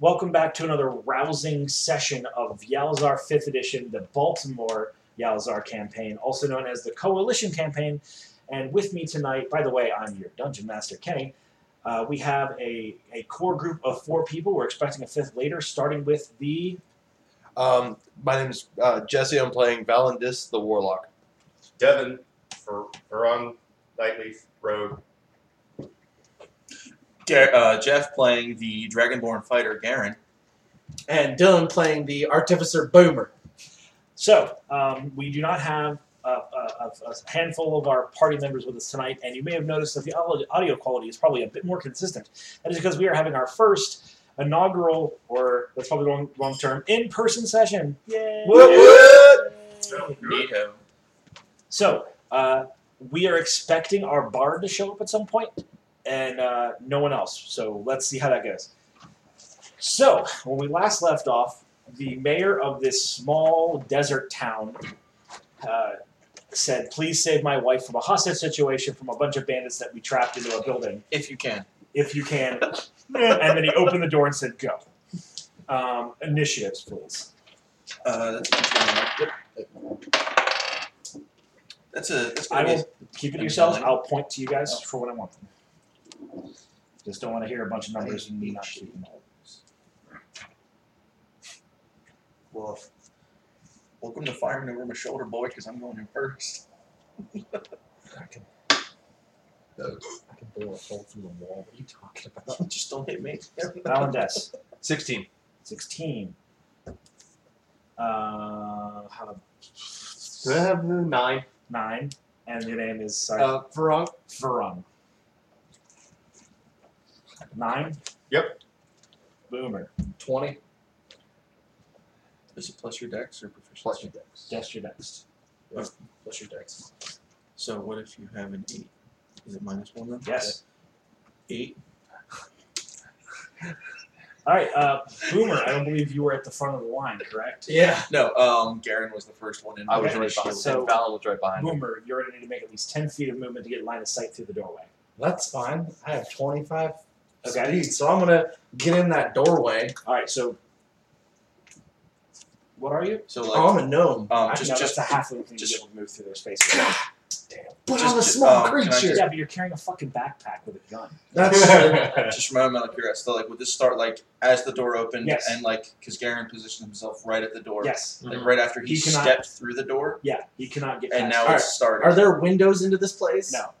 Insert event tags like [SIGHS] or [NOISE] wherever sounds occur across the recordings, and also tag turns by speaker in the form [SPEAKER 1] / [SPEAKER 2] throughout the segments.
[SPEAKER 1] Welcome back to another rousing session of Yalzar 5th Edition, the Baltimore Yalzar campaign, also known as the Coalition campaign. And with me tonight, by the way, I'm your Dungeon Master, Kenny. Uh, we have a, a core group of four people. We're expecting a fifth later, starting with the.
[SPEAKER 2] Um, my name's uh, Jesse. I'm playing Valandis the Warlock.
[SPEAKER 3] Devon for Veron Nightleaf Road.
[SPEAKER 4] Gar- uh, Jeff playing the Dragonborn fighter Garen.
[SPEAKER 5] and Dylan playing the artificer boomer.
[SPEAKER 1] So, um, we do not have a, a, a- a handful of our party members with us tonight, and you may have noticed that the au- audio quality is probably a bit more consistent. That is because we are having our first inaugural, or that's probably the wrong, wrong term, in person session. Yay!
[SPEAKER 2] Whoop, whoop!
[SPEAKER 4] Neato.
[SPEAKER 1] So uh, we are expecting our bard to show up at some point, and uh, no one else. So let's see how that goes. So when we last left off, the mayor of this small desert town uh, said, "Please save my wife from a hostage situation from a bunch of bandits that we trapped into a building,
[SPEAKER 4] If you can.
[SPEAKER 1] if you can." and then he opened the door and said, "Go." Um, initiatives, please.
[SPEAKER 4] Uh, that's, that's a. That's
[SPEAKER 1] I
[SPEAKER 4] gonna be-
[SPEAKER 1] will keep it to yourselves. I'll point to you guys for what I want them. Just don't want to hear a bunch of numbers and me not keep them.
[SPEAKER 4] Well, welcome to firing over my shoulder, boy, because I'm going in first.
[SPEAKER 6] [LAUGHS] uh, I can bore a hole through the wall. What are you talking
[SPEAKER 4] [LAUGHS]
[SPEAKER 6] about?
[SPEAKER 4] Just don't hit
[SPEAKER 6] [LAUGHS]
[SPEAKER 4] me.
[SPEAKER 1] Valandes,
[SPEAKER 2] Sixteen.
[SPEAKER 1] sixteen. Uh, how
[SPEAKER 5] Do I have the nine?
[SPEAKER 1] nine, and your name is sorry,
[SPEAKER 5] Uh, Veron.
[SPEAKER 1] Veron. Nine.
[SPEAKER 3] Yep.
[SPEAKER 1] Boomer.
[SPEAKER 6] Twenty.
[SPEAKER 4] Is it plus your dex or proficiency?
[SPEAKER 6] Plus your dex.
[SPEAKER 1] Just your next.
[SPEAKER 6] Plus your dex.
[SPEAKER 4] So what if you have an eight? Is it minus one then?
[SPEAKER 1] Yes.
[SPEAKER 4] Eight.
[SPEAKER 1] All right, uh, Boomer. I don't believe you were at the front of the line, correct?
[SPEAKER 5] Yeah.
[SPEAKER 4] No. Um, Garen was the first one in.
[SPEAKER 2] I was
[SPEAKER 1] Okay.
[SPEAKER 2] right behind.
[SPEAKER 1] So-
[SPEAKER 2] and Valen was right behind. [LAUGHS] me.
[SPEAKER 1] Boomer, you're going to need to make at least ten feet of movement to get line of sight through the doorway.
[SPEAKER 6] That's fine. I have twenty-five
[SPEAKER 1] Okay.
[SPEAKER 6] speed, so I'm gonna get in that doorway.
[SPEAKER 1] All right, so what are you?
[SPEAKER 4] So like,
[SPEAKER 6] Oh, I'm a gnome.
[SPEAKER 4] um,
[SPEAKER 1] no,
[SPEAKER 4] just just
[SPEAKER 1] that's a half of the thing
[SPEAKER 4] just-
[SPEAKER 1] to be able to move through their
[SPEAKER 4] [COUGHS]
[SPEAKER 1] spaces.
[SPEAKER 6] But
[SPEAKER 4] just-
[SPEAKER 6] I'm a
[SPEAKER 4] just-
[SPEAKER 6] small
[SPEAKER 4] um, can I
[SPEAKER 6] creature.
[SPEAKER 1] Yeah, but you're carrying a fucking backpack with a gun. [LAUGHS]
[SPEAKER 6] That's true.
[SPEAKER 4] just from my own amount of curiosity, like, would this start like as the door opened
[SPEAKER 1] Yes.
[SPEAKER 4] and like because Garen positioned himself right at the door,
[SPEAKER 1] Yes.
[SPEAKER 4] like right after he,
[SPEAKER 1] He cannot-
[SPEAKER 4] stepped through the door,
[SPEAKER 1] Yeah, he cannot get
[SPEAKER 4] and
[SPEAKER 1] past
[SPEAKER 4] now
[SPEAKER 1] you.
[SPEAKER 4] it's started.
[SPEAKER 6] Are there windows into this place?
[SPEAKER 1] no,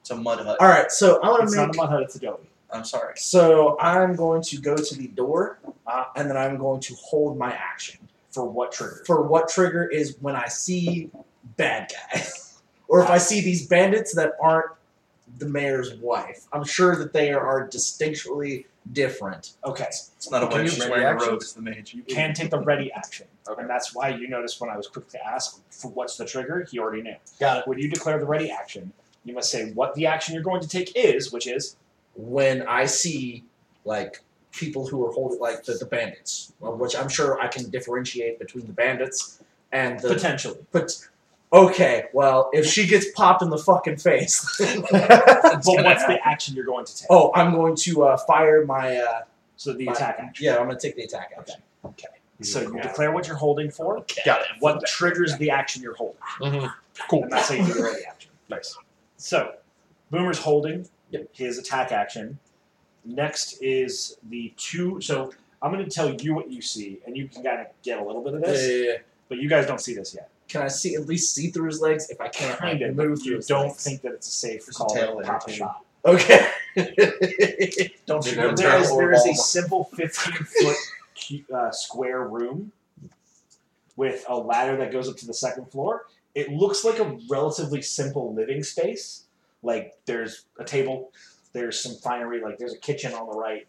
[SPEAKER 4] It's a mud hut.
[SPEAKER 6] All right, so I'm
[SPEAKER 1] it's
[SPEAKER 6] gonna
[SPEAKER 1] not
[SPEAKER 6] make.
[SPEAKER 1] a mud hut, it's Adobe.
[SPEAKER 4] I'm sorry.
[SPEAKER 6] So I'm going to go to the door,
[SPEAKER 1] Uh-huh.
[SPEAKER 6] and then I'm going to hold my action.
[SPEAKER 1] For what trigger?
[SPEAKER 6] For what trigger is when I see bad guys, [LAUGHS] or if I see these bandits that aren't the mayor's wife. I'm sure that they are distinctly different.
[SPEAKER 1] Okay,
[SPEAKER 4] It's not a
[SPEAKER 2] Can
[SPEAKER 4] witch.
[SPEAKER 2] you
[SPEAKER 4] She's
[SPEAKER 2] ready
[SPEAKER 4] wearing a
[SPEAKER 2] actions?
[SPEAKER 4] robe. It's the mage.
[SPEAKER 1] you can take the ready action,
[SPEAKER 2] Okay.
[SPEAKER 1] and that's why you noticed when I was quick to ask for what's the trigger, he already knew.
[SPEAKER 6] Got it.
[SPEAKER 1] When you declare the ready action, you must say what the action you're going to take is, which is
[SPEAKER 6] When I see like people who are holding like the, the bandits, well, which I'm sure I can differentiate between the bandits and the
[SPEAKER 1] potentially.
[SPEAKER 6] But okay, well, if she gets popped in the fucking face, [LAUGHS]
[SPEAKER 1] [LAUGHS] But
[SPEAKER 4] gonna
[SPEAKER 1] what's the action you're going to take?
[SPEAKER 6] oh, I'm going to uh, fire my. Uh,
[SPEAKER 1] So the
[SPEAKER 6] my-
[SPEAKER 1] attack action.
[SPEAKER 6] Yeah, I'm going to take the attack action.
[SPEAKER 1] So you declare what you're holding for.
[SPEAKER 2] Got
[SPEAKER 1] What triggers the action you're holding?
[SPEAKER 6] Mm-hmm.
[SPEAKER 2] Mhm.
[SPEAKER 1] Cool. And that's how you do the ready action. Nice. So, Boomer's holding his attack action. Next is the two. So I'm going to tell you what you see, and you can kind of get a little bit of
[SPEAKER 6] Yeah,
[SPEAKER 1] this,
[SPEAKER 6] yeah, yeah.
[SPEAKER 1] but you guys don't see this yet.
[SPEAKER 6] Can I see at least see through his legs? If I can't, I
[SPEAKER 1] Kind of.
[SPEAKER 6] move through
[SPEAKER 1] You
[SPEAKER 6] his
[SPEAKER 1] don't
[SPEAKER 6] legs.
[SPEAKER 5] [LAUGHS]
[SPEAKER 1] think that it's a safe
[SPEAKER 4] There's a
[SPEAKER 1] call to
[SPEAKER 4] tail there,
[SPEAKER 1] pop a
[SPEAKER 4] too.
[SPEAKER 1] shot.
[SPEAKER 6] Okay.
[SPEAKER 4] Don't
[SPEAKER 2] They
[SPEAKER 4] shoot
[SPEAKER 2] never
[SPEAKER 4] him.
[SPEAKER 1] There is,
[SPEAKER 4] Or
[SPEAKER 1] there is a
[SPEAKER 4] Walmart.
[SPEAKER 1] simple 15 foot cu- uh, square room with a ladder that goes up to the second floor. It looks like a relatively simple living space. Like there's a table, there's some finery, like there's a kitchen on the right.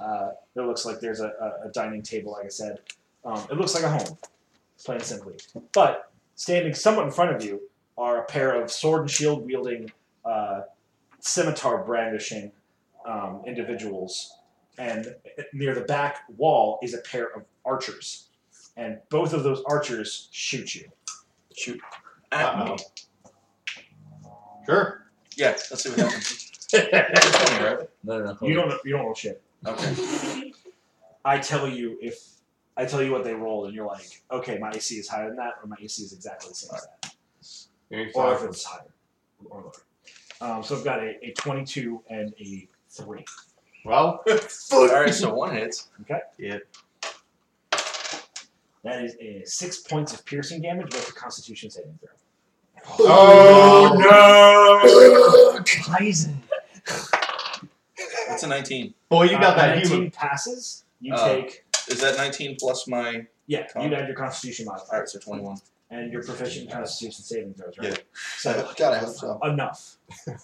[SPEAKER 1] Uh, it looks like there's a, a, a dining table, like I said. Um, it looks like a home, plain and simply. But standing somewhat in front of you are a pair of sword and shield wielding, uh, scimitar brandishing um, individuals and near the back wall is a pair of archers. And both of those archers shoot you.
[SPEAKER 4] [LAUGHS] Shoot. At me.
[SPEAKER 1] [LAUGHS]
[SPEAKER 3] Uh-oh. Sure.
[SPEAKER 4] Yeah, let's see what happens. It's 20, right?
[SPEAKER 6] No, no, no.
[SPEAKER 1] You don't you don't roll shit.
[SPEAKER 4] Okay.
[SPEAKER 1] I tell you if I tell you what they rolled, and you're like, okay, my AC is higher than that, or my AC is exactly the same as that, or if
[SPEAKER 2] Anytime.
[SPEAKER 1] it's higher or lower. Um, so I've got a, a 22 and a three.
[SPEAKER 2] Well,
[SPEAKER 4] All right, so one hits.
[SPEAKER 1] That is a six points of piercing damage. Make a Constitution saving throw.
[SPEAKER 3] Oh, no!
[SPEAKER 4] That's a 19.
[SPEAKER 2] boy, you got
[SPEAKER 1] Uh,
[SPEAKER 2] that
[SPEAKER 1] 19
[SPEAKER 2] human. Uh,
[SPEAKER 1] passes. You
[SPEAKER 4] Oh.
[SPEAKER 1] take
[SPEAKER 4] Is that 19 plus my?
[SPEAKER 1] yeah.
[SPEAKER 4] Con-
[SPEAKER 1] You'd add your Constitution
[SPEAKER 4] All
[SPEAKER 1] modifier
[SPEAKER 4] right, so 21.
[SPEAKER 1] and your proficient in Constitution saving throws, right?
[SPEAKER 2] Yeah.
[SPEAKER 1] So
[SPEAKER 4] God, I hope so.
[SPEAKER 1] enough.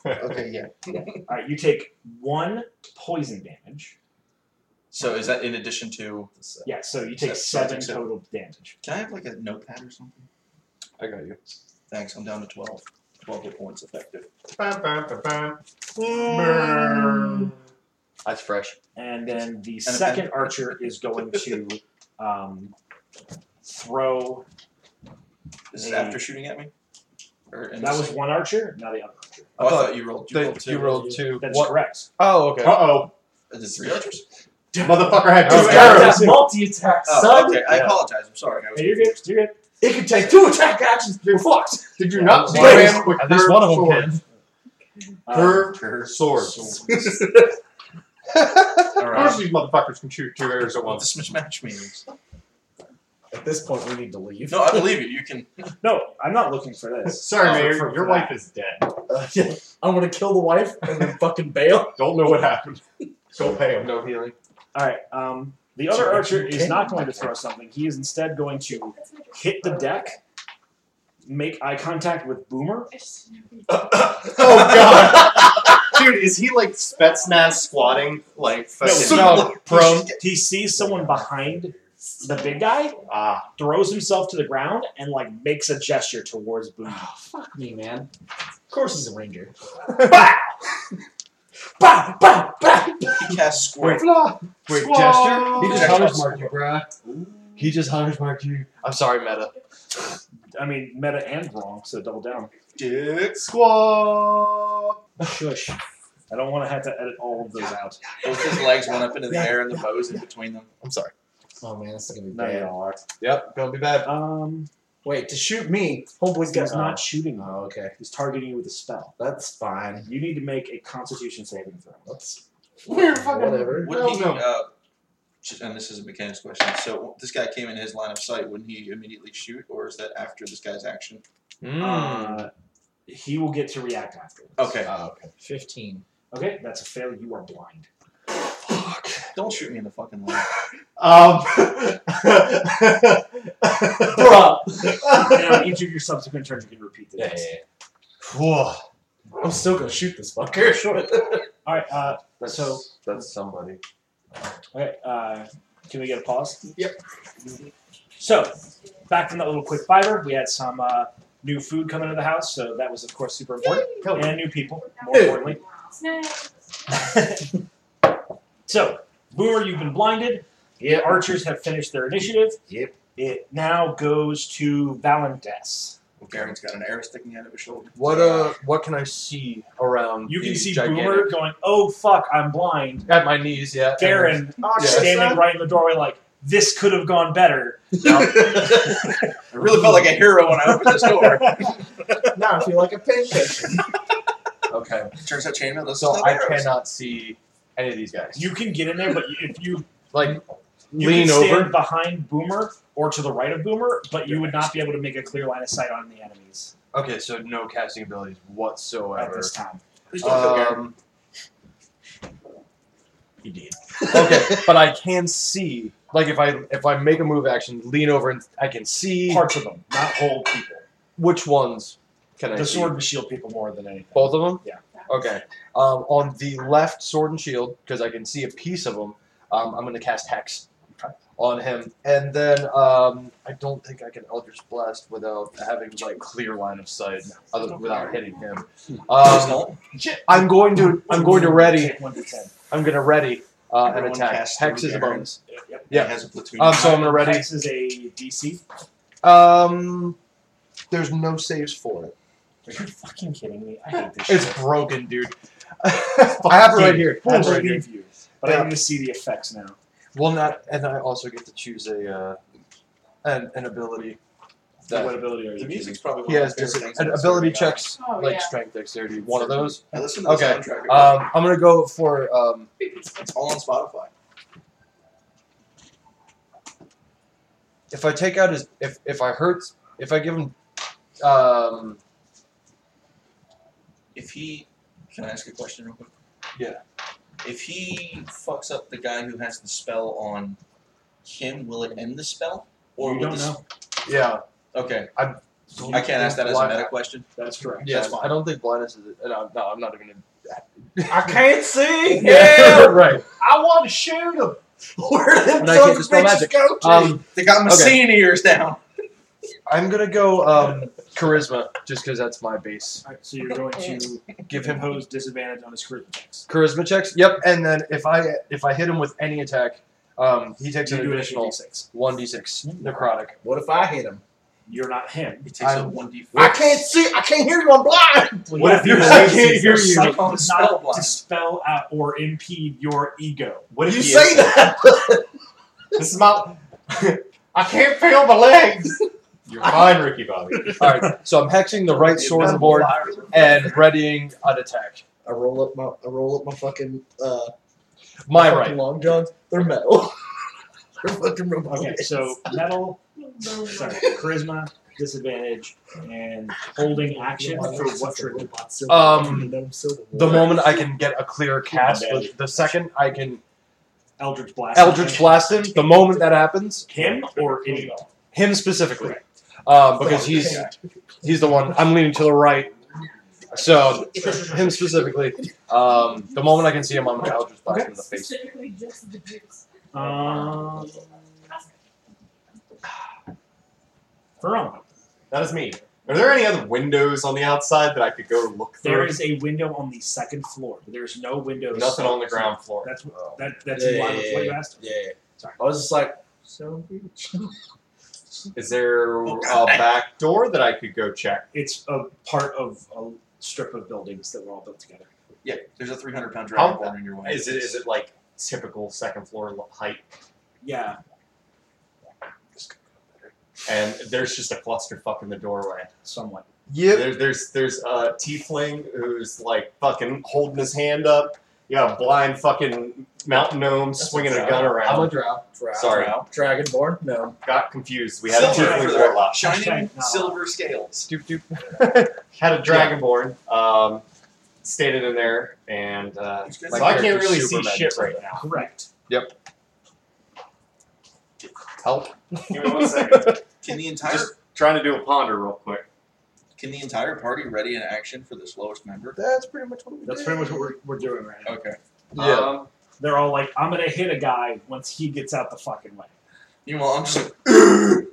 [SPEAKER 4] Okay, yeah.
[SPEAKER 1] All right, you take one poison damage.
[SPEAKER 4] So is that in addition to?
[SPEAKER 1] Yeah, so you take
[SPEAKER 4] That's
[SPEAKER 1] seven
[SPEAKER 4] magic, so-
[SPEAKER 1] total damage.
[SPEAKER 4] Can I have like a notepad or something?
[SPEAKER 2] I got you.
[SPEAKER 4] Thanks. I'm down to 12. 12 hit points effective.
[SPEAKER 3] [LAUGHS] Bam, bam, bam, bam. Burn.
[SPEAKER 2] That's fresh.
[SPEAKER 1] And then the
[SPEAKER 4] pen.
[SPEAKER 1] second archer is going
[SPEAKER 4] [LAUGHS]
[SPEAKER 1] to um, throw.
[SPEAKER 4] Is it
[SPEAKER 1] Hey.
[SPEAKER 4] after shooting at me? Or in
[SPEAKER 1] That
[SPEAKER 4] the
[SPEAKER 1] was
[SPEAKER 4] same-
[SPEAKER 1] one archer, now the other archer.
[SPEAKER 4] Oh, I thought you rolled. You
[SPEAKER 2] They-
[SPEAKER 4] rolled two.
[SPEAKER 2] You rolled two.
[SPEAKER 1] That's
[SPEAKER 2] What-
[SPEAKER 1] correct.
[SPEAKER 2] Oh, okay.
[SPEAKER 3] Uh-oh.
[SPEAKER 4] Is it three archers?
[SPEAKER 3] Motherfucker had two
[SPEAKER 5] He's
[SPEAKER 1] Okay.
[SPEAKER 5] got
[SPEAKER 3] arrows.
[SPEAKER 5] that multi attack,
[SPEAKER 4] Oh,
[SPEAKER 5] son.
[SPEAKER 4] okay. I
[SPEAKER 1] Yeah.
[SPEAKER 4] apologize. I'm sorry. I was
[SPEAKER 1] Hey, you're good. You're good.
[SPEAKER 5] It could take two attack actions. You're fucked.
[SPEAKER 3] Did you not
[SPEAKER 2] Yeah.
[SPEAKER 3] slam with
[SPEAKER 2] At least
[SPEAKER 3] curved
[SPEAKER 2] one of them
[SPEAKER 3] sword?
[SPEAKER 2] can.
[SPEAKER 1] Um,
[SPEAKER 3] Uh, Curved sword. [LAUGHS]
[SPEAKER 4] All
[SPEAKER 3] Of
[SPEAKER 4] right.
[SPEAKER 3] course, these motherfuckers can shoot two arrows at
[SPEAKER 4] What
[SPEAKER 3] once.
[SPEAKER 4] this mismatch means?
[SPEAKER 5] At this point, we need to leave.
[SPEAKER 4] No, I believe you. You can.
[SPEAKER 1] no, I'm not looking for this.
[SPEAKER 2] [LAUGHS]
[SPEAKER 3] Sorry,
[SPEAKER 1] Oh,
[SPEAKER 3] Mayor,
[SPEAKER 1] for-
[SPEAKER 3] your
[SPEAKER 1] for
[SPEAKER 3] wife
[SPEAKER 1] that.
[SPEAKER 3] is dead.
[SPEAKER 5] I'm gonna kill the wife and [LAUGHS] then fucking bail.
[SPEAKER 3] Don't know what happened. Don't pay him.
[SPEAKER 2] No [LAUGHS] healing.
[SPEAKER 1] All right. Um, the other
[SPEAKER 5] Sorry,
[SPEAKER 1] archer
[SPEAKER 5] okay.
[SPEAKER 1] is not going to throw something. He is instead going to hit the deck, make eye contact with Boomer.
[SPEAKER 3] Oh
[SPEAKER 2] [LAUGHS]
[SPEAKER 3] god, dude, is he like Spetsnaz squatting? Like fucking
[SPEAKER 1] no,
[SPEAKER 2] prone.
[SPEAKER 1] He sees someone behind the big guy,
[SPEAKER 3] ah,
[SPEAKER 1] throws himself to the ground, and like makes a gesture towards Boomer.
[SPEAKER 5] Oh, fuck me, man. Of course he's a ranger.
[SPEAKER 1] Bah!
[SPEAKER 5] Bah, bah, bah.
[SPEAKER 4] He casts square.
[SPEAKER 2] Wait,
[SPEAKER 3] Squad!
[SPEAKER 2] gesture? [LAUGHS] He just
[SPEAKER 4] Jack-
[SPEAKER 2] hunters marked you, bruh. He just hunters marked you. I'm sorry, Meta.
[SPEAKER 1] I mean, meta and wrong, so double down.
[SPEAKER 4] Dick.
[SPEAKER 3] squad.
[SPEAKER 1] Shush. I don't want to have to edit all of those out.
[SPEAKER 4] Both his legs went up into the air and the bows in between them.
[SPEAKER 2] I'm sorry.
[SPEAKER 5] Oh man, that's gonna be
[SPEAKER 1] No,
[SPEAKER 5] bad.
[SPEAKER 1] y'all are.
[SPEAKER 2] Yep, gonna be bad.
[SPEAKER 1] Um,
[SPEAKER 5] Wait, to shoot me, homeboy's got
[SPEAKER 1] he's not shooting you.
[SPEAKER 5] Oh, okay.
[SPEAKER 1] He's targeting you with a spell.
[SPEAKER 5] That's fine.
[SPEAKER 1] You need to make a Constitution saving throw.
[SPEAKER 5] That's
[SPEAKER 3] We're fucking.
[SPEAKER 5] whatever.
[SPEAKER 3] Hell
[SPEAKER 4] Wouldn't he?
[SPEAKER 3] no.
[SPEAKER 4] Uh, just- and this is a mechanics question. So this guy came in his line of sight. Wouldn't he immediately shoot, or is that after this guy's action?
[SPEAKER 3] Hmm.
[SPEAKER 1] Uh, he will get to react afterwards.
[SPEAKER 4] Okay.
[SPEAKER 2] Oh, okay.
[SPEAKER 5] Fifteen.
[SPEAKER 1] Okay, that's a fail. You are blind.
[SPEAKER 4] Don't shoot me in the fucking leg.
[SPEAKER 3] Um,
[SPEAKER 5] Bruh.
[SPEAKER 1] and on each of your subsequent turns, you can repeat this.
[SPEAKER 5] Yeah, yeah, yeah.
[SPEAKER 2] Whoa.
[SPEAKER 5] I'm still gonna shoot this fucker. Sure. [LAUGHS]
[SPEAKER 1] All right. Uh, So-
[SPEAKER 2] that's somebody.
[SPEAKER 1] okay. Uh, can we get a pause?
[SPEAKER 3] Yep.
[SPEAKER 1] So, back from that little quick fiber, we had some uh, new food coming into the house, so that was, of course, super important,
[SPEAKER 3] Um,
[SPEAKER 1] [LAUGHS] and new people, more
[SPEAKER 5] Hey.
[SPEAKER 1] importantly. [LAUGHS] so, Boomer, you've been blinded. The
[SPEAKER 3] [LAUGHS]
[SPEAKER 1] archers have finished their initiative.
[SPEAKER 5] Yep.
[SPEAKER 1] It now goes to Valentes.
[SPEAKER 4] Garen's got an arrow sticking out of his shoulder.
[SPEAKER 2] What uh? What can I see around?
[SPEAKER 1] You can
[SPEAKER 2] these
[SPEAKER 1] see
[SPEAKER 2] gigantic-
[SPEAKER 1] Boomer going, "Oh fuck, I'm blind."
[SPEAKER 2] at my knees. Yeah.
[SPEAKER 1] Garen
[SPEAKER 2] Yeah.
[SPEAKER 3] [LAUGHS]
[SPEAKER 1] standing right in the doorway, like this could have gone better.
[SPEAKER 4] [LAUGHS] I really felt like a hero when I opened this
[SPEAKER 2] [LAUGHS]
[SPEAKER 4] door.
[SPEAKER 5] now I feel like a [LAUGHS] pancake.
[SPEAKER 2] Okay.
[SPEAKER 4] Turns out chainmail doesn't
[SPEAKER 2] So
[SPEAKER 4] stop
[SPEAKER 2] I
[SPEAKER 4] arrows.
[SPEAKER 2] cannot see any of these guys.
[SPEAKER 1] You can get in there, but if you,
[SPEAKER 2] like
[SPEAKER 1] you
[SPEAKER 2] lean
[SPEAKER 1] can stand
[SPEAKER 2] over.
[SPEAKER 1] behind Boomer or to the right of Boomer, but you would not be able to make a clear line of sight on the enemies
[SPEAKER 2] Okay, so no casting abilities
[SPEAKER 1] at
[SPEAKER 2] whatsoever.
[SPEAKER 1] this time.
[SPEAKER 4] Please don't kill Garen.
[SPEAKER 2] Um,
[SPEAKER 1] You did.
[SPEAKER 2] okay,
[SPEAKER 4] [LAUGHS]
[SPEAKER 2] but I can see. Like if I if I make a move action, lean over and I can see
[SPEAKER 1] Parts of them, not whole people.
[SPEAKER 2] which ones can I
[SPEAKER 1] The
[SPEAKER 2] see?
[SPEAKER 1] sword and shield people more than anything.
[SPEAKER 2] Both of them?
[SPEAKER 1] Yeah.
[SPEAKER 2] Okay. Um, on the left sword and shield, because I can see a piece of them, um, I'm going to cast Hex on him. And then um, I don't think I can Eldritch Blast without having like clear line of sight, other, without hitting him.
[SPEAKER 4] Please
[SPEAKER 2] Um,
[SPEAKER 4] don't.
[SPEAKER 2] I'm going to I'm going to ready.
[SPEAKER 1] Take one to ten.
[SPEAKER 2] I'm going to ready uh, an
[SPEAKER 4] Everyone
[SPEAKER 2] attack.
[SPEAKER 4] cast
[SPEAKER 2] Hex
[SPEAKER 4] through
[SPEAKER 2] is a
[SPEAKER 4] Baron.
[SPEAKER 2] bonus.
[SPEAKER 1] Yep.
[SPEAKER 2] Yeah.
[SPEAKER 4] He has a platoon.
[SPEAKER 2] Um, so I'm going to ready.
[SPEAKER 1] Hex is a DC.
[SPEAKER 2] Um, there's no saves for it.
[SPEAKER 1] Are you fucking kidding me? I hate this.
[SPEAKER 2] It's
[SPEAKER 1] shit.
[SPEAKER 2] [LAUGHS] broken, dude. I have it right here. I have it right
[SPEAKER 1] Bullshit
[SPEAKER 2] here.
[SPEAKER 1] reviews. But I
[SPEAKER 2] Yeah.
[SPEAKER 1] need to see the effects now.
[SPEAKER 2] Well, not, and I also get to choose a uh, an, an ability.
[SPEAKER 1] Like,
[SPEAKER 2] That
[SPEAKER 1] what ability are
[SPEAKER 4] The
[SPEAKER 1] you
[SPEAKER 4] music's probably one
[SPEAKER 2] he has
[SPEAKER 4] of my favorite
[SPEAKER 2] just
[SPEAKER 4] things.
[SPEAKER 2] an
[SPEAKER 4] about
[SPEAKER 2] ability
[SPEAKER 4] Samurai.
[SPEAKER 2] checks
[SPEAKER 7] Oh,
[SPEAKER 2] like
[SPEAKER 7] yeah.
[SPEAKER 2] strength, dexterity. One of those.
[SPEAKER 4] I listen to the
[SPEAKER 2] Okay,
[SPEAKER 4] soundtrack. every day.
[SPEAKER 2] Um, I'm gonna go for um,
[SPEAKER 4] it's all on Spotify.
[SPEAKER 2] if I take out his if if I hurt if I give him um,
[SPEAKER 4] If he, can I ask a question real quick?
[SPEAKER 2] Yeah.
[SPEAKER 4] If he fucks up the guy who has the spell on him, will it end the spell? Or
[SPEAKER 1] You
[SPEAKER 4] will
[SPEAKER 1] don't
[SPEAKER 4] this-
[SPEAKER 1] know.
[SPEAKER 2] yeah
[SPEAKER 4] Okay,
[SPEAKER 1] You
[SPEAKER 4] I can't ask that as a
[SPEAKER 2] Why-
[SPEAKER 4] meta question.
[SPEAKER 1] That's correct.
[SPEAKER 2] yeah
[SPEAKER 4] That's fine.
[SPEAKER 2] I don't think blindness is and I'm, no I'm not even gonna
[SPEAKER 8] I can't
[SPEAKER 3] [LAUGHS]
[SPEAKER 8] see.
[SPEAKER 2] yeah [LAUGHS] right
[SPEAKER 1] I want to shoot him.
[SPEAKER 8] Where did
[SPEAKER 2] And I can't
[SPEAKER 8] those
[SPEAKER 2] dispel
[SPEAKER 8] bitches
[SPEAKER 2] magic.
[SPEAKER 8] go to?
[SPEAKER 2] um
[SPEAKER 4] They got my
[SPEAKER 2] Okay.
[SPEAKER 4] seeing ears down.
[SPEAKER 2] I'm gonna go um, charisma just because that's my base
[SPEAKER 1] All right, so you're going
[SPEAKER 2] [LAUGHS]
[SPEAKER 1] to
[SPEAKER 2] give him
[SPEAKER 1] impose disadvantage on his charisma checks.
[SPEAKER 2] charisma checks yep and then if I if I hit him with any attack um, he takes
[SPEAKER 1] You
[SPEAKER 2] an
[SPEAKER 1] do an
[SPEAKER 2] additional
[SPEAKER 1] additional six.
[SPEAKER 2] one d six necrotic
[SPEAKER 8] what if I hit him?
[SPEAKER 1] You're not him.
[SPEAKER 4] It takes a
[SPEAKER 2] I'm-
[SPEAKER 4] one d.
[SPEAKER 5] [LAUGHS]
[SPEAKER 8] I can't see. I can't hear you. I'm blind.
[SPEAKER 1] What if
[SPEAKER 2] you're-
[SPEAKER 1] your
[SPEAKER 2] I can't
[SPEAKER 1] senses
[SPEAKER 2] hear
[SPEAKER 1] or
[SPEAKER 2] you.
[SPEAKER 1] sight
[SPEAKER 4] Call him
[SPEAKER 1] does
[SPEAKER 4] spellblind.
[SPEAKER 1] not dispel out or impede your ego? What if
[SPEAKER 8] you
[SPEAKER 1] he is
[SPEAKER 8] say that?
[SPEAKER 3] This is my. [LAUGHS] I can't feel my legs. You're fine, Ricky Bobby.
[SPEAKER 2] all right so I'm hexing the
[SPEAKER 4] [LAUGHS]
[SPEAKER 2] right sword on the
[SPEAKER 4] invisible
[SPEAKER 2] board
[SPEAKER 4] fire.
[SPEAKER 2] and readying an attack
[SPEAKER 8] I roll up my I roll up my fucking uh
[SPEAKER 2] my
[SPEAKER 8] fucking
[SPEAKER 2] right
[SPEAKER 8] long johns. They're metal. [LAUGHS] They're fucking robot.
[SPEAKER 1] Okay, so metal, sorry, charisma, disadvantage, and holding action for what trigger?
[SPEAKER 2] Um, the
[SPEAKER 8] moment.
[SPEAKER 2] moment I can get a clear cast with the second I can
[SPEAKER 1] Eldritch blast.
[SPEAKER 2] Eldritch blast him. The moment that happens,
[SPEAKER 1] Him or anyone?
[SPEAKER 2] him specifically, um, because he's he's the one I'm leaning to the right. So him specifically, um, the moment I can see him, I'm gonna Eldritch blast him in the face.
[SPEAKER 7] Specifically just the dukes.
[SPEAKER 1] Um, Veron,
[SPEAKER 3] That is me. Are there any other windows on the outside that I could go look through?
[SPEAKER 1] there is a window on the second floor. There's no windows.
[SPEAKER 3] nothing on the ground floor.
[SPEAKER 1] That's what- that. That's in line with what you asked.
[SPEAKER 5] Yeah.
[SPEAKER 8] I was just like,
[SPEAKER 1] So [LAUGHS]
[SPEAKER 3] Is there a back door that I could go check?
[SPEAKER 1] it's a part of a strip of buildings that were all built together.
[SPEAKER 4] Yeah, there's a 300 pound dragon
[SPEAKER 3] How-
[SPEAKER 4] born in your way.
[SPEAKER 3] Is it is it like typical second floor lo- height?
[SPEAKER 1] Yeah,
[SPEAKER 3] And there's just a clusterfuck in the doorway.
[SPEAKER 1] somewhat.
[SPEAKER 2] Yep.
[SPEAKER 3] There, there's there's a tiefling who's like fucking holding his hand up. You got a blind fucking mountain gnome swinging a gun around.
[SPEAKER 2] I'm a drow.
[SPEAKER 8] Dra-
[SPEAKER 3] Sorry,
[SPEAKER 8] Dragonborn? No.
[SPEAKER 3] got confused. We had a
[SPEAKER 4] Silver,
[SPEAKER 1] Silver.
[SPEAKER 3] tiefling warlock.
[SPEAKER 4] shining
[SPEAKER 1] Hashtag not.
[SPEAKER 4] silver scales.
[SPEAKER 2] Doop doop.
[SPEAKER 3] Had a dragonborn. Um, stated in there, and uh,
[SPEAKER 4] It's good.
[SPEAKER 3] so
[SPEAKER 2] My
[SPEAKER 3] I can't
[SPEAKER 2] character's
[SPEAKER 3] really see
[SPEAKER 2] super
[SPEAKER 3] shit
[SPEAKER 2] magnified.
[SPEAKER 3] right now.
[SPEAKER 1] Correct.
[SPEAKER 2] Help.
[SPEAKER 3] Give me one second. [LAUGHS]
[SPEAKER 4] Can the entire
[SPEAKER 3] Just trying to do a ponder real quick.
[SPEAKER 4] can the entire party ready an action for this lowest member?
[SPEAKER 2] That's pretty much what we
[SPEAKER 1] That's pretty much what we're, we're doing right now.
[SPEAKER 4] Okay.
[SPEAKER 2] Yeah.
[SPEAKER 3] Um,
[SPEAKER 1] They're all like, "I'm gonna hit a guy once he gets out the fucking way."
[SPEAKER 4] Meanwhile, I'm just like,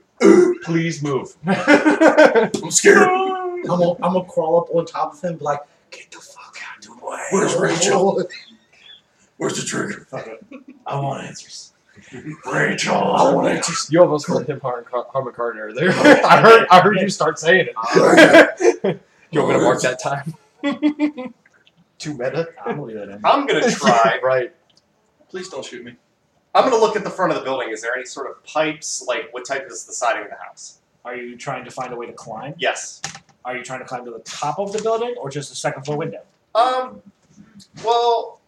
[SPEAKER 4] [CLEARS THROAT]
[SPEAKER 2] Please move.
[SPEAKER 4] I'm scared.
[SPEAKER 8] I'm gonna I'm gonna crawl up on top of him and be like, get the fuck out of the way.
[SPEAKER 4] Where's
[SPEAKER 8] [LAUGHS]
[SPEAKER 4] Rachel? Where's the trigger?
[SPEAKER 1] Fuck it. I want answers.
[SPEAKER 3] Rachel.
[SPEAKER 8] I want it.
[SPEAKER 4] [LAUGHS]
[SPEAKER 2] [LAUGHS]
[SPEAKER 8] Just,
[SPEAKER 2] You almost called him Har- Har- Harmon Carter
[SPEAKER 3] [LAUGHS]
[SPEAKER 2] there. I heard. I heard you start saying it. you want me to mark that time? Too meta.
[SPEAKER 1] I'm gonna leave that in.
[SPEAKER 3] I'm gonna try.
[SPEAKER 2] [LAUGHS] Right.
[SPEAKER 4] Please don't shoot me.
[SPEAKER 3] I'm gonna look at the front of the building. Is there any sort of pipes? Like, what type is the siding of the house?
[SPEAKER 1] Are you trying to find a way to climb?
[SPEAKER 3] Yes.
[SPEAKER 1] Are you trying to climb to the top of the building or just the second floor window?
[SPEAKER 3] Um. Well,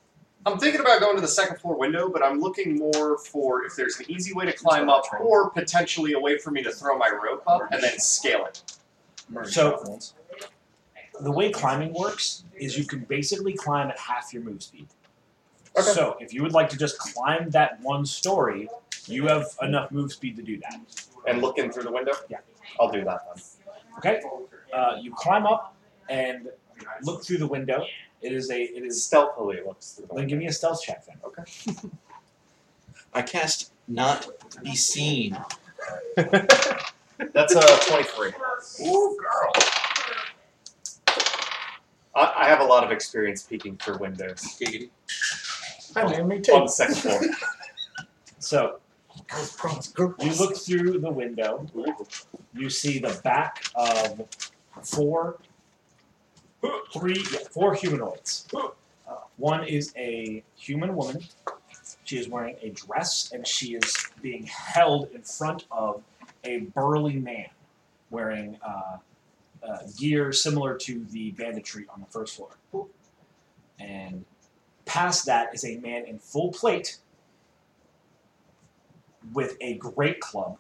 [SPEAKER 3] I'm thinking about going to the second floor window, but I'm looking more for if there's an easy way to climb up, or potentially a way for me to throw my rope up and then scale it.
[SPEAKER 4] Murder
[SPEAKER 1] So-
[SPEAKER 4] shot once.
[SPEAKER 1] The way climbing works is you can basically climb at half your move speed.
[SPEAKER 3] Okay.
[SPEAKER 1] So if you would like to just climb that one story, you have enough move speed to do that.
[SPEAKER 3] And look in through the window.
[SPEAKER 1] Yeah.
[SPEAKER 3] I'll do that then.
[SPEAKER 1] Okay? Uh, you climb up and look through the window. It is a it is
[SPEAKER 3] Stealthily looks through the
[SPEAKER 1] then
[SPEAKER 3] window.
[SPEAKER 1] give me a stealth check then.
[SPEAKER 4] I cast not be seen.
[SPEAKER 3] That's a 23. Ooh, girl. I, I have a lot of experience peeking through windows
[SPEAKER 4] Giggity.
[SPEAKER 8] I mean, me
[SPEAKER 3] on
[SPEAKER 8] too.
[SPEAKER 3] the second floor.
[SPEAKER 1] So
[SPEAKER 8] I was promised girl.
[SPEAKER 1] You look through the window. You see the back of four, Uh, three, yeah, four humanoids. One is a human woman. She is wearing a dress and she is being held in front of a burly man wearing uh, uh, gear similar to the banditry on the first floor. And past that is a man in full plate with a great club.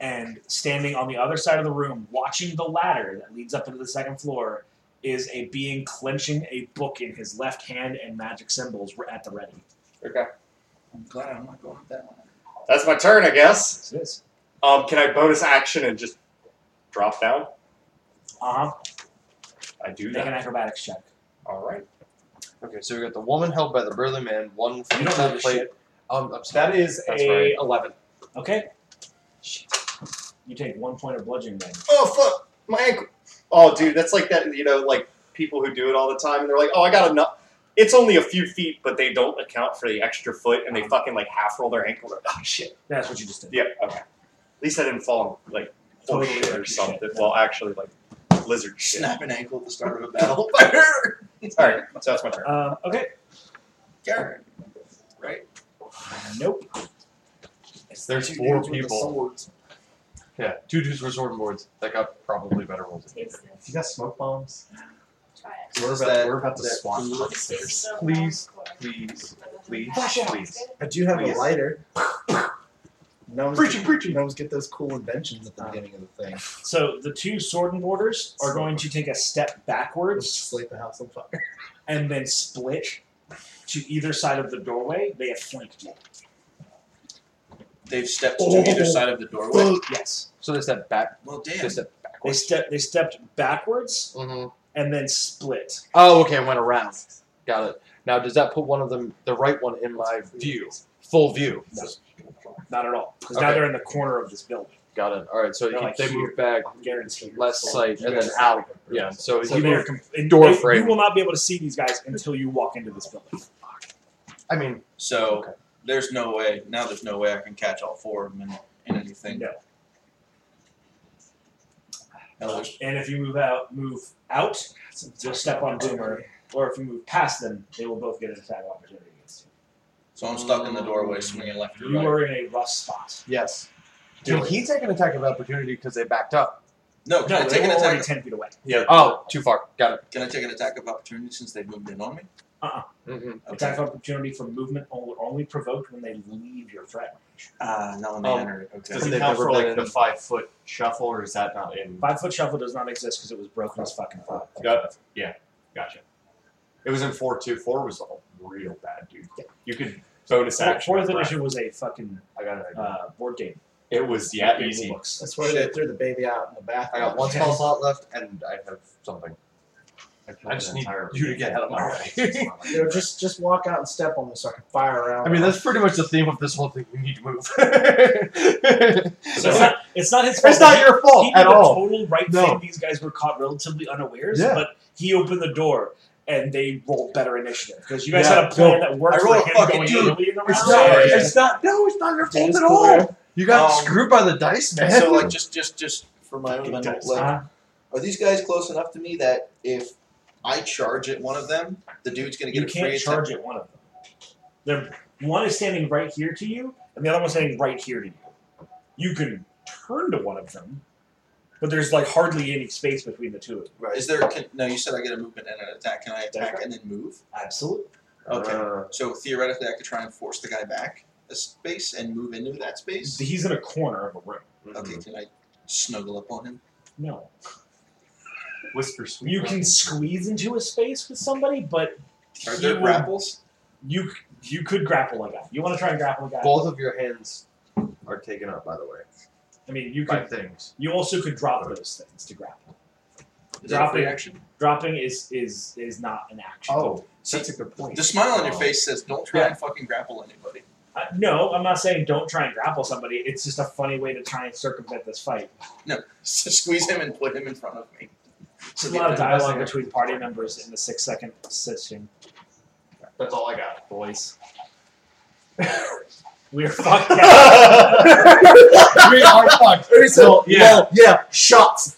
[SPEAKER 1] And standing on the other side of the room, watching the ladder that leads up into the second floor, is a being clenching a book in his left hand and magic symbols were at the ready.
[SPEAKER 3] Okay.
[SPEAKER 4] I'm glad I'm not going with that one.
[SPEAKER 3] That's my turn, I guess.
[SPEAKER 1] This is.
[SPEAKER 3] Um, can I bonus action and just drop down?
[SPEAKER 1] Uh huh.
[SPEAKER 3] I do
[SPEAKER 1] Make an
[SPEAKER 3] that.
[SPEAKER 1] acrobatics check.
[SPEAKER 3] All right.
[SPEAKER 2] Okay, so we got the woman held by the burly man, one
[SPEAKER 1] You don't know this
[SPEAKER 2] plate.
[SPEAKER 1] shit.
[SPEAKER 2] Um, I'm sorry.
[SPEAKER 8] That is
[SPEAKER 2] That's
[SPEAKER 8] a
[SPEAKER 2] right.
[SPEAKER 8] eleven.
[SPEAKER 1] Okay. You take one point of bludgeoning damage.
[SPEAKER 3] Oh fuck, my ankle. Oh dude, that's like that. You know, like people who do it all the time. And they're like, oh, I got enough. It's only a few feet, but they don't account for the extra foot, and they fucking like half roll their ankle. [LAUGHS] They're like, oh shit.
[SPEAKER 1] That's what you just did.
[SPEAKER 3] Yeah. Okay. At least I didn't fall on, like
[SPEAKER 1] Totally
[SPEAKER 3] horseshit or
[SPEAKER 1] like shit,
[SPEAKER 3] something.
[SPEAKER 1] no.
[SPEAKER 3] Well, actually, like lizard shit.
[SPEAKER 4] Snap [LAUGHS] an ankle at the start of
[SPEAKER 3] [LAUGHS]
[SPEAKER 4] a battle.
[SPEAKER 3] all right, so that's my turn.
[SPEAKER 1] Um, okay.
[SPEAKER 4] Garrett, right?
[SPEAKER 1] Nope. It's
[SPEAKER 2] There's
[SPEAKER 1] two
[SPEAKER 2] four
[SPEAKER 1] dudes with the
[SPEAKER 2] people.
[SPEAKER 1] swords.
[SPEAKER 2] Yeah, two dudes with sword and boards that got probably better rolls.
[SPEAKER 7] Taste this.
[SPEAKER 8] You got smoke bombs.
[SPEAKER 7] Try it.
[SPEAKER 8] We're
[SPEAKER 4] Is
[SPEAKER 8] about,
[SPEAKER 4] that-
[SPEAKER 8] we're about to
[SPEAKER 4] that
[SPEAKER 8] swamp.
[SPEAKER 4] blue?
[SPEAKER 8] monsters.
[SPEAKER 7] This is so
[SPEAKER 2] Please.
[SPEAKER 7] hardcore.
[SPEAKER 2] Please, please,
[SPEAKER 1] Flash out.
[SPEAKER 2] please.
[SPEAKER 8] I do
[SPEAKER 1] Oh,
[SPEAKER 8] have
[SPEAKER 2] Please.
[SPEAKER 1] [LAUGHS]
[SPEAKER 8] a lighter. Gnomes
[SPEAKER 3] Preaching,
[SPEAKER 8] get,
[SPEAKER 3] preaching.
[SPEAKER 8] Gnomes get those cool inventions at the beginning of the thing.
[SPEAKER 1] So the two sword and borders are going to take a step
[SPEAKER 8] Let's
[SPEAKER 1] backwards
[SPEAKER 8] just light the house on fire.
[SPEAKER 1] and then split to either side of the doorway. They have flanked you.
[SPEAKER 4] They've stepped
[SPEAKER 8] Oh.
[SPEAKER 4] to either side of the doorway.
[SPEAKER 1] Yes.
[SPEAKER 2] So they step back.
[SPEAKER 4] Well,
[SPEAKER 2] They
[SPEAKER 4] damn.
[SPEAKER 2] step
[SPEAKER 1] They
[SPEAKER 2] backwards.
[SPEAKER 1] step. They stepped backwards
[SPEAKER 2] hmm
[SPEAKER 1] and then split.
[SPEAKER 2] Oh, okay, I went around. Got it. Now, does that put one of them, the right one, in my view, full view?
[SPEAKER 1] No, not at all. Because now
[SPEAKER 2] Okay.
[SPEAKER 1] they're in the corner of this building.
[SPEAKER 2] Got it. All right, so
[SPEAKER 1] They're
[SPEAKER 2] he-
[SPEAKER 1] like
[SPEAKER 2] they
[SPEAKER 1] here.
[SPEAKER 2] move back
[SPEAKER 1] I'm guaranteed.
[SPEAKER 2] less sight and then out. Yeah. So,
[SPEAKER 1] So
[SPEAKER 2] he
[SPEAKER 1] they're
[SPEAKER 2] moved-
[SPEAKER 1] com- and
[SPEAKER 2] door
[SPEAKER 1] they-
[SPEAKER 2] frame.
[SPEAKER 1] You will not be able to see these guys until you walk into this building.
[SPEAKER 2] I mean,
[SPEAKER 4] So
[SPEAKER 2] Okay.
[SPEAKER 4] there's no way now. There's no way I can catch all four of them in, in anything.
[SPEAKER 1] No.
[SPEAKER 4] Hell, there's-
[SPEAKER 1] And if you move out, move out, you'll step on Boomer. Or if you move past them, they will both get an attack of opportunity against
[SPEAKER 4] so I'm stuck in the doorway, swinging left
[SPEAKER 1] you.
[SPEAKER 4] or
[SPEAKER 1] You
[SPEAKER 4] right.
[SPEAKER 1] are in a rough spot.
[SPEAKER 2] yes.
[SPEAKER 1] Do
[SPEAKER 2] Did
[SPEAKER 1] it.
[SPEAKER 2] he take an attack of opportunity because they backed up?
[SPEAKER 4] No, can
[SPEAKER 1] No,
[SPEAKER 4] I
[SPEAKER 1] they
[SPEAKER 4] take an
[SPEAKER 1] were already
[SPEAKER 4] attack?
[SPEAKER 1] ten feet away.
[SPEAKER 2] Yeah. Oh, too far. Got it.
[SPEAKER 4] Can I take an attack of opportunity since they moved in on me?
[SPEAKER 2] Mm-hmm.
[SPEAKER 1] Attack of opportunity for movement only, only provoked when they leave your threat range.
[SPEAKER 4] Ah, not when they
[SPEAKER 3] Oh.
[SPEAKER 4] enter. Okay.
[SPEAKER 2] Does it
[SPEAKER 4] They-
[SPEAKER 2] count for, like, the
[SPEAKER 3] five foot shuffle, or is that not in?
[SPEAKER 1] Five foot shuffle does not exist because it was broken as fucking fuck.
[SPEAKER 3] yeah, gotcha. It was in four two. Four was real bad, dude. You could bonus
[SPEAKER 1] Fourth edition was a fucking
[SPEAKER 3] I got it.
[SPEAKER 1] uh, board game.
[SPEAKER 3] It was
[SPEAKER 1] Big
[SPEAKER 2] [LAUGHS]
[SPEAKER 1] Books.
[SPEAKER 8] That's where they threw the baby out in the
[SPEAKER 2] I
[SPEAKER 8] bathroom.
[SPEAKER 2] got one
[SPEAKER 3] [LAUGHS]
[SPEAKER 2] spell slot left, and I have something. I just
[SPEAKER 3] an
[SPEAKER 2] need
[SPEAKER 3] entire-
[SPEAKER 2] you to get out of [LAUGHS] my way.
[SPEAKER 8] You know, just just walk out and step on them so I can fire around.
[SPEAKER 2] I mean, that's pretty much the theme of this whole thing. You need to move. it's
[SPEAKER 1] So it's not, it's not his fault.
[SPEAKER 2] not your
[SPEAKER 1] he
[SPEAKER 2] fault
[SPEAKER 1] did
[SPEAKER 2] at
[SPEAKER 1] the
[SPEAKER 2] all.
[SPEAKER 1] total right
[SPEAKER 2] No.
[SPEAKER 1] thing. These guys were caught relatively unawares,
[SPEAKER 2] Yeah.
[SPEAKER 1] but he opened the door and they rolled better initiative because you guys
[SPEAKER 2] Yeah,
[SPEAKER 1] had a plan
[SPEAKER 2] no.
[SPEAKER 1] that worked
[SPEAKER 4] I
[SPEAKER 1] for
[SPEAKER 4] rolled a
[SPEAKER 1] him
[SPEAKER 4] fucking
[SPEAKER 1] going
[SPEAKER 4] two.
[SPEAKER 1] early in the
[SPEAKER 2] It's
[SPEAKER 1] round.
[SPEAKER 2] not.
[SPEAKER 4] sorry.
[SPEAKER 2] It's not. No, it's not your
[SPEAKER 1] That
[SPEAKER 2] fault
[SPEAKER 1] is
[SPEAKER 2] at
[SPEAKER 1] cool, man.
[SPEAKER 2] all. [LAUGHS] You got
[SPEAKER 4] Um,
[SPEAKER 2] screwed by the dice, man.
[SPEAKER 4] So like just just just for my own
[SPEAKER 3] Good
[SPEAKER 4] mental
[SPEAKER 3] dice.
[SPEAKER 4] like
[SPEAKER 1] Uh-huh.
[SPEAKER 4] are these guys close enough to me that if I charge at one of them, the dude's gonna get
[SPEAKER 1] you
[SPEAKER 4] a free
[SPEAKER 1] can't
[SPEAKER 4] attack?
[SPEAKER 1] charge at one of them. They're, one is standing right here to you, and the other one's standing right here to you. You can turn to one of them, but there's like hardly any space between the two of you.
[SPEAKER 4] Right. Is there can, no? You said I get a movement and an attack. Can I attack
[SPEAKER 1] right.
[SPEAKER 4] and then move?
[SPEAKER 1] Absolutely.
[SPEAKER 4] Okay.
[SPEAKER 2] Uh,
[SPEAKER 4] So theoretically, I could try and force the guy back a space and move into that space.
[SPEAKER 1] He's in a corner of a room.
[SPEAKER 3] Mm-hmm.
[SPEAKER 4] Okay, can I snuggle up on him?
[SPEAKER 1] No.
[SPEAKER 3] Whisper sweet.
[SPEAKER 1] You can squeeze into a space with somebody, but
[SPEAKER 4] Are
[SPEAKER 1] he
[SPEAKER 4] there
[SPEAKER 1] will-
[SPEAKER 4] grapples?
[SPEAKER 1] you you could grapple a guy. You want to try and grapple a guy?
[SPEAKER 2] both of your hands are taken up, by the way,
[SPEAKER 1] I mean, you
[SPEAKER 2] by
[SPEAKER 1] could.
[SPEAKER 2] things.
[SPEAKER 1] You also could drop those things to grapple.
[SPEAKER 4] Is that a free
[SPEAKER 1] Dropping.
[SPEAKER 4] action?
[SPEAKER 1] Dropping is is is not an action.
[SPEAKER 8] Oh,
[SPEAKER 4] See,
[SPEAKER 8] that's a good point.
[SPEAKER 4] the smile on your face says, "Don't try and fucking grapple anybody." [LAUGHS]
[SPEAKER 1] Uh, no, I'm not saying don't try and grapple somebody. It's just a funny way to try and circumvent this fight.
[SPEAKER 4] So squeeze him and put him in front of me.
[SPEAKER 1] There's
[SPEAKER 4] So
[SPEAKER 1] a
[SPEAKER 4] the
[SPEAKER 1] lot of
[SPEAKER 4] other-
[SPEAKER 1] dialogue between party members in the six second session.
[SPEAKER 3] That's all I
[SPEAKER 1] [LAUGHS]
[SPEAKER 3] got, boys.
[SPEAKER 1] We are fucked.
[SPEAKER 2] [LAUGHS]
[SPEAKER 1] Now.
[SPEAKER 2] we are fucked.
[SPEAKER 8] So,
[SPEAKER 2] [LAUGHS] yeah.
[SPEAKER 8] yeah, shots.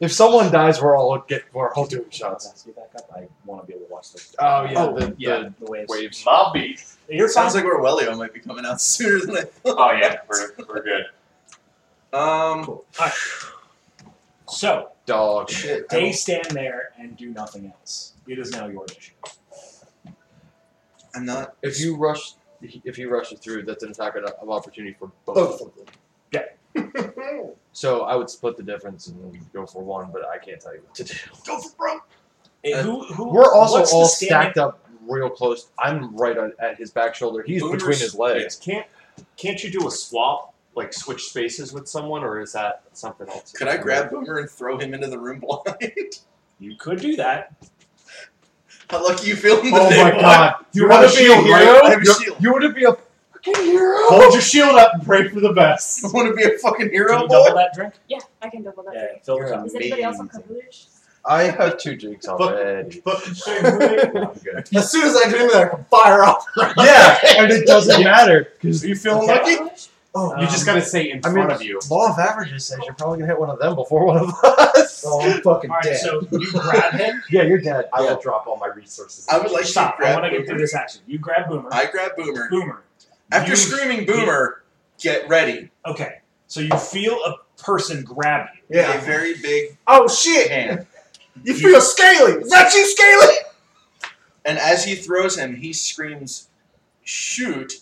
[SPEAKER 2] If someone dies, we're all get we're all doing shots.
[SPEAKER 1] Let's get back up. I want to be able to watch the.
[SPEAKER 2] Oh yeah,
[SPEAKER 1] Oh,
[SPEAKER 2] the,
[SPEAKER 1] yeah,
[SPEAKER 2] the
[SPEAKER 1] the waves.
[SPEAKER 2] waves.
[SPEAKER 3] Mobby.
[SPEAKER 1] You're fine.
[SPEAKER 4] Sounds like Orwellio might be coming out [LAUGHS] sooner than I thought.
[SPEAKER 3] Oh yeah, we're, we're good.
[SPEAKER 4] Um,
[SPEAKER 1] so
[SPEAKER 2] Dog.
[SPEAKER 4] shit. I
[SPEAKER 1] they
[SPEAKER 4] don't-
[SPEAKER 1] stand there and do nothing else. It is now your mission.
[SPEAKER 4] I'm not.
[SPEAKER 2] If you rush, if he rushes through, that's an attack of opportunity for both.
[SPEAKER 9] of them.
[SPEAKER 2] So I would split the difference and go for one, but I can't tell you what to do.
[SPEAKER 4] Go for broke.
[SPEAKER 1] Eh,
[SPEAKER 4] Uh,
[SPEAKER 1] who, who,
[SPEAKER 2] We're also
[SPEAKER 1] what's the
[SPEAKER 2] all
[SPEAKER 1] standing-
[SPEAKER 2] stacked up real close. I'm right on, at his back shoulder. He's
[SPEAKER 4] Boomer's-
[SPEAKER 2] between his legs.
[SPEAKER 3] Can't can't you do a swap, like switch spaces with someone, or is that something else?
[SPEAKER 4] Could I grab Boomer and throw him into the room blind? [LAUGHS]
[SPEAKER 1] You could do that.
[SPEAKER 4] How lucky you feeling today,
[SPEAKER 2] Oh my
[SPEAKER 4] boy? [LAUGHS]
[SPEAKER 2] god! You
[SPEAKER 4] You're
[SPEAKER 2] want
[SPEAKER 4] on
[SPEAKER 2] to
[SPEAKER 4] a
[SPEAKER 2] be a
[SPEAKER 4] shield,
[SPEAKER 2] hero?
[SPEAKER 4] right? I have a
[SPEAKER 2] You-
[SPEAKER 4] shield.
[SPEAKER 2] You want to be a fucking hero?
[SPEAKER 3] Hold your shield up and pray for the
[SPEAKER 1] [LAUGHS]
[SPEAKER 3] best.
[SPEAKER 4] I want to be a fucking hero,
[SPEAKER 1] Can you double
[SPEAKER 4] boy.
[SPEAKER 1] that drink?
[SPEAKER 10] Yeah, I can double that.
[SPEAKER 1] Yeah, fill the
[SPEAKER 2] You're
[SPEAKER 1] cup.
[SPEAKER 10] Is anybody else on
[SPEAKER 2] amazing.
[SPEAKER 10] coverage?
[SPEAKER 2] I have two drinks already. I'm good.
[SPEAKER 6] As soon as I get in there, I can fire off.
[SPEAKER 2] yeah, [LAUGHS] and
[SPEAKER 1] [LAUGHS]
[SPEAKER 2] it doesn't matter because
[SPEAKER 3] Are you feeling
[SPEAKER 1] Okay.
[SPEAKER 3] lucky?
[SPEAKER 10] Coverage?
[SPEAKER 6] Oh,
[SPEAKER 3] You just
[SPEAKER 1] Um,
[SPEAKER 3] gotta say in
[SPEAKER 2] I mean-
[SPEAKER 3] front of you.
[SPEAKER 2] law of averages says you're probably gonna hit one of them before one of us.
[SPEAKER 6] oh, I'm fucking
[SPEAKER 1] All right,
[SPEAKER 6] dead.
[SPEAKER 1] so you grab him.
[SPEAKER 2] [LAUGHS] Yeah, you're dead.
[SPEAKER 3] I
[SPEAKER 2] Yeah.
[SPEAKER 3] will drop all my resources.
[SPEAKER 4] I would like
[SPEAKER 1] Stop.
[SPEAKER 4] to
[SPEAKER 1] I
[SPEAKER 4] grab
[SPEAKER 1] want to get
[SPEAKER 4] Boomer.
[SPEAKER 1] through this action. You grab Boomer.
[SPEAKER 4] I grab Boomer.
[SPEAKER 1] Boomer.
[SPEAKER 4] After
[SPEAKER 1] You-
[SPEAKER 4] screaming Boomer, get ready.
[SPEAKER 1] Okay. So you feel a person grab you.
[SPEAKER 4] A
[SPEAKER 6] yeah.
[SPEAKER 4] very big
[SPEAKER 6] Oh shit!
[SPEAKER 4] hand.
[SPEAKER 6] You feel scaly? Is that you, scaly?
[SPEAKER 4] And as he throws him, he screams, shoot.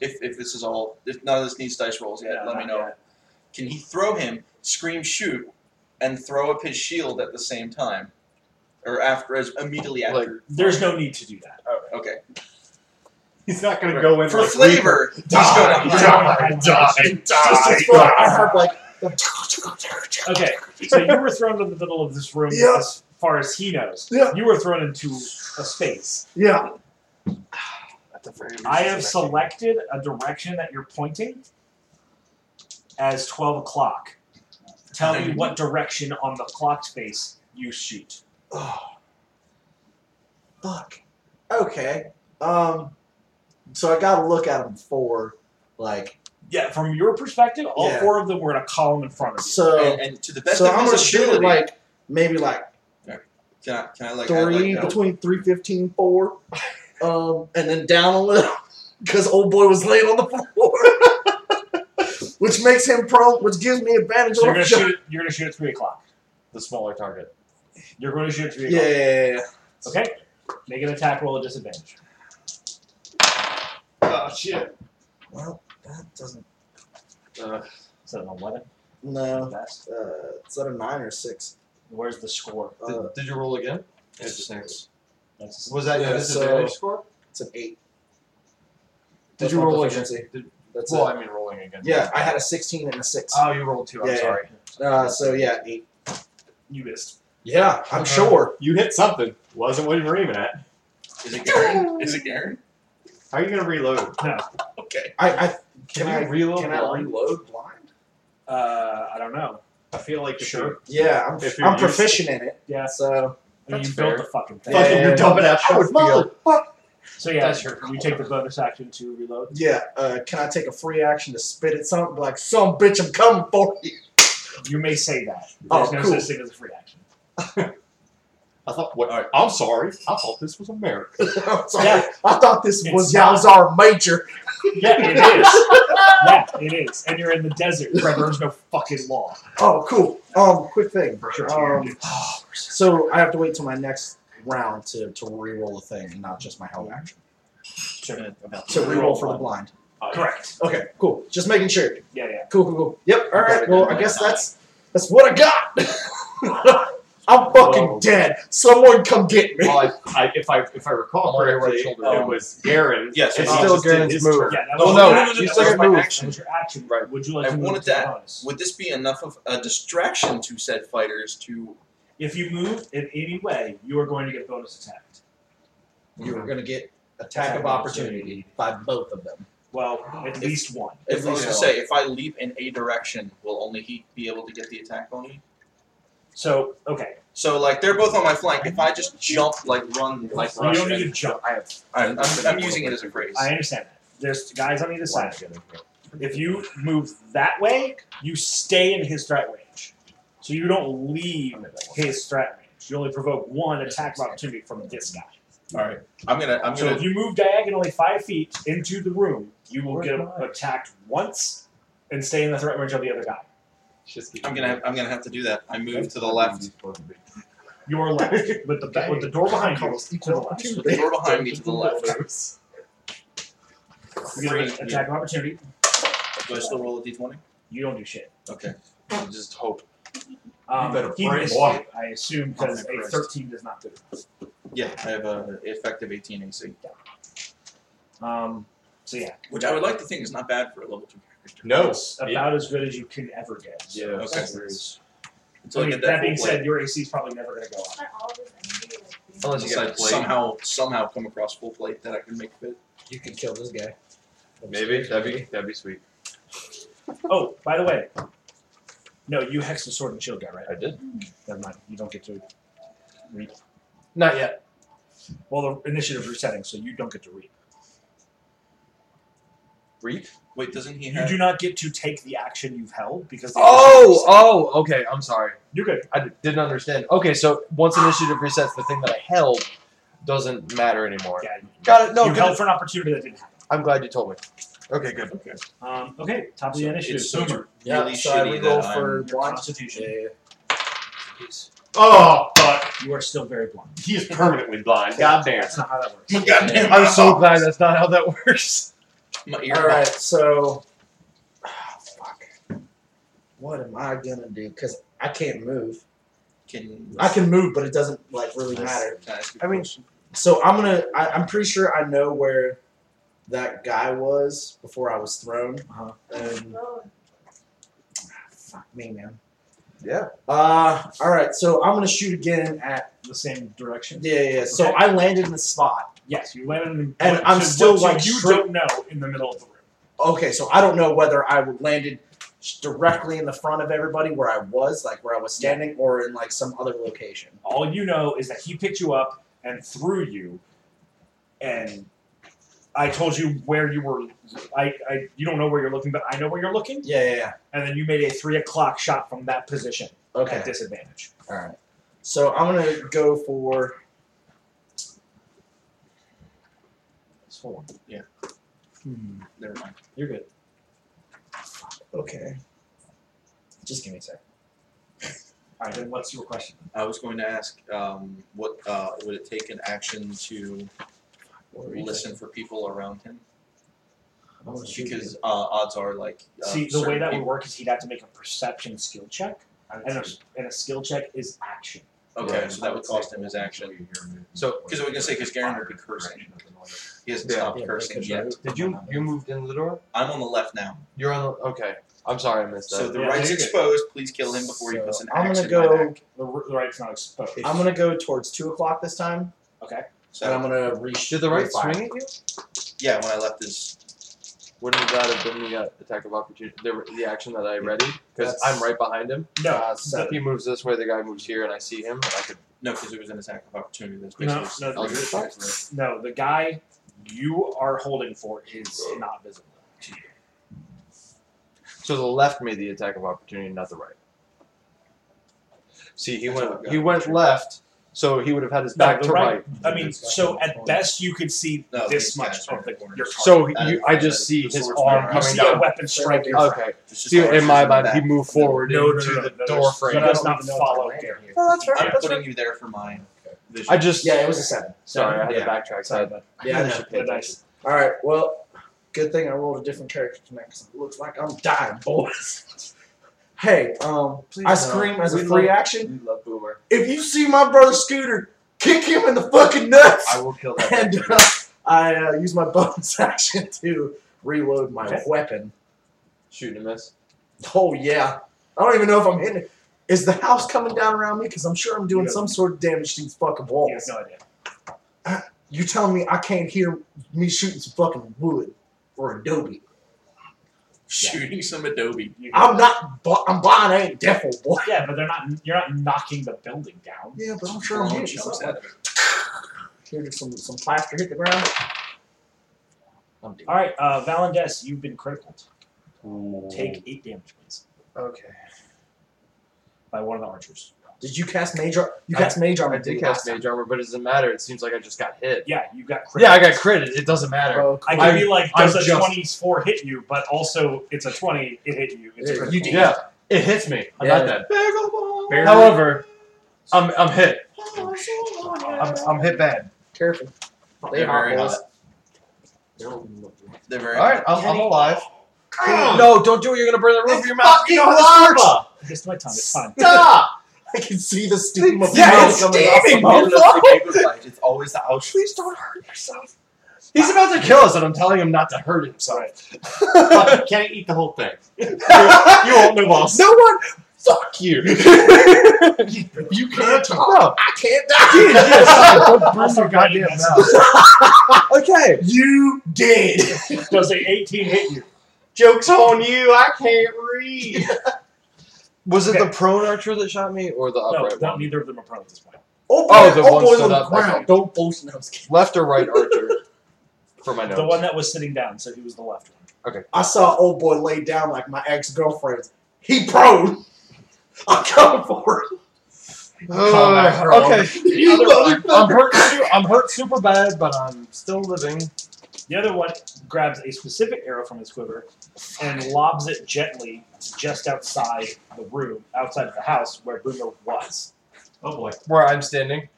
[SPEAKER 4] If, if this is all, if none of this needs dice rolls yet,
[SPEAKER 1] No,
[SPEAKER 4] let me
[SPEAKER 1] not
[SPEAKER 4] know.
[SPEAKER 1] yet.
[SPEAKER 4] Can he throw him, scream shoot, and throw up his shield at the same time? Or after, as immediately after.
[SPEAKER 2] Like,
[SPEAKER 1] There's no need to do that.
[SPEAKER 4] okay.
[SPEAKER 3] He's not gonna go in
[SPEAKER 4] For
[SPEAKER 3] like,
[SPEAKER 4] flavor, he's
[SPEAKER 3] Die,
[SPEAKER 1] Ah,
[SPEAKER 4] going to.
[SPEAKER 3] die, die, die,
[SPEAKER 6] Just for- I
[SPEAKER 3] die.
[SPEAKER 6] heard like.
[SPEAKER 1] Okay. So you were thrown in the middle of this room
[SPEAKER 6] Yeah.
[SPEAKER 1] as far as he knows.
[SPEAKER 6] Yeah.
[SPEAKER 1] You were thrown into a space.
[SPEAKER 6] Yeah.
[SPEAKER 1] I have selected a direction that you're pointing as 12 o'clock. Tell me what direction on the clock space you shoot.
[SPEAKER 6] Oh. Fuck. Okay. Um. So I gotta look at them for like.
[SPEAKER 1] Yeah, from your perspective, all
[SPEAKER 6] Yeah.
[SPEAKER 1] four of them were in a column in front of you.
[SPEAKER 6] So
[SPEAKER 4] And, and to the best
[SPEAKER 6] so
[SPEAKER 4] of
[SPEAKER 6] I'm
[SPEAKER 4] his
[SPEAKER 6] gonna shoot it
[SPEAKER 4] ability,
[SPEAKER 6] like maybe like
[SPEAKER 4] can, I, can I like add,
[SPEAKER 6] three
[SPEAKER 4] like, a-
[SPEAKER 6] between three fifteen four, um, and then down a little [LAUGHS] because old boy was laying on the floor, [LAUGHS] which makes him prone, which gives me advantage
[SPEAKER 1] So you're
[SPEAKER 6] on
[SPEAKER 1] gonna
[SPEAKER 6] shot.
[SPEAKER 1] shoot. It, you're gonna shoot at three o'clock.
[SPEAKER 2] the smaller target.
[SPEAKER 1] You're going to shoot at three
[SPEAKER 6] Yeah,
[SPEAKER 1] o'clock.
[SPEAKER 6] yeah, yeah,
[SPEAKER 1] Okay. Make an attack roll at disadvantage.
[SPEAKER 3] Oh shit.
[SPEAKER 6] Well, that doesn't.
[SPEAKER 2] uh,
[SPEAKER 1] Is that an eleven?
[SPEAKER 6] No,
[SPEAKER 1] Best.
[SPEAKER 6] uh, is that a nine or a six?
[SPEAKER 1] Where's the score?
[SPEAKER 6] Uh,
[SPEAKER 2] did, did you roll again?
[SPEAKER 4] It's a six.
[SPEAKER 1] That's
[SPEAKER 2] Was that
[SPEAKER 6] Yeah,
[SPEAKER 2] your disadvantage score?
[SPEAKER 6] it's an eight.
[SPEAKER 2] Did
[SPEAKER 6] That's
[SPEAKER 2] you
[SPEAKER 6] my
[SPEAKER 2] roll again?
[SPEAKER 6] proficiency.
[SPEAKER 2] Did-
[SPEAKER 6] That's
[SPEAKER 2] well,
[SPEAKER 6] it.
[SPEAKER 2] I mean, rolling again.
[SPEAKER 6] yeah, I had a sixteen and a six.
[SPEAKER 1] Uh,
[SPEAKER 2] Oh, you rolled two. I'm
[SPEAKER 6] Yeah,
[SPEAKER 2] sorry.
[SPEAKER 6] Uh, so yeah, eight.
[SPEAKER 1] you missed.
[SPEAKER 6] Yeah, I'm
[SPEAKER 2] Uh-huh.
[SPEAKER 6] sure.
[SPEAKER 3] You hit something. Wasn't what you were aiming at.
[SPEAKER 4] Is it Garen? Is it Garen?
[SPEAKER 3] How are you gonna reload?
[SPEAKER 4] Okay.
[SPEAKER 6] I, I can,
[SPEAKER 2] Can
[SPEAKER 6] I
[SPEAKER 2] you reload?
[SPEAKER 6] Can I
[SPEAKER 2] blind?
[SPEAKER 6] reload blind?
[SPEAKER 1] Uh, I don't know.
[SPEAKER 3] I feel like if
[SPEAKER 1] Sure.
[SPEAKER 3] you-
[SPEAKER 6] Yeah, I'm,
[SPEAKER 3] If you're
[SPEAKER 6] I'm
[SPEAKER 3] used to-
[SPEAKER 6] proficient in it.
[SPEAKER 1] Yeah.
[SPEAKER 6] So
[SPEAKER 1] I mean,
[SPEAKER 2] That's
[SPEAKER 1] you
[SPEAKER 2] fair.
[SPEAKER 1] built the fucking thing.
[SPEAKER 3] Fucking,
[SPEAKER 6] Yeah.
[SPEAKER 3] you're dumping out shot.
[SPEAKER 1] So yeah,
[SPEAKER 2] That's your
[SPEAKER 1] you take the bonus action to reload.
[SPEAKER 6] yeah, uh, can I take a free action to spit at something like some bitch? I'm coming for you. [LAUGHS]
[SPEAKER 1] You may say that.
[SPEAKER 6] Oh,
[SPEAKER 1] There's no
[SPEAKER 6] cool.
[SPEAKER 1] such thing as a free action.
[SPEAKER 3] I thought. What, I'm sorry. I thought this was America.
[SPEAKER 6] I'm sorry.
[SPEAKER 1] Yeah.
[SPEAKER 6] I thought this
[SPEAKER 1] It's
[SPEAKER 6] was
[SPEAKER 1] not-
[SPEAKER 6] Yalzar Major.
[SPEAKER 1] Yeah, it is. yeah, it is. And you're in the desert where there's no fucking law.
[SPEAKER 6] Oh, cool. Um, quick thing.
[SPEAKER 1] For sure.
[SPEAKER 6] Um, so I have to wait till my next round to to reroll a thing and not just my held action. To reroll for the blind.
[SPEAKER 1] Correct.
[SPEAKER 6] Okay, cool. Just making sure.
[SPEAKER 1] Yeah, yeah.
[SPEAKER 6] Cool, cool, cool. Yep. All right. Well, I guess that's that's what I got. [LAUGHS] I'm fucking
[SPEAKER 3] Whoa.
[SPEAKER 6] dead. Someone come
[SPEAKER 2] [LAUGHS]
[SPEAKER 6] get me.
[SPEAKER 3] Well, I, I, if I if I recall
[SPEAKER 2] I'm on your right
[SPEAKER 3] correctly,
[SPEAKER 2] shoulder.
[SPEAKER 3] it
[SPEAKER 2] Um,
[SPEAKER 3] was Garen.
[SPEAKER 4] yes,
[SPEAKER 3] and
[SPEAKER 2] it's
[SPEAKER 3] he
[SPEAKER 2] still
[SPEAKER 3] just did
[SPEAKER 2] Garen's
[SPEAKER 3] his
[SPEAKER 2] move.
[SPEAKER 3] turn.
[SPEAKER 1] Yeah, that
[SPEAKER 2] No,
[SPEAKER 1] was
[SPEAKER 2] no,
[SPEAKER 1] your
[SPEAKER 2] no,
[SPEAKER 1] action. That
[SPEAKER 2] no, no, no,
[SPEAKER 1] was
[SPEAKER 2] no, no,
[SPEAKER 1] my
[SPEAKER 2] no.
[SPEAKER 1] action. That was your action.
[SPEAKER 2] Right.
[SPEAKER 1] Would you like
[SPEAKER 4] I
[SPEAKER 1] to move
[SPEAKER 4] wanted
[SPEAKER 1] to the
[SPEAKER 4] to-
[SPEAKER 1] bonus?
[SPEAKER 4] Would this be enough of a distraction to said fighters to?
[SPEAKER 1] If you move in any way, you are going to get bonus attacked.
[SPEAKER 6] You are gonna get attack of opportunity by both of them.
[SPEAKER 1] Well, at least one.
[SPEAKER 4] If I was to
[SPEAKER 6] least
[SPEAKER 4] say, if I leap in a direction, will only he be able to get the attack on me?
[SPEAKER 1] So, okay.
[SPEAKER 4] So like they're both on my flank. If I just jump, like run, like
[SPEAKER 1] you
[SPEAKER 4] rush,
[SPEAKER 1] don't need to
[SPEAKER 4] and,
[SPEAKER 1] jump. I have.
[SPEAKER 4] I'm, I'm, I'm using it as a phrase.
[SPEAKER 1] I understand that. There's guys on either side. If you move that way, you stay in his threat range. So you don't leave his threat range. You only provoke one attack of opportunity from this guy.
[SPEAKER 4] I'm gonna. I'm
[SPEAKER 1] so
[SPEAKER 4] gonna.
[SPEAKER 1] if you move diagonally five feet into the room, you will
[SPEAKER 2] Where's
[SPEAKER 1] get
[SPEAKER 2] mine?
[SPEAKER 1] attacked once and stay in the threat range of the other guy.
[SPEAKER 4] I'm gonna. Have, I'm gonna have to do that. I move to the left.
[SPEAKER 1] Your left with the with the door behind you. To the left.
[SPEAKER 4] With the door behind me to the left.
[SPEAKER 1] You get an attack of opportunity.
[SPEAKER 4] Do I still roll a d20?
[SPEAKER 1] You don't do shit.
[SPEAKER 4] Okay.
[SPEAKER 2] Just hope.
[SPEAKER 1] Um,
[SPEAKER 2] better
[SPEAKER 1] he
[SPEAKER 2] pray,
[SPEAKER 1] missed
[SPEAKER 2] boy.
[SPEAKER 1] you, I assume because a
[SPEAKER 4] Christ.
[SPEAKER 1] thirteen does not do it.
[SPEAKER 4] Yeah, I have a effective 18 AC,
[SPEAKER 1] Um, so yeah,
[SPEAKER 4] which I would like to think is not bad for a level two character.
[SPEAKER 2] No.
[SPEAKER 1] it's about as good as you can ever get. So,
[SPEAKER 2] Yeah.
[SPEAKER 4] Okay.
[SPEAKER 2] serious.
[SPEAKER 4] Until
[SPEAKER 1] I
[SPEAKER 4] I
[SPEAKER 1] mean,
[SPEAKER 4] get
[SPEAKER 1] that
[SPEAKER 4] that,
[SPEAKER 1] being
[SPEAKER 4] full
[SPEAKER 1] said, your AC is probably never going to go up.
[SPEAKER 10] But all of his enemies are, like,
[SPEAKER 4] plate,
[SPEAKER 2] Unless you
[SPEAKER 4] unless I
[SPEAKER 2] get plate.
[SPEAKER 4] somehow somehow come across full plate that I can make fit.
[SPEAKER 6] You can kill this guy.
[SPEAKER 2] Maybe that'd be that'd be sweet.
[SPEAKER 1] Oh, by the way, no, you hexed the sword and shield guy, right?
[SPEAKER 2] I did.
[SPEAKER 1] Never mind. You don't get to. Re-
[SPEAKER 2] Not yet.
[SPEAKER 1] well, the initiative resetting, so you don't get to reap.
[SPEAKER 2] Reap.
[SPEAKER 4] Wait, doesn't he
[SPEAKER 1] You
[SPEAKER 4] have?
[SPEAKER 1] do not get to take the action you've held because. The
[SPEAKER 2] Oh, oh, okay. I'm sorry.
[SPEAKER 1] You're good.
[SPEAKER 2] I d- didn't understand. Okay, so once initiative resets, the thing that I held doesn't matter anymore.
[SPEAKER 1] Yeah,
[SPEAKER 2] Got it. No,
[SPEAKER 1] you
[SPEAKER 2] good.
[SPEAKER 1] held for an opportunity that didn't happen.
[SPEAKER 2] I'm glad you told me. Okay, good.
[SPEAKER 1] Um, okay, top of
[SPEAKER 4] So
[SPEAKER 1] the initiative.
[SPEAKER 4] it's so
[SPEAKER 1] Boomer.
[SPEAKER 6] Yeah,
[SPEAKER 4] really
[SPEAKER 6] so I
[SPEAKER 4] shitty
[SPEAKER 6] reroll
[SPEAKER 4] that
[SPEAKER 6] for
[SPEAKER 1] Your
[SPEAKER 6] blind.
[SPEAKER 1] constitution.
[SPEAKER 6] Yeah,
[SPEAKER 3] Oh, fuck.
[SPEAKER 1] You are still very blind.
[SPEAKER 3] He is permanently blind. God damn.
[SPEAKER 1] That's not how that works.
[SPEAKER 4] I'm.
[SPEAKER 2] [LAUGHS] [LAUGHS]
[SPEAKER 4] Goddamn,
[SPEAKER 2] I'm
[SPEAKER 4] [LAUGHS]
[SPEAKER 2] so glad that's not how that works.
[SPEAKER 4] My
[SPEAKER 6] yeah.
[SPEAKER 4] ear.
[SPEAKER 6] All right, so ah, fuck. What am I gonna do? Because I can't move.
[SPEAKER 4] Can,
[SPEAKER 6] I can move, but it doesn't like really
[SPEAKER 4] can
[SPEAKER 6] matter.
[SPEAKER 4] I ask you
[SPEAKER 2] I
[SPEAKER 4] a
[SPEAKER 2] mean-
[SPEAKER 4] question?
[SPEAKER 6] So I'm gonna. I, I'm pretty sure I know where that guy was before I was thrown.
[SPEAKER 1] Uh-huh.
[SPEAKER 6] And
[SPEAKER 10] Well,
[SPEAKER 6] fuck me, man.
[SPEAKER 2] Yeah.
[SPEAKER 6] Uh, all right. So I'm gonna shoot again at.
[SPEAKER 1] The same direction.
[SPEAKER 6] Yeah, yeah. yeah. So
[SPEAKER 1] Okay.
[SPEAKER 6] I landed in the spot.
[SPEAKER 1] Yes, you landed. In,
[SPEAKER 6] And
[SPEAKER 1] what-
[SPEAKER 6] I'm
[SPEAKER 1] so
[SPEAKER 6] still,
[SPEAKER 1] what- so
[SPEAKER 6] like,
[SPEAKER 1] you
[SPEAKER 6] straight-
[SPEAKER 1] don't know in the middle of the room.
[SPEAKER 6] Okay, so I don't know whether I landed directly in the front of everybody where I was, like where I was standing, or in like some other location.
[SPEAKER 1] All you know is that he picked you up and threw you, and I told you where you were. I, I you don't know where you're looking, but I know where you're looking.
[SPEAKER 6] Yeah, yeah, yeah.
[SPEAKER 1] And then you made a three o'clock shot from that position
[SPEAKER 6] Okay.
[SPEAKER 1] at disadvantage.
[SPEAKER 6] All right. So I'm gonna go for.
[SPEAKER 1] Just hold on.
[SPEAKER 4] Yeah.
[SPEAKER 1] Hmm.
[SPEAKER 4] Never mind.
[SPEAKER 1] You're good.
[SPEAKER 6] Okay. Just give me a sec.
[SPEAKER 1] All right, then what's your question?
[SPEAKER 4] I was going to ask, um, what uh, would it take an action to
[SPEAKER 6] What were you
[SPEAKER 4] listen for people around him?
[SPEAKER 6] thinking? Oh, shoot.
[SPEAKER 4] Because uh, odds are, like, uh,
[SPEAKER 1] See, the way
[SPEAKER 4] certain
[SPEAKER 1] that would
[SPEAKER 4] people-
[SPEAKER 1] work is he'd have to make a perception skill check, and a, and a skill check is action.
[SPEAKER 4] Okay, so that would cost him his action.
[SPEAKER 2] So,
[SPEAKER 4] Because we can say, because Garen would be cursing. He hasn't
[SPEAKER 2] Yeah.
[SPEAKER 4] stopped
[SPEAKER 6] Yeah,
[SPEAKER 4] cursing
[SPEAKER 6] because
[SPEAKER 4] yet.
[SPEAKER 6] I-
[SPEAKER 2] did you you moved in the door?
[SPEAKER 4] I'm on the left now.
[SPEAKER 2] You're on the okay. I'm sorry, I missed that.
[SPEAKER 4] So the
[SPEAKER 1] Yeah,
[SPEAKER 4] right's
[SPEAKER 1] you're good.
[SPEAKER 4] exposed. Please kill him before he
[SPEAKER 6] So
[SPEAKER 4] puts an
[SPEAKER 6] I'm
[SPEAKER 4] axe
[SPEAKER 6] gonna
[SPEAKER 4] in my
[SPEAKER 6] go-
[SPEAKER 4] back.
[SPEAKER 1] The, r- the right's not exposed.
[SPEAKER 6] I'm gonna go towards two o'clock this time, and I'm
[SPEAKER 4] So,
[SPEAKER 6] gonna reach.
[SPEAKER 2] did the right
[SPEAKER 6] fire.
[SPEAKER 2] swing at you?
[SPEAKER 4] yeah, when I left this,
[SPEAKER 2] Wouldn't that have been the uh, attack of opportunity? The, the action that I ready because
[SPEAKER 6] That's-
[SPEAKER 2] I'm right behind him.
[SPEAKER 1] No,
[SPEAKER 6] Uh, seven.
[SPEAKER 2] He moves this way. The guy moves here, and I see him, and I could.
[SPEAKER 4] no, because it was an attack of opportunity. That's
[SPEAKER 1] no,
[SPEAKER 4] basically
[SPEAKER 1] no,
[SPEAKER 2] I'll
[SPEAKER 1] the-
[SPEAKER 2] just-
[SPEAKER 1] no. The guy you are holding for is not visible.
[SPEAKER 2] So the left made the attack of opportunity, not the right. See, he
[SPEAKER 4] That's
[SPEAKER 2] went
[SPEAKER 4] all I've got.
[SPEAKER 2] he went left, so he would have had his
[SPEAKER 1] No,
[SPEAKER 2] back
[SPEAKER 1] the
[SPEAKER 2] to
[SPEAKER 1] right-
[SPEAKER 2] right.
[SPEAKER 1] I mean, so at best you could see
[SPEAKER 4] No,
[SPEAKER 1] this
[SPEAKER 4] these
[SPEAKER 1] much
[SPEAKER 4] guys are
[SPEAKER 1] of the
[SPEAKER 4] corners.
[SPEAKER 1] your
[SPEAKER 2] So
[SPEAKER 1] target.
[SPEAKER 4] Uh,
[SPEAKER 2] you, I just
[SPEAKER 4] the
[SPEAKER 2] see his
[SPEAKER 4] swordsman
[SPEAKER 2] arm
[SPEAKER 4] are-
[SPEAKER 1] you
[SPEAKER 2] coming
[SPEAKER 1] see a
[SPEAKER 2] down.
[SPEAKER 1] weapon strike your
[SPEAKER 2] Okay,
[SPEAKER 4] It's just
[SPEAKER 2] see
[SPEAKER 4] like-
[SPEAKER 2] in my
[SPEAKER 4] it's
[SPEAKER 2] mind, he
[SPEAKER 4] back.
[SPEAKER 2] moved forward
[SPEAKER 1] No, no, no, no,
[SPEAKER 2] into the
[SPEAKER 1] no,
[SPEAKER 2] door
[SPEAKER 1] there's-
[SPEAKER 2] frame.
[SPEAKER 1] He
[SPEAKER 6] But I
[SPEAKER 1] does
[SPEAKER 6] don't
[SPEAKER 1] not
[SPEAKER 6] even know if I
[SPEAKER 1] follow
[SPEAKER 6] landed
[SPEAKER 1] Garen.
[SPEAKER 6] here.
[SPEAKER 2] that's
[SPEAKER 4] I'm
[SPEAKER 1] Yeah.
[SPEAKER 4] putting you there for mine. vision.
[SPEAKER 2] I just
[SPEAKER 6] Yeah, it was a seven.
[SPEAKER 2] sorry, I had
[SPEAKER 6] Yeah.
[SPEAKER 2] to backtrack. So I, I
[SPEAKER 6] Yeah, I
[SPEAKER 2] really
[SPEAKER 6] know.
[SPEAKER 2] should pay
[SPEAKER 1] The dice.
[SPEAKER 2] attention.
[SPEAKER 6] All right. Well, good thing I rolled a different character tonight because it looks like I'm dying, [LAUGHS] boys. hey, um,
[SPEAKER 2] Please
[SPEAKER 6] I
[SPEAKER 2] no.
[SPEAKER 6] scream as a
[SPEAKER 2] We
[SPEAKER 6] free
[SPEAKER 2] love-
[SPEAKER 6] action.
[SPEAKER 2] We love Boomer.
[SPEAKER 6] If you see my brother Scooter, kick him in the fucking nuts.
[SPEAKER 2] I will kill [LAUGHS] that.
[SPEAKER 6] [LAUGHS] and
[SPEAKER 2] bastard.
[SPEAKER 6] uh, I uh, use my bonus [LAUGHS] action to reload my
[SPEAKER 1] Okay.
[SPEAKER 6] weapon.
[SPEAKER 2] Shoot and miss.
[SPEAKER 6] Oh yeah. I don't even know if I'm hitting it. Is the house coming down around me? Because I'm sure I'm doing
[SPEAKER 1] Yeah.
[SPEAKER 6] some sort of damage to these fucking
[SPEAKER 1] He
[SPEAKER 6] walls.
[SPEAKER 1] has no idea.
[SPEAKER 6] You telling me I can't hear me shooting some fucking wood or adobe?
[SPEAKER 4] Shooting some Adobe.
[SPEAKER 1] You-
[SPEAKER 6] I'm not. bu- I'm blind. I ain't deaf, old boy.
[SPEAKER 1] Yeah, but they're not. You're not knocking the building down.
[SPEAKER 6] Yeah, but I'm sure I'm
[SPEAKER 4] Blowing
[SPEAKER 6] hitting
[SPEAKER 4] chunks
[SPEAKER 8] uh,
[SPEAKER 6] something.
[SPEAKER 4] out of it.
[SPEAKER 6] Hear some some plaster hit the ground. I'm dead.
[SPEAKER 1] All right, uh, Valandes, you've been critical. Take eight damage, please.
[SPEAKER 2] Okay.
[SPEAKER 1] by one of the archers.
[SPEAKER 8] Did you cast mage? Ar- you
[SPEAKER 2] I-
[SPEAKER 8] cast mage armor?
[SPEAKER 2] I did
[SPEAKER 8] you,
[SPEAKER 2] cast
[SPEAKER 8] last time?
[SPEAKER 2] mage armor, but it doesn't matter. It seems like I just got hit.
[SPEAKER 1] Yeah, you got crit.
[SPEAKER 2] Yeah, I got critted. It doesn't matter.
[SPEAKER 8] Oh,
[SPEAKER 1] I
[SPEAKER 8] cool.
[SPEAKER 1] could be like,
[SPEAKER 2] I'm
[SPEAKER 1] does a
[SPEAKER 2] just-
[SPEAKER 1] 24 hit you? But also, it's a 20, it hit you. It's
[SPEAKER 8] Yeah,
[SPEAKER 1] critical.
[SPEAKER 8] you did.
[SPEAKER 2] Yeah, it hits me. I'm
[SPEAKER 8] Yeah.
[SPEAKER 2] not dead.
[SPEAKER 1] Barely.
[SPEAKER 2] However, I'm I'm hit. I'm, I'm hit bad.
[SPEAKER 8] Careful. They
[SPEAKER 4] They're very
[SPEAKER 8] hot boys.
[SPEAKER 4] hot. They're very
[SPEAKER 2] All right, I'm, I'm alive. No, don't do it. You're gonna burn the roof of your mouth.
[SPEAKER 5] Fucking lava!
[SPEAKER 1] I guess my tongue is fine.
[SPEAKER 2] [LAUGHS]
[SPEAKER 5] Stop!
[SPEAKER 8] I can see the steam of
[SPEAKER 2] Yeah,
[SPEAKER 8] metal
[SPEAKER 2] it's
[SPEAKER 8] coming off.
[SPEAKER 2] steaming,
[SPEAKER 8] of
[SPEAKER 2] bro.
[SPEAKER 8] it.
[SPEAKER 4] It's always the ouch.
[SPEAKER 2] Please don't hurt yourself. He's about to kill us, and I'm telling him not to hurt
[SPEAKER 3] [LAUGHS]
[SPEAKER 2] himself.
[SPEAKER 3] Can't eat the whole thing.
[SPEAKER 2] no
[SPEAKER 3] You won't
[SPEAKER 2] [LAUGHS]
[SPEAKER 3] live off.
[SPEAKER 2] one. Fuck you.
[SPEAKER 5] You can't talk.
[SPEAKER 2] No.
[SPEAKER 5] I can't die.
[SPEAKER 2] Dude, yes, don't burn
[SPEAKER 1] Also
[SPEAKER 2] your goddamn
[SPEAKER 1] brain
[SPEAKER 2] mouth. okay.
[SPEAKER 5] You did.
[SPEAKER 1] Does a 18 hit you?
[SPEAKER 3] Joke's on you. I can't read.
[SPEAKER 2] Was it
[SPEAKER 1] Okay.
[SPEAKER 2] the prone archer that shot me, or the
[SPEAKER 1] No,
[SPEAKER 2] upright
[SPEAKER 1] not,
[SPEAKER 2] one?
[SPEAKER 1] neither of them are prone at this point.
[SPEAKER 8] Oh,
[SPEAKER 2] Oh,
[SPEAKER 8] boy,
[SPEAKER 2] the
[SPEAKER 8] oh
[SPEAKER 2] one
[SPEAKER 8] boys
[SPEAKER 2] stood
[SPEAKER 8] on the
[SPEAKER 2] up, okay.
[SPEAKER 8] ground. Don't bullshit. No, I'm just kidding.
[SPEAKER 2] Left or right archer? For my nose.
[SPEAKER 1] The one that was sitting down, so he was the left one.
[SPEAKER 8] I saw old boy laid down like my ex girlfriend's. He prone. I'm coming for it.
[SPEAKER 2] Ugh,
[SPEAKER 8] Combat
[SPEAKER 2] Uh, okay.
[SPEAKER 8] You
[SPEAKER 2] I'm hurt. su- I'm hurt super bad, but I'm still living.
[SPEAKER 1] The other one grabs a specific arrow from his quiver and lobs it gently just outside the room, outside of the house where Bruno was.
[SPEAKER 3] Oh boy.
[SPEAKER 2] Where I'm standing.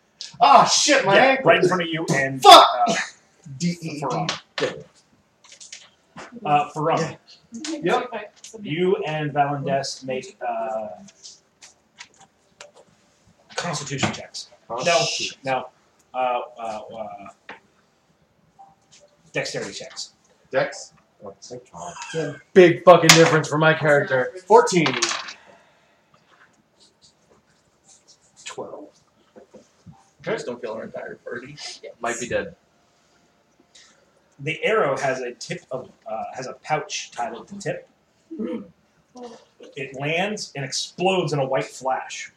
[SPEAKER 3] Oh shit, my
[SPEAKER 1] yeah,
[SPEAKER 3] ankle.
[SPEAKER 1] right in front of you and
[SPEAKER 3] Fuck!
[SPEAKER 1] Uh,
[SPEAKER 8] D E E.
[SPEAKER 1] Farron. Uh, Farron,
[SPEAKER 8] Yeah.
[SPEAKER 2] Yep.
[SPEAKER 1] you and Valandes make uh, Constitution checks.
[SPEAKER 2] Oh,
[SPEAKER 1] no,
[SPEAKER 2] shit.
[SPEAKER 1] no, uh, uh, uh, Dexterity checks.
[SPEAKER 3] Dex.
[SPEAKER 2] Big fucking difference for my character.
[SPEAKER 3] 14.
[SPEAKER 8] 12.
[SPEAKER 4] Please don't kill our entire party.
[SPEAKER 2] Might be dead.
[SPEAKER 1] The arrow has a tip of uh, has a pouch tied at the tip. It lands and explodes in a white flash.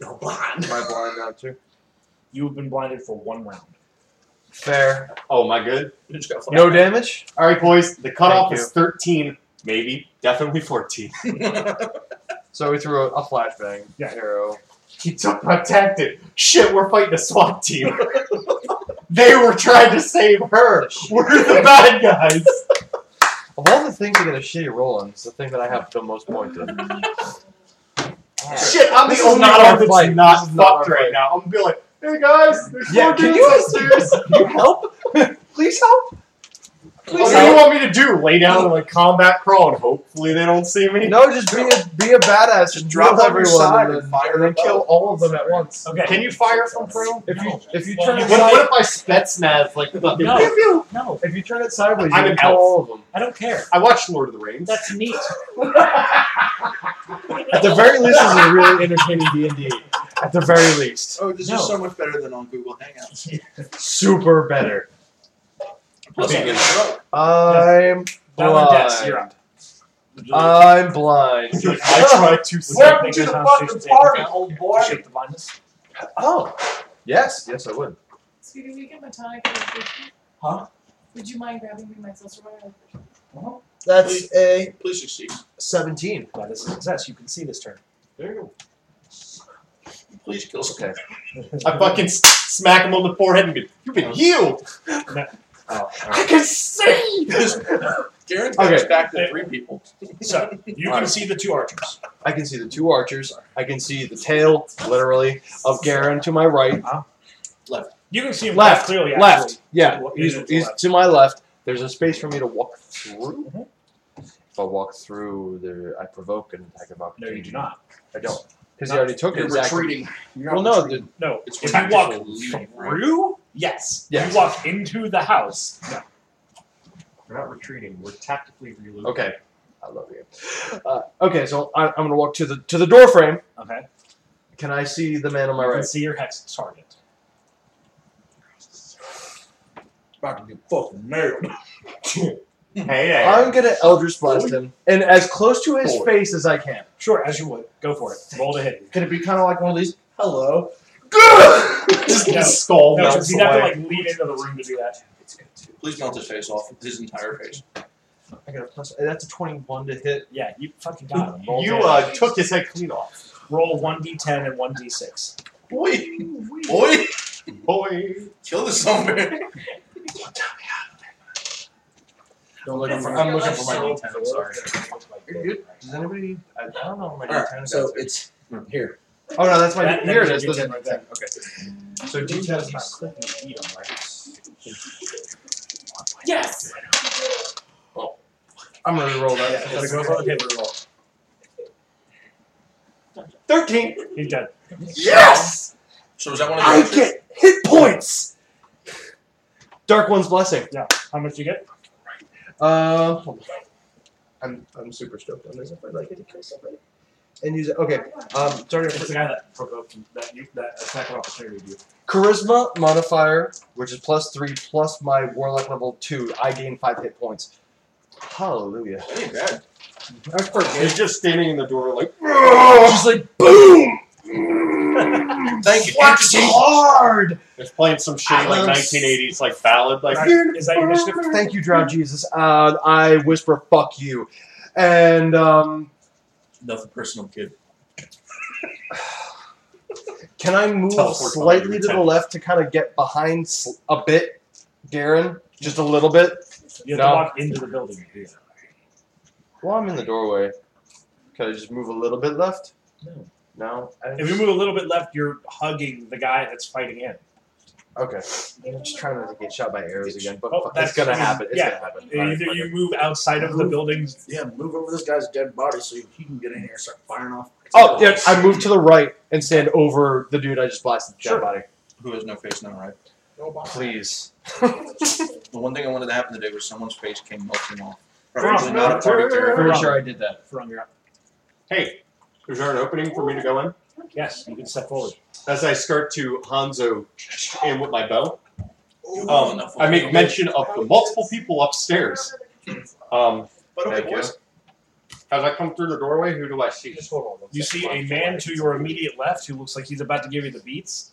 [SPEAKER 8] You're blind.
[SPEAKER 2] Am I blind now too?
[SPEAKER 4] [LAUGHS]
[SPEAKER 1] You have been blinded for one round.
[SPEAKER 2] Fair.
[SPEAKER 3] Oh, am I good?
[SPEAKER 4] You just got
[SPEAKER 2] No damage.
[SPEAKER 3] All right, boys. The cutoff
[SPEAKER 2] Thank
[SPEAKER 3] is 13. Maybe. Definitely 14.
[SPEAKER 2] So we threw a, a flashbang
[SPEAKER 1] Yeah.
[SPEAKER 2] arrow.
[SPEAKER 3] Keep up protected. Shit, we're fighting a
[SPEAKER 2] [LAUGHS]
[SPEAKER 3] SWAT team. they were trying to save her. We're the bad guys.
[SPEAKER 2] Of all the things to get a shitty roll on, it's the thing that I have the most points in.
[SPEAKER 3] Shit, I'm
[SPEAKER 2] This is
[SPEAKER 3] the only
[SPEAKER 2] not
[SPEAKER 3] one
[SPEAKER 2] our
[SPEAKER 3] that's
[SPEAKER 2] fight.
[SPEAKER 3] not
[SPEAKER 2] This is
[SPEAKER 3] fucked
[SPEAKER 2] not our
[SPEAKER 3] right
[SPEAKER 2] fight.
[SPEAKER 3] now. I'm gonna be like, hey guys, there's
[SPEAKER 2] Yeah,
[SPEAKER 3] more
[SPEAKER 2] can
[SPEAKER 3] dudes
[SPEAKER 2] you-
[SPEAKER 3] upstairs.
[SPEAKER 2] you help? [LAUGHS] Please help.
[SPEAKER 3] what
[SPEAKER 2] Please
[SPEAKER 3] do you
[SPEAKER 2] help.
[SPEAKER 3] want me to do? Lay down in a combat crawl and hopefully they don't see me?
[SPEAKER 2] No, just be a be a badass and
[SPEAKER 4] Drop
[SPEAKER 2] heal
[SPEAKER 4] on your
[SPEAKER 2] everyone
[SPEAKER 4] side
[SPEAKER 2] and,
[SPEAKER 4] and
[SPEAKER 2] then-
[SPEAKER 4] fire
[SPEAKER 2] and then
[SPEAKER 4] them
[SPEAKER 2] kill
[SPEAKER 4] up.
[SPEAKER 2] all of them at once.
[SPEAKER 1] Okay.
[SPEAKER 3] Can you fire from pro?
[SPEAKER 2] If you if you
[SPEAKER 1] Well,
[SPEAKER 2] turn
[SPEAKER 1] you
[SPEAKER 2] it
[SPEAKER 3] What, what
[SPEAKER 2] side,
[SPEAKER 3] if I Spetsnaz like fucking?
[SPEAKER 1] No. No,
[SPEAKER 2] if you turn it sideways,
[SPEAKER 3] I'm
[SPEAKER 2] you
[SPEAKER 3] an
[SPEAKER 2] can kill
[SPEAKER 3] elf.
[SPEAKER 2] all of them.
[SPEAKER 1] I don't care.
[SPEAKER 3] I watched Lord of the Rings.
[SPEAKER 1] That's neat.
[SPEAKER 2] At the very least, this is a really entertaining D and D. At the very least,
[SPEAKER 4] Oh, this
[SPEAKER 1] No.
[SPEAKER 4] is so much better than on Google Hangouts.
[SPEAKER 2] super better.
[SPEAKER 4] Plus, you
[SPEAKER 1] Okay.
[SPEAKER 4] get a stroke.
[SPEAKER 2] I'm
[SPEAKER 1] Valandes, you're
[SPEAKER 2] blind.
[SPEAKER 1] up.
[SPEAKER 2] I'm blind.
[SPEAKER 3] I tried to say.
[SPEAKER 1] Welcome to the fucking party, old boy. Shake the blindness.
[SPEAKER 2] [LAUGHS] Oh, yes, yes, I would.
[SPEAKER 7] Sweetie, will you get my tonic and a fifty?
[SPEAKER 8] Huh?
[SPEAKER 7] Would you mind grabbing me my seltzer water?
[SPEAKER 8] That's uh, a
[SPEAKER 4] Please succeed.
[SPEAKER 8] 17.
[SPEAKER 1] That is a success. You can see this turn.
[SPEAKER 4] Please kill us.
[SPEAKER 2] Okay.
[SPEAKER 3] I fucking s- smack him on the forehead and be, you've been healed.
[SPEAKER 2] Oh, all
[SPEAKER 3] I
[SPEAKER 2] right.
[SPEAKER 3] can see.
[SPEAKER 4] Garen's got us
[SPEAKER 2] Okay.
[SPEAKER 4] back to three people.
[SPEAKER 1] So you can
[SPEAKER 2] Alright.
[SPEAKER 1] see the two archers.
[SPEAKER 2] I can see the two archers. I can see the tail, literally, of Garen to my right.
[SPEAKER 1] You can see him
[SPEAKER 2] Left,
[SPEAKER 1] clearly.
[SPEAKER 2] Left. Yeah,
[SPEAKER 1] Well,
[SPEAKER 2] he's,
[SPEAKER 1] yeah, to
[SPEAKER 2] he's
[SPEAKER 1] left.
[SPEAKER 2] to my left. Mm-hmm. There's a space for me to walk through.
[SPEAKER 1] Mhm.
[SPEAKER 2] If I walk through, there I provoke an attack of
[SPEAKER 1] Actually. No,
[SPEAKER 2] opportunity.
[SPEAKER 1] you do not.
[SPEAKER 2] I don't. Because he already took
[SPEAKER 4] You're
[SPEAKER 2] it. Exactly.
[SPEAKER 4] retreating.
[SPEAKER 2] Well, no, the,
[SPEAKER 1] No.
[SPEAKER 4] It's
[SPEAKER 1] if you
[SPEAKER 4] tactical
[SPEAKER 1] walk
[SPEAKER 4] leaving, right?
[SPEAKER 1] through, yes.
[SPEAKER 2] Yes.
[SPEAKER 1] You walk into the house.
[SPEAKER 3] We're not retreating. We're tactically reloading.
[SPEAKER 2] Okay. I love you. Uh, okay, so I, I'm going to walk to the to the door frame.
[SPEAKER 1] Okay.
[SPEAKER 2] Can I see the man on my
[SPEAKER 1] you
[SPEAKER 2] right?
[SPEAKER 1] can see your hex target.
[SPEAKER 8] About to get fucking nailed.
[SPEAKER 6] [LAUGHS]
[SPEAKER 3] Hey, hey.
[SPEAKER 2] I'm going to Eldritch Blast him, and as close to his face as I can.
[SPEAKER 1] Sure, as you would. Go for it. Roll to hit.
[SPEAKER 8] Could it be kind of like one of these? Hello.
[SPEAKER 3] Just
[SPEAKER 1] No.
[SPEAKER 3] the skull
[SPEAKER 1] No,
[SPEAKER 3] melts
[SPEAKER 1] because you'd have to
[SPEAKER 3] away.
[SPEAKER 1] like lean into the room to do that.
[SPEAKER 4] Please melt his face off. His entire face.
[SPEAKER 2] I got a plus. eh, That's a 21 to hit.
[SPEAKER 1] Yeah, you fucking got him.
[SPEAKER 2] Roll
[SPEAKER 3] you
[SPEAKER 2] damage.
[SPEAKER 3] uh, took his head clean off.
[SPEAKER 1] Roll one d10 and one d6.
[SPEAKER 4] Boy, boy,
[SPEAKER 3] Boy.
[SPEAKER 4] kill the zombie.
[SPEAKER 2] Don't look
[SPEAKER 7] That's
[SPEAKER 2] for-
[SPEAKER 7] for
[SPEAKER 2] I'm
[SPEAKER 7] your
[SPEAKER 2] looking
[SPEAKER 7] left
[SPEAKER 2] for my
[SPEAKER 7] shoulder.
[SPEAKER 2] D10. I'm sorry.
[SPEAKER 5] You're good.
[SPEAKER 2] Does anybody? I, I don't know. What my
[SPEAKER 5] All
[SPEAKER 2] D10
[SPEAKER 5] right,
[SPEAKER 2] is
[SPEAKER 5] so
[SPEAKER 2] out there.
[SPEAKER 5] it's here.
[SPEAKER 2] Oh no, that's my.
[SPEAKER 1] That- that
[SPEAKER 2] here
[SPEAKER 1] is
[SPEAKER 2] it is.
[SPEAKER 1] your
[SPEAKER 2] Those are
[SPEAKER 1] D10
[SPEAKER 2] my
[SPEAKER 1] right there.
[SPEAKER 2] D10. Okay. So D10 is not clicking. You don't
[SPEAKER 7] Yes.
[SPEAKER 2] I'm gonna reroll that.
[SPEAKER 1] Yeah,
[SPEAKER 2] That's
[SPEAKER 1] that's okay.
[SPEAKER 2] okay.
[SPEAKER 1] Okay, we roll.
[SPEAKER 3] 13.
[SPEAKER 1] He's dead.
[SPEAKER 5] Yes,
[SPEAKER 4] So is that one of
[SPEAKER 5] I
[SPEAKER 4] those?
[SPEAKER 5] get hit points.
[SPEAKER 2] Dark one's blessing.
[SPEAKER 1] How much do you get?
[SPEAKER 2] Um, hold on. I'm I'm super stoked on this. If I'd like it to kill somebody, and use it. Okay. Um, sorry.
[SPEAKER 1] It's the guy that provoked that you that attack of opportunity. to you.
[SPEAKER 2] Charisma modifier, which is plus three, plus my warlock level two. I gain five hit points. Hallelujah.
[SPEAKER 4] That ain't bad.
[SPEAKER 2] That's pretty good.
[SPEAKER 3] He's just standing in the door like,
[SPEAKER 5] Just like
[SPEAKER 2] [LAUGHS]
[SPEAKER 5] boom.
[SPEAKER 4] Thank you.
[SPEAKER 5] Slaps hard.
[SPEAKER 3] it's playing some shitty
[SPEAKER 5] I
[SPEAKER 3] like
[SPEAKER 5] love-
[SPEAKER 3] 1980s like ballad. Like,
[SPEAKER 1] Alright, Is that your initiative?
[SPEAKER 2] Thank you, Drow Jesus. Uh, I whisper "fuck you," and um,
[SPEAKER 4] Nothing personal, kid.
[SPEAKER 2] can I move
[SPEAKER 3] Teleport
[SPEAKER 2] slightly
[SPEAKER 3] behind
[SPEAKER 2] to the
[SPEAKER 3] your
[SPEAKER 2] left to kind of get behind sl- a bit, Garen? Just a little bit.
[SPEAKER 1] You have to
[SPEAKER 2] No.
[SPEAKER 1] walk into the building. to do that.
[SPEAKER 2] Well, I'm in the doorway. Can I just move a little bit left? No. No.
[SPEAKER 1] If you move a little bit left, you're hugging the guy that's fighting in.
[SPEAKER 2] Okay. I'm just trying not to get shot by arrows again, but
[SPEAKER 1] Oh,
[SPEAKER 2] fuck,
[SPEAKER 1] that's-
[SPEAKER 2] it's gonna
[SPEAKER 1] I mean,
[SPEAKER 2] happen. It's
[SPEAKER 1] yeah.
[SPEAKER 2] gonna happen. Alright,
[SPEAKER 1] Either
[SPEAKER 2] fuck
[SPEAKER 1] you
[SPEAKER 2] it.
[SPEAKER 1] move outside of the building.
[SPEAKER 8] Yeah, move over this guy's dead body so he can get in here and start firing off.
[SPEAKER 2] Oh yeah, I move to the right and stand over the dude I just blasted the
[SPEAKER 1] Sure.
[SPEAKER 2] dead body.
[SPEAKER 4] Who has no face, none right.
[SPEAKER 2] Please.
[SPEAKER 4] The one thing I wanted to happen today was someone's face came melting off.
[SPEAKER 1] Probably
[SPEAKER 4] Probably not a party
[SPEAKER 1] Fair
[SPEAKER 4] terror.
[SPEAKER 2] Pretty
[SPEAKER 1] enough.
[SPEAKER 2] sure I did that.
[SPEAKER 1] From your
[SPEAKER 3] hey, is there an opening for me to go in?
[SPEAKER 1] yes, you can step forward.
[SPEAKER 3] As I start to Hanzo in with my bow,
[SPEAKER 4] Oh,
[SPEAKER 3] um,
[SPEAKER 4] no, fuck.
[SPEAKER 3] I make mention of the multiple people upstairs. Um,
[SPEAKER 4] But okay,
[SPEAKER 2] Thank you.
[SPEAKER 4] boys.
[SPEAKER 3] as I come through the doorway, who do I see?
[SPEAKER 2] hold on.
[SPEAKER 1] You see a man to your immediate left who looks like he's about to give you the beats,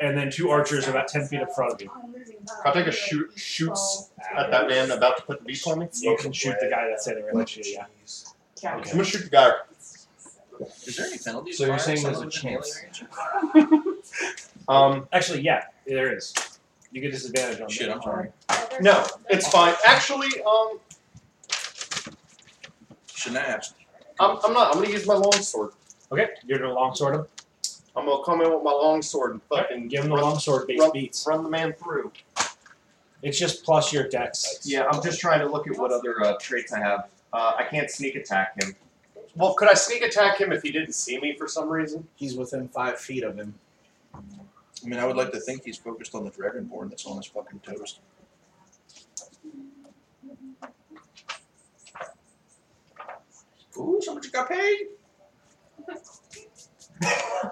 [SPEAKER 1] and then two archers about ten feet in front of you.
[SPEAKER 3] Can I take a shoot shoots at that man about to put the beast on me?
[SPEAKER 1] You can shoot the guy that's standing right next to you. Yeah.
[SPEAKER 7] Yeah.
[SPEAKER 3] I'm gonna shoot the guy.
[SPEAKER 4] Is there any penalty?
[SPEAKER 2] So
[SPEAKER 4] as
[SPEAKER 2] you're
[SPEAKER 4] far
[SPEAKER 2] saying
[SPEAKER 4] as
[SPEAKER 2] there's a
[SPEAKER 4] someone with an
[SPEAKER 2] chance.
[SPEAKER 4] alien range?
[SPEAKER 3] Um,
[SPEAKER 1] Actually, yeah, there is. You get disadvantage on
[SPEAKER 4] Shit,
[SPEAKER 1] that.
[SPEAKER 4] I'm sorry.
[SPEAKER 3] no, it's fine. Actually, um,
[SPEAKER 4] Shouldn't I ask?
[SPEAKER 3] I'm, I'm not. I'm gonna use my long sword.
[SPEAKER 1] Okay, you're gonna longsword him.
[SPEAKER 3] I'm gonna come in with my long sword and fucking
[SPEAKER 1] Fucking give him the
[SPEAKER 3] run-
[SPEAKER 1] longsword based
[SPEAKER 3] run-
[SPEAKER 1] beats.
[SPEAKER 3] Run the man through.
[SPEAKER 1] It's just plus your dex.
[SPEAKER 3] Yeah, I'm just trying to look at what other uh, traits I have. Uh, I can't sneak attack him. Well, could I sneak attack him if he didn't see me for some reason?
[SPEAKER 8] He's within five feet of him.
[SPEAKER 4] I mean, I would like to think he's focused on the dragonborn that's on his fucking toast. Ooh, so much you got paid?
[SPEAKER 1] All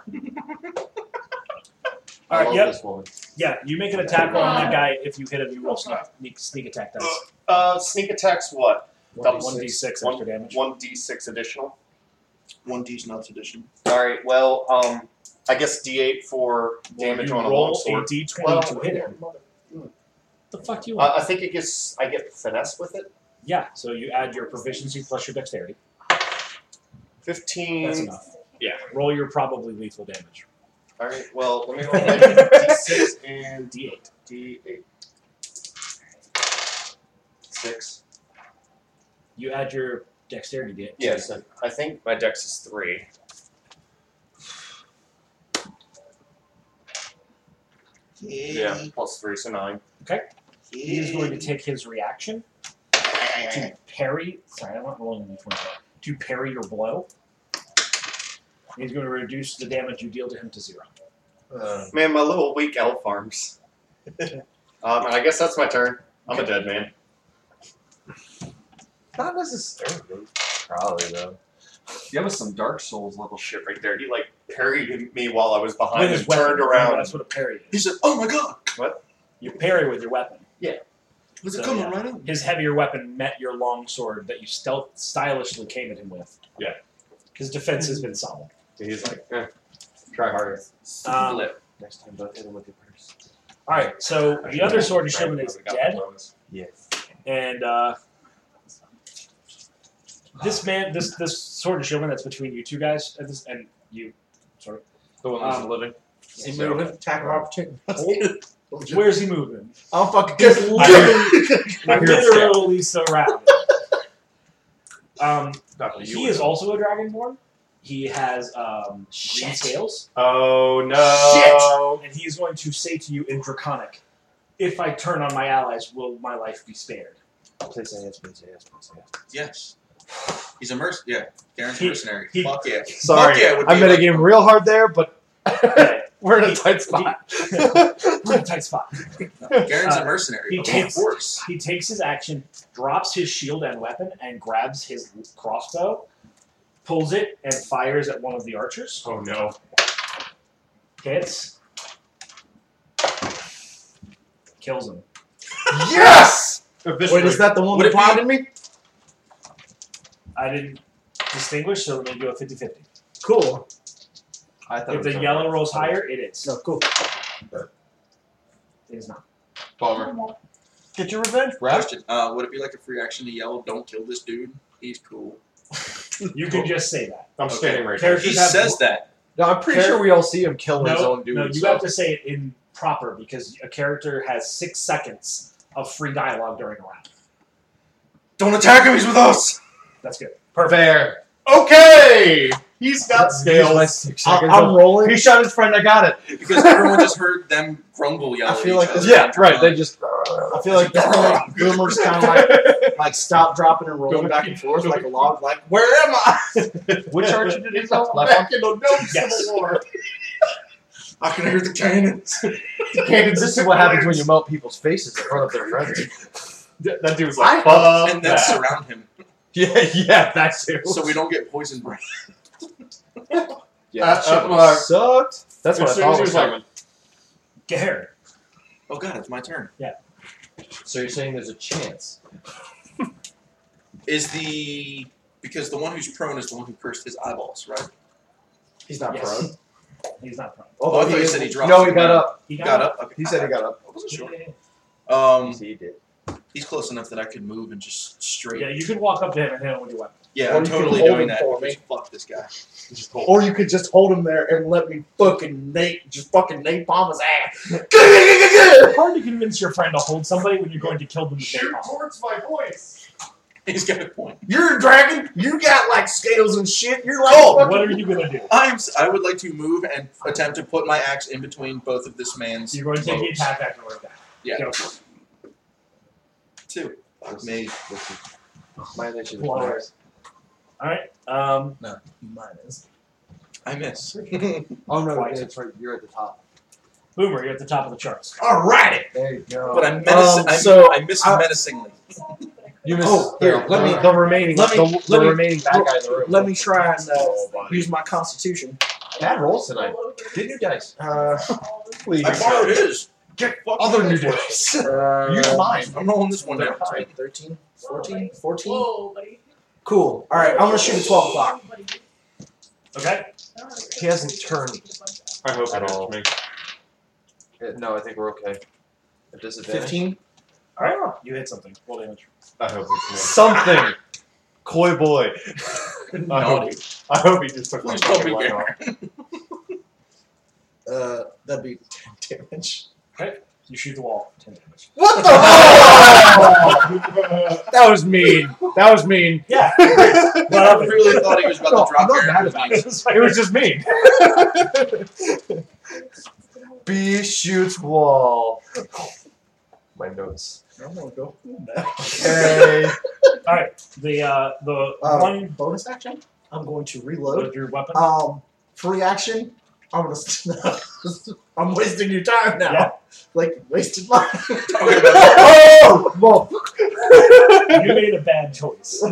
[SPEAKER 1] right,
[SPEAKER 2] I love
[SPEAKER 1] yep.
[SPEAKER 2] this woman.
[SPEAKER 1] Yeah, you make an attack on that guy. If you hit him, you roll sneak, sneak, sneak attack dice.
[SPEAKER 3] Uh, sneak attacks what? Double
[SPEAKER 1] One d six
[SPEAKER 3] One-
[SPEAKER 1] extra damage.
[SPEAKER 3] One d6 additional.
[SPEAKER 4] One D's nuts edition.
[SPEAKER 3] All right. Well, um, I guess d8 for damage
[SPEAKER 1] you
[SPEAKER 3] on a long
[SPEAKER 1] roll
[SPEAKER 3] sword.
[SPEAKER 1] a d twenty
[SPEAKER 3] Well,
[SPEAKER 1] to hit him. The fuck you
[SPEAKER 3] Uh,
[SPEAKER 1] want?
[SPEAKER 3] I think it gets. I get finesse with it.
[SPEAKER 1] yeah, so you add your proficiency plus your dexterity.
[SPEAKER 3] Fifteen.
[SPEAKER 1] That's enough.
[SPEAKER 3] yeah.
[SPEAKER 1] Roll your probably lethal damage.
[SPEAKER 3] All right. Well,
[SPEAKER 1] [LAUGHS]
[SPEAKER 3] let me roll my d6 and
[SPEAKER 1] D eight.
[SPEAKER 3] d8. Six.
[SPEAKER 1] You add your dexterity to it.
[SPEAKER 3] Yes, I- I think my dex is three. Yeah. Plus three, so nine.
[SPEAKER 1] He is going to take his reaction to parry. Sorry, I'm not rolling a d20. To parry your blow. He's going to reduce the damage you deal to him to zero.
[SPEAKER 2] Uh,
[SPEAKER 3] Man, my little weak elf [LAUGHS] arms. um, I guess that's my turn. I'm a dead man.
[SPEAKER 2] not necessarily. Probably though.
[SPEAKER 3] That was some Dark Souls level shit right there. He like parried me while I was behind
[SPEAKER 1] With
[SPEAKER 3] him,
[SPEAKER 1] his weapon.
[SPEAKER 3] turned
[SPEAKER 1] remember,
[SPEAKER 3] around.
[SPEAKER 1] That's what a parry
[SPEAKER 4] He
[SPEAKER 1] is.
[SPEAKER 4] said, Oh my god!
[SPEAKER 1] You parry with your weapon.
[SPEAKER 4] Was
[SPEAKER 1] So,
[SPEAKER 4] it coming
[SPEAKER 1] yeah.
[SPEAKER 4] right in?
[SPEAKER 1] His heavier weapon met your long sword that you stealth stylishly came at him with.
[SPEAKER 3] Yeah.
[SPEAKER 1] His defense has been solid.
[SPEAKER 3] He's like, eh, try harder.
[SPEAKER 1] Um,
[SPEAKER 2] Next time, don't hit him with your purse.
[SPEAKER 1] all right, so the other sword showman is dead,
[SPEAKER 2] Yes.
[SPEAKER 1] and uh, this man, this this sword showman that's between you two guys, at this, and you sort of
[SPEAKER 2] The one
[SPEAKER 1] Um,
[SPEAKER 2] that's living.
[SPEAKER 6] See moving, attack of opportunity.
[SPEAKER 1] [LAUGHS] Where's he moving?
[SPEAKER 6] I'm fucking
[SPEAKER 1] Just literally,
[SPEAKER 2] I hear a step.
[SPEAKER 1] literally
[SPEAKER 2] [LAUGHS]
[SPEAKER 1] surrounded. Um,
[SPEAKER 2] Doctor, you
[SPEAKER 1] he
[SPEAKER 2] would
[SPEAKER 1] is
[SPEAKER 2] know.
[SPEAKER 1] also a dragonborn. He has um, green
[SPEAKER 6] Shit.
[SPEAKER 1] scales,
[SPEAKER 3] Oh
[SPEAKER 1] no.
[SPEAKER 3] no!
[SPEAKER 1] and he is going to say to you in Draconic, "If I turn on my allies, will my life be
[SPEAKER 2] [LAUGHS]
[SPEAKER 1] spared?"
[SPEAKER 2] Please say yes, please say yes, please say yes.
[SPEAKER 4] Yes. He's a merc. Yeah, Darren's
[SPEAKER 1] He-
[SPEAKER 4] mercenary.
[SPEAKER 1] he-
[SPEAKER 4] Fuck yeah.
[SPEAKER 2] Sorry,
[SPEAKER 4] Fuck yeah, it would
[SPEAKER 2] I'm
[SPEAKER 4] be
[SPEAKER 2] gonna
[SPEAKER 4] like-
[SPEAKER 2] game real hard there, but [LAUGHS]
[SPEAKER 1] Yeah,
[SPEAKER 2] we're in a
[SPEAKER 1] He- [LAUGHS]
[SPEAKER 2] tight spot.
[SPEAKER 1] we're in a tight spot.
[SPEAKER 2] [LAUGHS]
[SPEAKER 4] Darren's
[SPEAKER 1] Uh,
[SPEAKER 4] a mercenary.
[SPEAKER 1] he
[SPEAKER 4] of
[SPEAKER 1] takes-
[SPEAKER 4] course.
[SPEAKER 1] He takes his action, drops his shield and weapon, and grabs his crossbow, pulls it, and fires at one of the archers.
[SPEAKER 3] Oh no!
[SPEAKER 1] Hits, kills him.
[SPEAKER 11] Yes!
[SPEAKER 6] Wait, is that the one
[SPEAKER 4] Would
[SPEAKER 6] that
[SPEAKER 4] it be-
[SPEAKER 6] bonded me?
[SPEAKER 1] I didn't distinguish, so let me do a 50 50.
[SPEAKER 6] Cool.
[SPEAKER 2] I thought
[SPEAKER 1] If the yellow rolls higher, it is.
[SPEAKER 6] No, cool.
[SPEAKER 1] It is not.
[SPEAKER 2] Bummer. Get your revenge, Brad.
[SPEAKER 4] Question: uh, Would it be like a free action to yell, "Don't kill this dude. He's cool."
[SPEAKER 1] You can just say that.
[SPEAKER 3] I'm
[SPEAKER 4] Okay.
[SPEAKER 3] standing right
[SPEAKER 1] Character-
[SPEAKER 3] there.
[SPEAKER 4] He
[SPEAKER 1] Just have-
[SPEAKER 4] says that.
[SPEAKER 2] No, I'm pretty
[SPEAKER 1] Care-
[SPEAKER 2] sure we all see him kill his
[SPEAKER 1] No,
[SPEAKER 2] own dude.
[SPEAKER 1] no, you
[SPEAKER 2] so-
[SPEAKER 1] have to say it in proper because a character has six seconds of free dialogue during a round.
[SPEAKER 4] Don't attack him. He's with us.
[SPEAKER 1] That's good.
[SPEAKER 2] Fair.
[SPEAKER 3] Okay, he's got
[SPEAKER 2] Use my
[SPEAKER 3] scales.
[SPEAKER 2] six
[SPEAKER 6] I,
[SPEAKER 2] seconds
[SPEAKER 6] I'm
[SPEAKER 2] of-
[SPEAKER 6] rolling.
[SPEAKER 2] He shot his friend. I got it.
[SPEAKER 4] Because everyone just heard them grumble, yell.
[SPEAKER 6] I feel
[SPEAKER 4] at each
[SPEAKER 6] like this-
[SPEAKER 4] other.
[SPEAKER 2] Yeah, right. They just.
[SPEAKER 6] I feel like that's where, like boomers kind of
[SPEAKER 1] [LAUGHS]
[SPEAKER 6] like like stop dropping and rolling back and forth like a log. Like where am I?
[SPEAKER 2] [LAUGHS] Which archer did he
[SPEAKER 3] It's not
[SPEAKER 2] kill? Left one?
[SPEAKER 3] back in the no
[SPEAKER 1] Yes.
[SPEAKER 3] Civil War.
[SPEAKER 4] I can hear the cannons.
[SPEAKER 3] Cannons
[SPEAKER 2] This is
[SPEAKER 3] and
[SPEAKER 2] what happens when you
[SPEAKER 3] flares.
[SPEAKER 2] melt people's faces in front of their friends.
[SPEAKER 3] That dude was like,
[SPEAKER 4] Fuck
[SPEAKER 3] "Fuck
[SPEAKER 4] and then
[SPEAKER 1] [LAUGHS]
[SPEAKER 3] that."
[SPEAKER 4] surround him,
[SPEAKER 2] yeah, yeah, that's it.
[SPEAKER 4] so we don't get poisoned. Right.
[SPEAKER 2] Yeah,
[SPEAKER 3] Uh,
[SPEAKER 2] that shit
[SPEAKER 3] uh,
[SPEAKER 2] would've
[SPEAKER 3] Mark.
[SPEAKER 2] sucked. That's what
[SPEAKER 3] As
[SPEAKER 2] I thought
[SPEAKER 3] soon as he
[SPEAKER 2] was
[SPEAKER 3] was like-
[SPEAKER 2] coming.
[SPEAKER 1] Gare.
[SPEAKER 4] Oh god, it's my turn.
[SPEAKER 2] So you're saying there's a chance?
[SPEAKER 4] Is the because the one who's prone is the one who cursed his eyeballs, right?
[SPEAKER 6] He's not
[SPEAKER 1] Yes.
[SPEAKER 6] prone.
[SPEAKER 1] He's not prone.
[SPEAKER 4] Oh, I thought you
[SPEAKER 2] is-
[SPEAKER 4] said he dropped.
[SPEAKER 2] No, he got up.
[SPEAKER 1] He
[SPEAKER 4] He
[SPEAKER 1] got,
[SPEAKER 4] got up. Okay.
[SPEAKER 2] He said he got up.
[SPEAKER 4] I wasn't sure.
[SPEAKER 1] Yeah, yeah,
[SPEAKER 4] Um,
[SPEAKER 2] he did.
[SPEAKER 4] he's close enough that I could move and just
[SPEAKER 1] yeah.
[SPEAKER 4] straight.
[SPEAKER 1] Yeah, you can walk up to him and hit him with your weapon.
[SPEAKER 4] Yeah,
[SPEAKER 6] Or
[SPEAKER 4] I'm
[SPEAKER 6] you can
[SPEAKER 4] totally
[SPEAKER 6] hold
[SPEAKER 4] doing
[SPEAKER 6] him
[SPEAKER 4] that.
[SPEAKER 6] for me.
[SPEAKER 4] Just fuck this guy. [LAUGHS]
[SPEAKER 6] Or you could just hold him there and let me fucking Nate just fucking napalm his ass. [LAUGHS]
[SPEAKER 1] It's hard to convince your friend to hold somebody when you're going to kill them with
[SPEAKER 3] Shoot
[SPEAKER 1] their arm.
[SPEAKER 3] towards my voice.
[SPEAKER 4] He's got a point.
[SPEAKER 6] You're a dragon. You got like scales and shit. You're like
[SPEAKER 4] Cole,
[SPEAKER 6] fucking-
[SPEAKER 1] What are you gonna do?
[SPEAKER 4] I'm. s- I would like to move and attempt to put my axe in between both of this man's.
[SPEAKER 1] You're going to take the
[SPEAKER 4] lobes.
[SPEAKER 1] attack action right back.
[SPEAKER 4] Yeah.
[SPEAKER 1] Go for it.
[SPEAKER 4] Two. Fuck me.
[SPEAKER 2] My initiative.
[SPEAKER 1] Well,
[SPEAKER 2] matters.
[SPEAKER 1] All right. Um,
[SPEAKER 6] Mine is.
[SPEAKER 4] I miss.
[SPEAKER 2] Oh no,
[SPEAKER 1] Twice.
[SPEAKER 2] it's right. You're at the top.
[SPEAKER 1] Boomer, you're at the top of the charts.
[SPEAKER 6] Alrighty.
[SPEAKER 2] There you go.
[SPEAKER 4] But I'm menacing.
[SPEAKER 6] Um,
[SPEAKER 4] I'm,
[SPEAKER 6] so,
[SPEAKER 4] I miss
[SPEAKER 6] I-
[SPEAKER 4] menacingly.
[SPEAKER 2] you missed.
[SPEAKER 6] Oh,
[SPEAKER 2] the-
[SPEAKER 6] here, let me-
[SPEAKER 2] The remaining.
[SPEAKER 6] let me-
[SPEAKER 2] the,
[SPEAKER 6] let
[SPEAKER 2] the
[SPEAKER 6] me-
[SPEAKER 2] remaining bad guy in the room.
[SPEAKER 6] Let me try and
[SPEAKER 2] Oh,
[SPEAKER 6] uh,
[SPEAKER 2] buddy.
[SPEAKER 6] use my constitution.
[SPEAKER 2] Bad rolls tonight. Get new [LAUGHS] dice.
[SPEAKER 6] Uh,
[SPEAKER 2] Please.
[SPEAKER 4] I borrowed his.
[SPEAKER 2] Get other new dice.
[SPEAKER 6] uh,
[SPEAKER 2] Use mine.
[SPEAKER 4] I'm rolling this one down.
[SPEAKER 6] 13, 14, 14.
[SPEAKER 10] Whoa, buddy.
[SPEAKER 6] Cool. All right, I'm gonna shoot at 12 o'clock.
[SPEAKER 1] Okay.
[SPEAKER 2] He hasn't turned.
[SPEAKER 3] I hope
[SPEAKER 2] At
[SPEAKER 3] it is
[SPEAKER 2] all.
[SPEAKER 3] me.
[SPEAKER 2] Uh, No, I think we're okay. A disadvantage.
[SPEAKER 6] 15.
[SPEAKER 1] All
[SPEAKER 6] Oh.
[SPEAKER 1] right. You hit something. Roll damage.
[SPEAKER 3] I hope it's
[SPEAKER 2] Something.
[SPEAKER 3] me. Coy boy. I hope,
[SPEAKER 4] Naughty.
[SPEAKER 3] he, I hope he just took my
[SPEAKER 4] Please don't
[SPEAKER 3] fucking
[SPEAKER 4] be
[SPEAKER 3] leg
[SPEAKER 4] there.
[SPEAKER 3] off.
[SPEAKER 6] Uh, that'd be 10 damage.
[SPEAKER 1] You shoot the wall. Ten damage.
[SPEAKER 6] What the
[SPEAKER 2] [LAUGHS] That was mean. That was mean.
[SPEAKER 1] Yeah.
[SPEAKER 2] [LAUGHS]
[SPEAKER 4] I
[SPEAKER 1] [LAUGHS]
[SPEAKER 4] really thought he was about
[SPEAKER 2] No,
[SPEAKER 4] to drop
[SPEAKER 2] I'm not
[SPEAKER 4] Aaron
[SPEAKER 2] mad
[SPEAKER 4] with
[SPEAKER 2] about
[SPEAKER 4] me.
[SPEAKER 2] It was just mean. [LAUGHS] B shoots wall. My [LAUGHS] notes.
[SPEAKER 6] I'm gonna go. [LAUGHS]
[SPEAKER 2] Okay.
[SPEAKER 1] the uh, the
[SPEAKER 6] Uh,
[SPEAKER 1] one
[SPEAKER 6] bonus action. I'm going to
[SPEAKER 1] with
[SPEAKER 6] reload.
[SPEAKER 1] your weapon.
[SPEAKER 6] Um, free action. I'm gonna. St- [LAUGHS] I'm wasting your time now.
[SPEAKER 1] Yeah.
[SPEAKER 6] Like wasted [LAUGHS] mine.
[SPEAKER 4] Talking about
[SPEAKER 2] oh, well,
[SPEAKER 1] you made a bad choice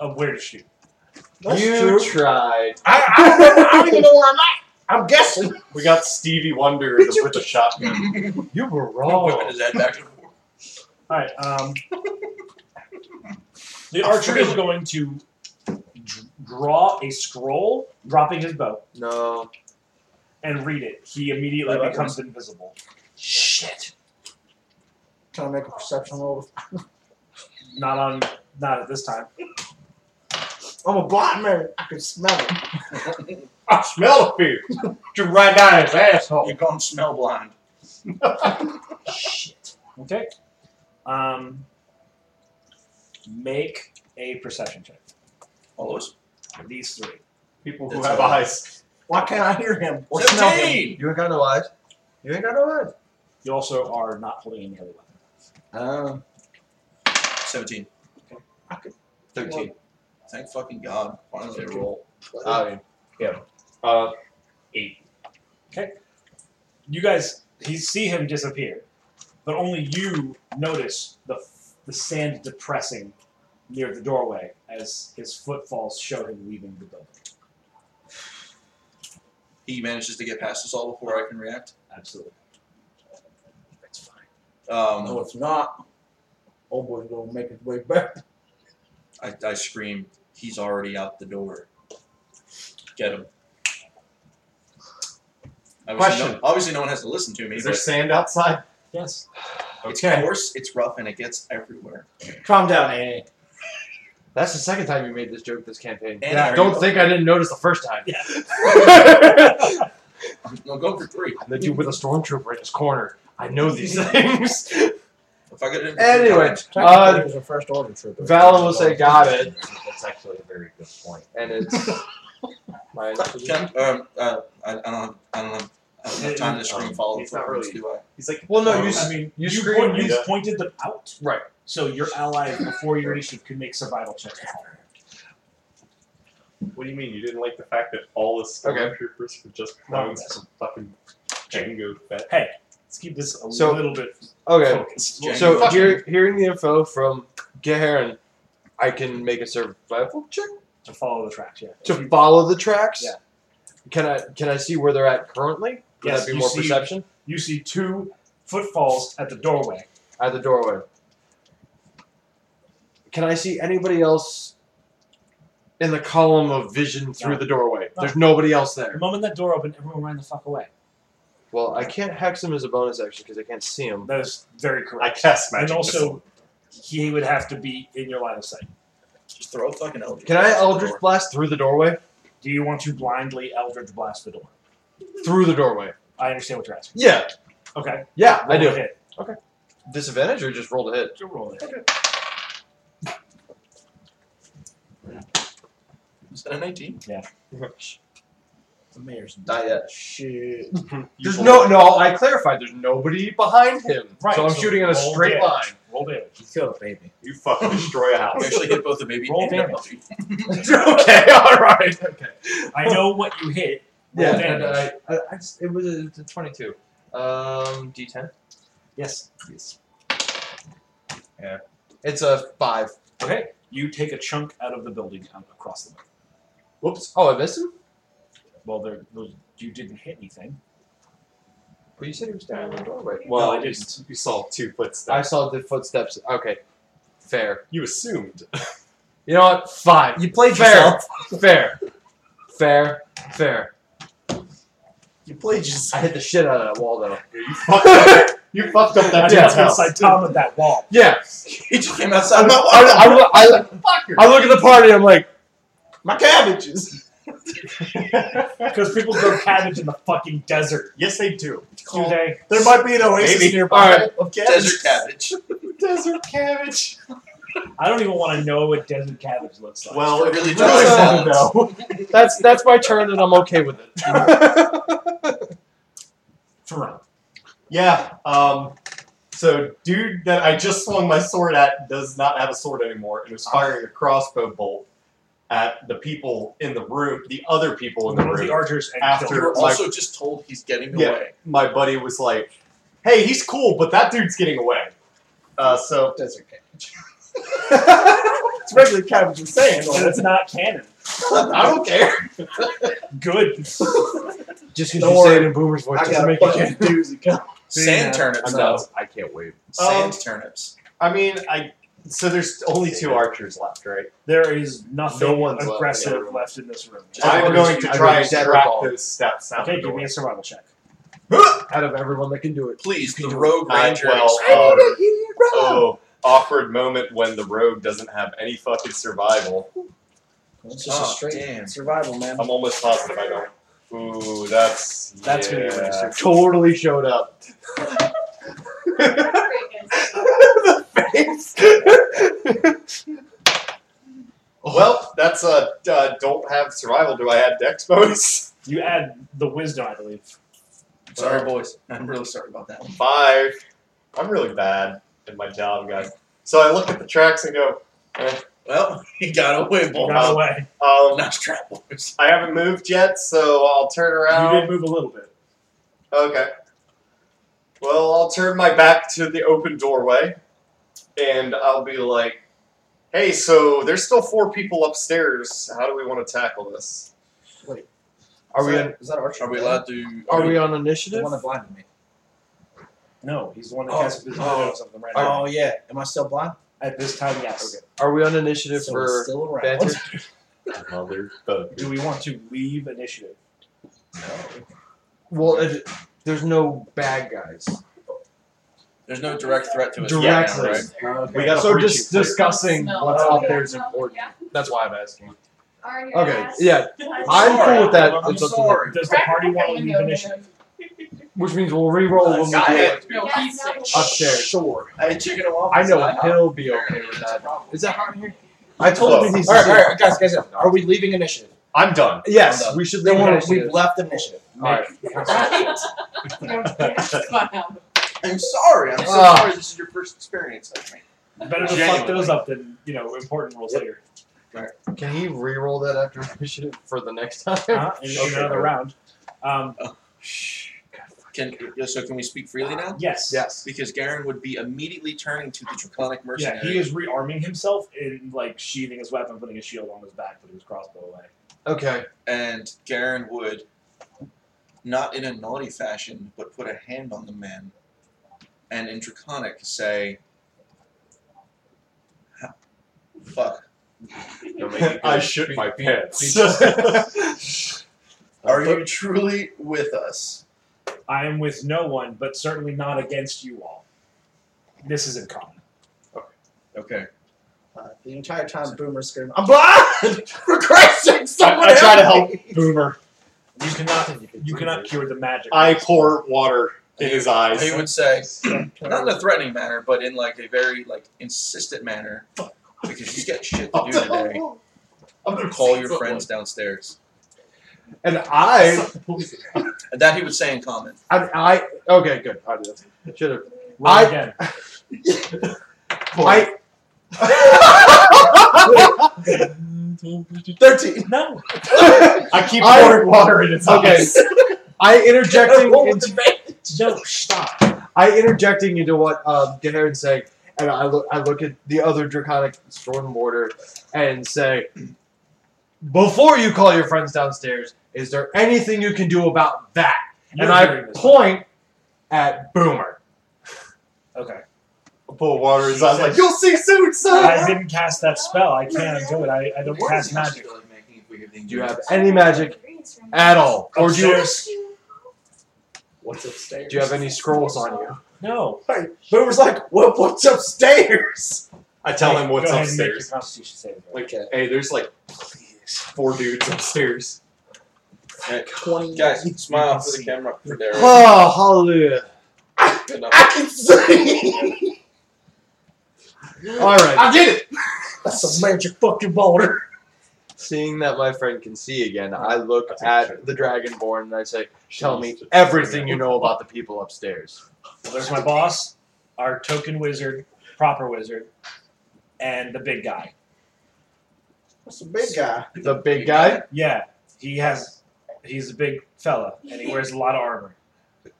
[SPEAKER 1] of where to shoot.
[SPEAKER 6] [LAUGHS] That's
[SPEAKER 2] you
[SPEAKER 6] true.
[SPEAKER 2] tried.
[SPEAKER 6] I, I, don't know, I don't even know where I'm at. I'm guessing.
[SPEAKER 3] We got Stevie Wonder with a shotgun.
[SPEAKER 2] You were
[SPEAKER 4] [LAUGHS] whipping
[SPEAKER 2] wrong.
[SPEAKER 4] his head back and forth.
[SPEAKER 1] All right. Um, the archer is going to dr- draw a scroll, dropping his bow,
[SPEAKER 2] No.
[SPEAKER 1] and read it. He immediately
[SPEAKER 4] Oh, okay.
[SPEAKER 1] becomes invisible.
[SPEAKER 6] Shit. Can I make a perception roll?
[SPEAKER 1] Not on. Not at this time.
[SPEAKER 8] I'm a blind man. I can smell it.
[SPEAKER 3] I smell the fear. Just right down his asshole.
[SPEAKER 4] You're going smell blind.
[SPEAKER 1] Shit. Okay. Um, make a perception check.
[SPEAKER 4] All of us.
[SPEAKER 1] These three.
[SPEAKER 3] People who
[SPEAKER 4] That's
[SPEAKER 3] have
[SPEAKER 4] all.
[SPEAKER 3] eyes.
[SPEAKER 8] Why can't I hear him or smell him?
[SPEAKER 4] Seventeen.
[SPEAKER 2] You ain't got no eyes. You ain't got no eyes.
[SPEAKER 1] You also are not holding any other weapon.
[SPEAKER 2] Oh.
[SPEAKER 4] Um, Seventeen.
[SPEAKER 2] Thirteen.
[SPEAKER 4] Thank fucking God. Finally, a roll.
[SPEAKER 2] I
[SPEAKER 1] Uh, eight. Okay. You guys, he see him disappear, but only you notice the the sand depressing near the doorway as his footfalls show him leaving the building.
[SPEAKER 4] He manages to get past us all before I can react.
[SPEAKER 1] Absolutely. That's fine.
[SPEAKER 4] Um,
[SPEAKER 8] No, it's not. Old boy's gonna make his way back.
[SPEAKER 4] I, I scream. He's already out the door. Get him. Obviously,
[SPEAKER 3] Question.
[SPEAKER 4] No, obviously, no one has to listen to me.
[SPEAKER 3] Is
[SPEAKER 4] but
[SPEAKER 3] there sand outside?
[SPEAKER 1] Yes.
[SPEAKER 4] it's
[SPEAKER 3] okay.
[SPEAKER 4] coarse, it's rough, and it gets everywhere.
[SPEAKER 8] Calm down, Annie.
[SPEAKER 2] That's the second time you made this joke this campaign.
[SPEAKER 4] And
[SPEAKER 2] Yeah,
[SPEAKER 4] I-
[SPEAKER 2] don't think I didn't notice the first time.
[SPEAKER 4] No, go for three.
[SPEAKER 2] [LAUGHS] The dude with a stormtrooper in his corner. I know [LAUGHS] these things.
[SPEAKER 4] If I get it in for three
[SPEAKER 2] Anyway,
[SPEAKER 4] times,
[SPEAKER 2] Uh,
[SPEAKER 8] was a first order trooper.
[SPEAKER 2] Valen will say, "Got it."
[SPEAKER 5] That's actually a very good point.
[SPEAKER 2] and [LAUGHS] it's my
[SPEAKER 4] [LAUGHS] Ken, um, uh, I, I don't, have, I don't have, I don't have time to scream
[SPEAKER 5] Um,
[SPEAKER 4] follow
[SPEAKER 3] it's not
[SPEAKER 4] forwards,
[SPEAKER 3] really-
[SPEAKER 4] do I?
[SPEAKER 3] He's like,
[SPEAKER 2] Well, no,
[SPEAKER 4] you
[SPEAKER 2] you
[SPEAKER 4] s-
[SPEAKER 1] I mean,
[SPEAKER 2] Um, you
[SPEAKER 1] you,
[SPEAKER 2] scream,
[SPEAKER 1] point- you
[SPEAKER 2] yeah.
[SPEAKER 1] pointed them out,
[SPEAKER 2] right.
[SPEAKER 1] so your allies before you reach them could make survival checks.
[SPEAKER 3] what do you mean? You didn't like the fact that all the
[SPEAKER 2] Okay.
[SPEAKER 3] stormtroopers were just
[SPEAKER 1] No,
[SPEAKER 3] clones from fucking Django Fett?
[SPEAKER 1] Hey, let's keep this a
[SPEAKER 2] So-
[SPEAKER 1] little bit
[SPEAKER 2] Okay.
[SPEAKER 1] focused.
[SPEAKER 4] Well,
[SPEAKER 2] So
[SPEAKER 4] fucking-
[SPEAKER 2] hear, hearing the info from Geharon, I can make a survival check
[SPEAKER 1] to follow the tracks, yeah.
[SPEAKER 2] to follow the tracks.
[SPEAKER 1] Yeah.
[SPEAKER 2] Can I can I see where they're at currently? Would
[SPEAKER 1] Yes,
[SPEAKER 2] that be
[SPEAKER 1] you
[SPEAKER 2] more
[SPEAKER 1] see-
[SPEAKER 2] perception
[SPEAKER 1] You see two footfalls at the doorway.
[SPEAKER 2] at the doorway? Can I see anybody else in the column of vision through
[SPEAKER 1] No.
[SPEAKER 2] the doorway?
[SPEAKER 1] No.
[SPEAKER 2] There's nobody else
[SPEAKER 1] The
[SPEAKER 2] there.
[SPEAKER 1] moment that door opened, everyone ran the fuck away.
[SPEAKER 2] Well, I can't hex him as a bonus action because I can't see him.
[SPEAKER 1] That is very
[SPEAKER 3] I
[SPEAKER 1] correct.
[SPEAKER 3] cast magic
[SPEAKER 1] and
[SPEAKER 3] missile.
[SPEAKER 1] also, he would have to be in your line of sight.
[SPEAKER 4] Just throw a fucking Eldritch.
[SPEAKER 2] Can I
[SPEAKER 4] Blast at the
[SPEAKER 2] Eldritch
[SPEAKER 4] door.
[SPEAKER 2] Blast through the doorway?
[SPEAKER 1] Do you want to blindly Eldritch blast the door?
[SPEAKER 2] Through the doorway.
[SPEAKER 1] I understand what you're asking.
[SPEAKER 2] Yeah,
[SPEAKER 1] Okay.
[SPEAKER 2] yeah, I
[SPEAKER 1] roll a
[SPEAKER 2] do.
[SPEAKER 1] Hit.
[SPEAKER 2] Disadvantage or just roll to hit?
[SPEAKER 1] Just roll it.
[SPEAKER 4] Is that a 19?
[SPEAKER 8] The mayor's
[SPEAKER 2] Not yet.
[SPEAKER 8] shit.
[SPEAKER 2] There's no, no. I clarified. There's nobody behind him,
[SPEAKER 1] Right,
[SPEAKER 2] so I'm
[SPEAKER 1] so
[SPEAKER 2] shooting in a
[SPEAKER 1] roll
[SPEAKER 2] straight
[SPEAKER 1] damage.
[SPEAKER 2] line. [LAUGHS]
[SPEAKER 1] Roll damage.
[SPEAKER 8] You killed a baby.
[SPEAKER 3] You fucking destroy a
[SPEAKER 4] I
[SPEAKER 3] house.
[SPEAKER 4] [LAUGHS] actually hit both the baby
[SPEAKER 1] Roll
[SPEAKER 4] and the
[SPEAKER 1] damage.
[SPEAKER 4] puppy.
[SPEAKER 2] okay, [LAUGHS] all right. Okay.
[SPEAKER 1] I know what you hit. Roll
[SPEAKER 2] Yeah,
[SPEAKER 1] damage.
[SPEAKER 2] and I, I, I just, it was a, it's a 22. Um, D10.
[SPEAKER 1] Yes. Yes.
[SPEAKER 2] It's a five.
[SPEAKER 1] Okay. You take a chunk out of the building and across the way.
[SPEAKER 2] Whoops. Oh, I missed him.
[SPEAKER 1] Well, there, those- you didn't hit anything.
[SPEAKER 2] Well, Oh, you said he was down in the doorway.
[SPEAKER 3] Well,
[SPEAKER 1] No, I didn't.
[SPEAKER 3] You saw two
[SPEAKER 2] I
[SPEAKER 3] footsteps.
[SPEAKER 2] saw the footsteps. Okay, fair.
[SPEAKER 3] You assumed.
[SPEAKER 2] [LAUGHS] You know what? Fine.
[SPEAKER 8] You played
[SPEAKER 2] fair.
[SPEAKER 8] yourself.
[SPEAKER 2] [LAUGHS] Fair. Fair. Fair.
[SPEAKER 8] You played yourself.
[SPEAKER 2] I hit the shit out of that wall though.
[SPEAKER 3] You fucked up. you fucked up that
[SPEAKER 1] I
[SPEAKER 2] Yeah.
[SPEAKER 1] just
[SPEAKER 3] dude's
[SPEAKER 1] went
[SPEAKER 3] house.
[SPEAKER 1] inside Tom at that
[SPEAKER 2] [LAUGHS]
[SPEAKER 1] wall.
[SPEAKER 2] [LAUGHS] Yeah.
[SPEAKER 4] [LAUGHS] He just came outside.
[SPEAKER 2] I'm
[SPEAKER 4] of
[SPEAKER 2] not,
[SPEAKER 4] my-
[SPEAKER 2] I, I, I,
[SPEAKER 3] Fucker.
[SPEAKER 2] I look at the party. I'm like,
[SPEAKER 8] My cabbages.
[SPEAKER 1] Because people grow cabbage in the fucking desert.
[SPEAKER 3] Yes, they do.
[SPEAKER 1] Do they?
[SPEAKER 8] There might be an oasis
[SPEAKER 3] Maybe.
[SPEAKER 8] nearby [LAUGHS]
[SPEAKER 2] All right.
[SPEAKER 8] of
[SPEAKER 4] Desert
[SPEAKER 8] cabbages.
[SPEAKER 4] cabbage.
[SPEAKER 3] Desert cabbage.
[SPEAKER 1] I don't even want to know what desert cabbage looks like.
[SPEAKER 3] Well,
[SPEAKER 4] For
[SPEAKER 3] if
[SPEAKER 4] really
[SPEAKER 3] you
[SPEAKER 4] dry
[SPEAKER 3] really
[SPEAKER 4] salads.
[SPEAKER 3] want
[SPEAKER 2] that's that's my turn, and I'm okay with [LAUGHS] it.
[SPEAKER 1] Toronto.
[SPEAKER 3] to know- Yeah. Um. So, dude, that I just swung my sword at does not have a sword anymore,
[SPEAKER 1] Ah.
[SPEAKER 3] and was firing a crossbow bolt at the people in the room, the other people in the
[SPEAKER 1] One of
[SPEAKER 3] room.
[SPEAKER 1] the archers and
[SPEAKER 3] After-
[SPEAKER 4] You
[SPEAKER 1] killed
[SPEAKER 4] were
[SPEAKER 3] Like-
[SPEAKER 4] also just told he's getting
[SPEAKER 3] Yeah.
[SPEAKER 4] away.
[SPEAKER 3] my buddy was like, "Hey, he's cool, but that dude's getting away." Uh, so
[SPEAKER 8] Desert cabbage. [LAUGHS] it's regular cabbage and sand.
[SPEAKER 1] Well, that's not canon.
[SPEAKER 8] I don't care.
[SPEAKER 2] [LAUGHS]
[SPEAKER 1] Good.
[SPEAKER 2] Just
[SPEAKER 8] 'cause you say it
[SPEAKER 2] in Boomer's voice
[SPEAKER 8] I got a fucking doozy coming.
[SPEAKER 4] Sand turnips.
[SPEAKER 2] I'm done.
[SPEAKER 4] though. Oh.
[SPEAKER 2] I can't wait.
[SPEAKER 4] Sand turnips.
[SPEAKER 3] I mean, I so there's only two archers left, right?
[SPEAKER 1] [LAUGHS] There is nothing
[SPEAKER 2] No one's left,
[SPEAKER 1] aggressive
[SPEAKER 2] yeah.
[SPEAKER 1] left in this room.
[SPEAKER 4] Just
[SPEAKER 3] I'm
[SPEAKER 2] archers,
[SPEAKER 3] going to
[SPEAKER 2] I
[SPEAKER 3] try
[SPEAKER 2] mean,
[SPEAKER 3] and
[SPEAKER 2] shadow
[SPEAKER 3] track
[SPEAKER 2] ball.
[SPEAKER 3] those steps out
[SPEAKER 1] okay,
[SPEAKER 3] the
[SPEAKER 1] give
[SPEAKER 3] door.
[SPEAKER 1] me a survival check.
[SPEAKER 3] [LAUGHS]
[SPEAKER 2] Out of everyone that can do it.
[SPEAKER 4] Please, the rogue
[SPEAKER 3] Nine,
[SPEAKER 4] ranger.
[SPEAKER 3] twelve,
[SPEAKER 4] explorer.
[SPEAKER 3] um, Oh, awkward moment when the rogue doesn't have any fucking survival.
[SPEAKER 8] It's just a
[SPEAKER 4] Oh,
[SPEAKER 8] straight
[SPEAKER 4] damn.
[SPEAKER 8] survival, man.
[SPEAKER 3] I'm almost positive I don't. Ooh, that's
[SPEAKER 2] That's
[SPEAKER 3] yeah.
[SPEAKER 2] gonna be racist. Totally showed up.
[SPEAKER 3] [LAUGHS] Well, that's a uh, don't have survival. Do I add dex bonus?
[SPEAKER 1] You add the wisdom, I believe.
[SPEAKER 2] uh,
[SPEAKER 4] Sorry, boys. I'm really sorry about that. one.
[SPEAKER 3] Five. I'm really bad at my job, guys. So I look at the tracks and go,
[SPEAKER 4] Well, [LAUGHS] he got away, boys.
[SPEAKER 1] Not away.
[SPEAKER 3] um,
[SPEAKER 4] Nice try, boys.
[SPEAKER 3] I haven't moved yet, so I'll turn
[SPEAKER 1] You
[SPEAKER 3] around.
[SPEAKER 1] did move a little bit.
[SPEAKER 3] Okay. Well, I'll turn my back to the open doorway, and I'll be like, "Hey, so there's still four people upstairs. How do we want to tackle this?"
[SPEAKER 2] Are
[SPEAKER 8] is
[SPEAKER 2] we?
[SPEAKER 8] that,
[SPEAKER 2] On,
[SPEAKER 8] is that Archer?
[SPEAKER 4] Are we allowed to?
[SPEAKER 2] are we on
[SPEAKER 8] The
[SPEAKER 2] initiative?
[SPEAKER 8] one that blinded me.
[SPEAKER 1] No, he's the one that
[SPEAKER 8] Oh,
[SPEAKER 1] cast his
[SPEAKER 8] oh,
[SPEAKER 1] on them right now.
[SPEAKER 8] Oh yeah. Am I still blind?
[SPEAKER 1] At this time, yes.
[SPEAKER 2] Are we on initiative
[SPEAKER 8] So it's
[SPEAKER 2] for
[SPEAKER 8] still around.
[SPEAKER 2] banter?
[SPEAKER 8] [LAUGHS]
[SPEAKER 1] Do we want to leave initiative?
[SPEAKER 2] Well, it, there's no bad guys.
[SPEAKER 4] There's no direct threat to us.
[SPEAKER 2] Direct
[SPEAKER 4] right now, right?
[SPEAKER 2] threat.
[SPEAKER 1] We gotta
[SPEAKER 2] so
[SPEAKER 1] preach
[SPEAKER 2] just
[SPEAKER 1] it clear.
[SPEAKER 2] discussing
[SPEAKER 7] Smell.
[SPEAKER 2] what's
[SPEAKER 7] Oh,
[SPEAKER 2] out there is
[SPEAKER 7] yeah.
[SPEAKER 2] important.
[SPEAKER 7] Yeah.
[SPEAKER 2] That's why I'm asking.
[SPEAKER 7] Alright, your
[SPEAKER 2] Okay.
[SPEAKER 7] ass.
[SPEAKER 2] Yeah, I'm
[SPEAKER 4] sorry.
[SPEAKER 2] cool with that.
[SPEAKER 4] I'm
[SPEAKER 2] It's up to
[SPEAKER 4] sorry.
[SPEAKER 1] Does the party want to leave initiative?
[SPEAKER 2] them. Which means Oh, we'll re-roll when we
[SPEAKER 4] Guy
[SPEAKER 2] get
[SPEAKER 4] had-
[SPEAKER 7] No, he's sick.
[SPEAKER 2] upstairs.
[SPEAKER 8] Sure.
[SPEAKER 4] I had chicken and waffles.
[SPEAKER 2] I know
[SPEAKER 4] at IHOP.
[SPEAKER 2] he'll be okay
[SPEAKER 4] Apparently
[SPEAKER 2] with
[SPEAKER 4] that's a
[SPEAKER 2] that.
[SPEAKER 4] problem.
[SPEAKER 2] Is that hard here? I told
[SPEAKER 3] Close.
[SPEAKER 2] him he's.
[SPEAKER 8] All right, all right, guys, guys. Are we leaving initiative?
[SPEAKER 3] I'm done.
[SPEAKER 2] Yes, we should leave
[SPEAKER 8] Then we're-
[SPEAKER 2] initiative.
[SPEAKER 8] we've left initiative.
[SPEAKER 2] All right.
[SPEAKER 7] Right? Wow.
[SPEAKER 4] I'm sorry. I'm so
[SPEAKER 2] Ah.
[SPEAKER 4] sorry. This is your first experience. I [LAUGHS] think.
[SPEAKER 1] Better to fuck
[SPEAKER 4] Genuinely.
[SPEAKER 1] those up than you know important rules later.
[SPEAKER 2] Can he re-roll that after initiative for the next time?
[SPEAKER 8] Uh,
[SPEAKER 1] Huh? Uh, In, in another round. Um,
[SPEAKER 4] Can yeah, so? Can we speak freely now?
[SPEAKER 1] yes.
[SPEAKER 2] Yes.
[SPEAKER 4] Because Garen would be immediately turning to the draconic mercenary.
[SPEAKER 1] Yeah, he is rearming himself and like sheathing his weapon, putting his shield on his back, putting his crossbow away.
[SPEAKER 2] Okay.
[SPEAKER 4] and Garen would, not in a naughty fashion, but put a hand on the man, and in Draconic say, "Ha- "Fuck,
[SPEAKER 3] I shit my pants. [LAUGHS]
[SPEAKER 4] are you truly with us?"
[SPEAKER 1] I am with no one, but certainly not against you all. This isn't common.
[SPEAKER 4] Okay.
[SPEAKER 8] Uh, the entire time, Boomer's screaming, "I'm blind!" For Christ's sake, someone
[SPEAKER 3] I try to help
[SPEAKER 8] me. [LAUGHS]
[SPEAKER 1] Boomer, you cannot you cannot cure the magic.
[SPEAKER 3] I pour water in his eyes.
[SPEAKER 4] He would say, not in a threatening manner, but in like a very like insistent manner, because you got shit [LAUGHS] to do today.
[SPEAKER 3] I'm gonna
[SPEAKER 4] Call your
[SPEAKER 3] football.
[SPEAKER 4] friends downstairs.
[SPEAKER 2] And I,
[SPEAKER 4] And that he would say in comment.
[SPEAKER 2] and I. Okay, good. I did. Should have.
[SPEAKER 1] Roll
[SPEAKER 2] I-
[SPEAKER 1] again.
[SPEAKER 2] I.
[SPEAKER 8] [LAUGHS] Thirteen.
[SPEAKER 1] No.
[SPEAKER 3] I keep
[SPEAKER 2] I-
[SPEAKER 3] pouring water in his
[SPEAKER 2] Okay.
[SPEAKER 3] eyes.
[SPEAKER 2] I interjecting.
[SPEAKER 8] Roll with [LAUGHS]
[SPEAKER 2] into-
[SPEAKER 1] No, stop.
[SPEAKER 2] I interjecting into what um, Gaharin's saying, and I look I look at the other draconic stormboarder and say, before you call your friends downstairs, is there anything you can do about that?
[SPEAKER 1] You're
[SPEAKER 2] and I
[SPEAKER 1] hearing this.
[SPEAKER 2] point at Boomer.
[SPEAKER 1] Okay.
[SPEAKER 3] I [LAUGHS] pour water in his eyes. Like you'll see soon,
[SPEAKER 1] I
[SPEAKER 3] son.
[SPEAKER 1] didn't cast that spell. I can't do it. I, I don't
[SPEAKER 4] Where is
[SPEAKER 1] cast
[SPEAKER 4] the house
[SPEAKER 1] magic.
[SPEAKER 4] really making if we give the
[SPEAKER 2] Do you have
[SPEAKER 4] ingredients?
[SPEAKER 2] any magic at all, or do you,
[SPEAKER 1] Upstairs.
[SPEAKER 8] What's upstairs?
[SPEAKER 2] do you have any scrolls on you?
[SPEAKER 1] No.
[SPEAKER 8] Boomer's like, "What? What's upstairs?"
[SPEAKER 3] I tell him
[SPEAKER 1] Go
[SPEAKER 3] what's
[SPEAKER 1] ahead and make your
[SPEAKER 3] upstairs.
[SPEAKER 1] constitution saving throw.
[SPEAKER 3] Like,
[SPEAKER 8] Okay.
[SPEAKER 3] hey, there's like four dudes upstairs.
[SPEAKER 8] Twenty
[SPEAKER 4] Guys, smile for the camera for Derek.
[SPEAKER 2] Oh, hallelujah!
[SPEAKER 4] Good enough.
[SPEAKER 8] I can see.
[SPEAKER 2] All right,
[SPEAKER 8] I did it. That's a magic fucking boulder.
[SPEAKER 2] seeing that my friend can see again, I look at the dragonborn and I say, "Tell me everything you know about the people upstairs."
[SPEAKER 1] Well, there's my boss, our token wizard, proper wizard, and the big guy.
[SPEAKER 8] That's a big guy.
[SPEAKER 2] The big guy?
[SPEAKER 1] Yeah, he has. He's a big fella, and he wears a lot of armor.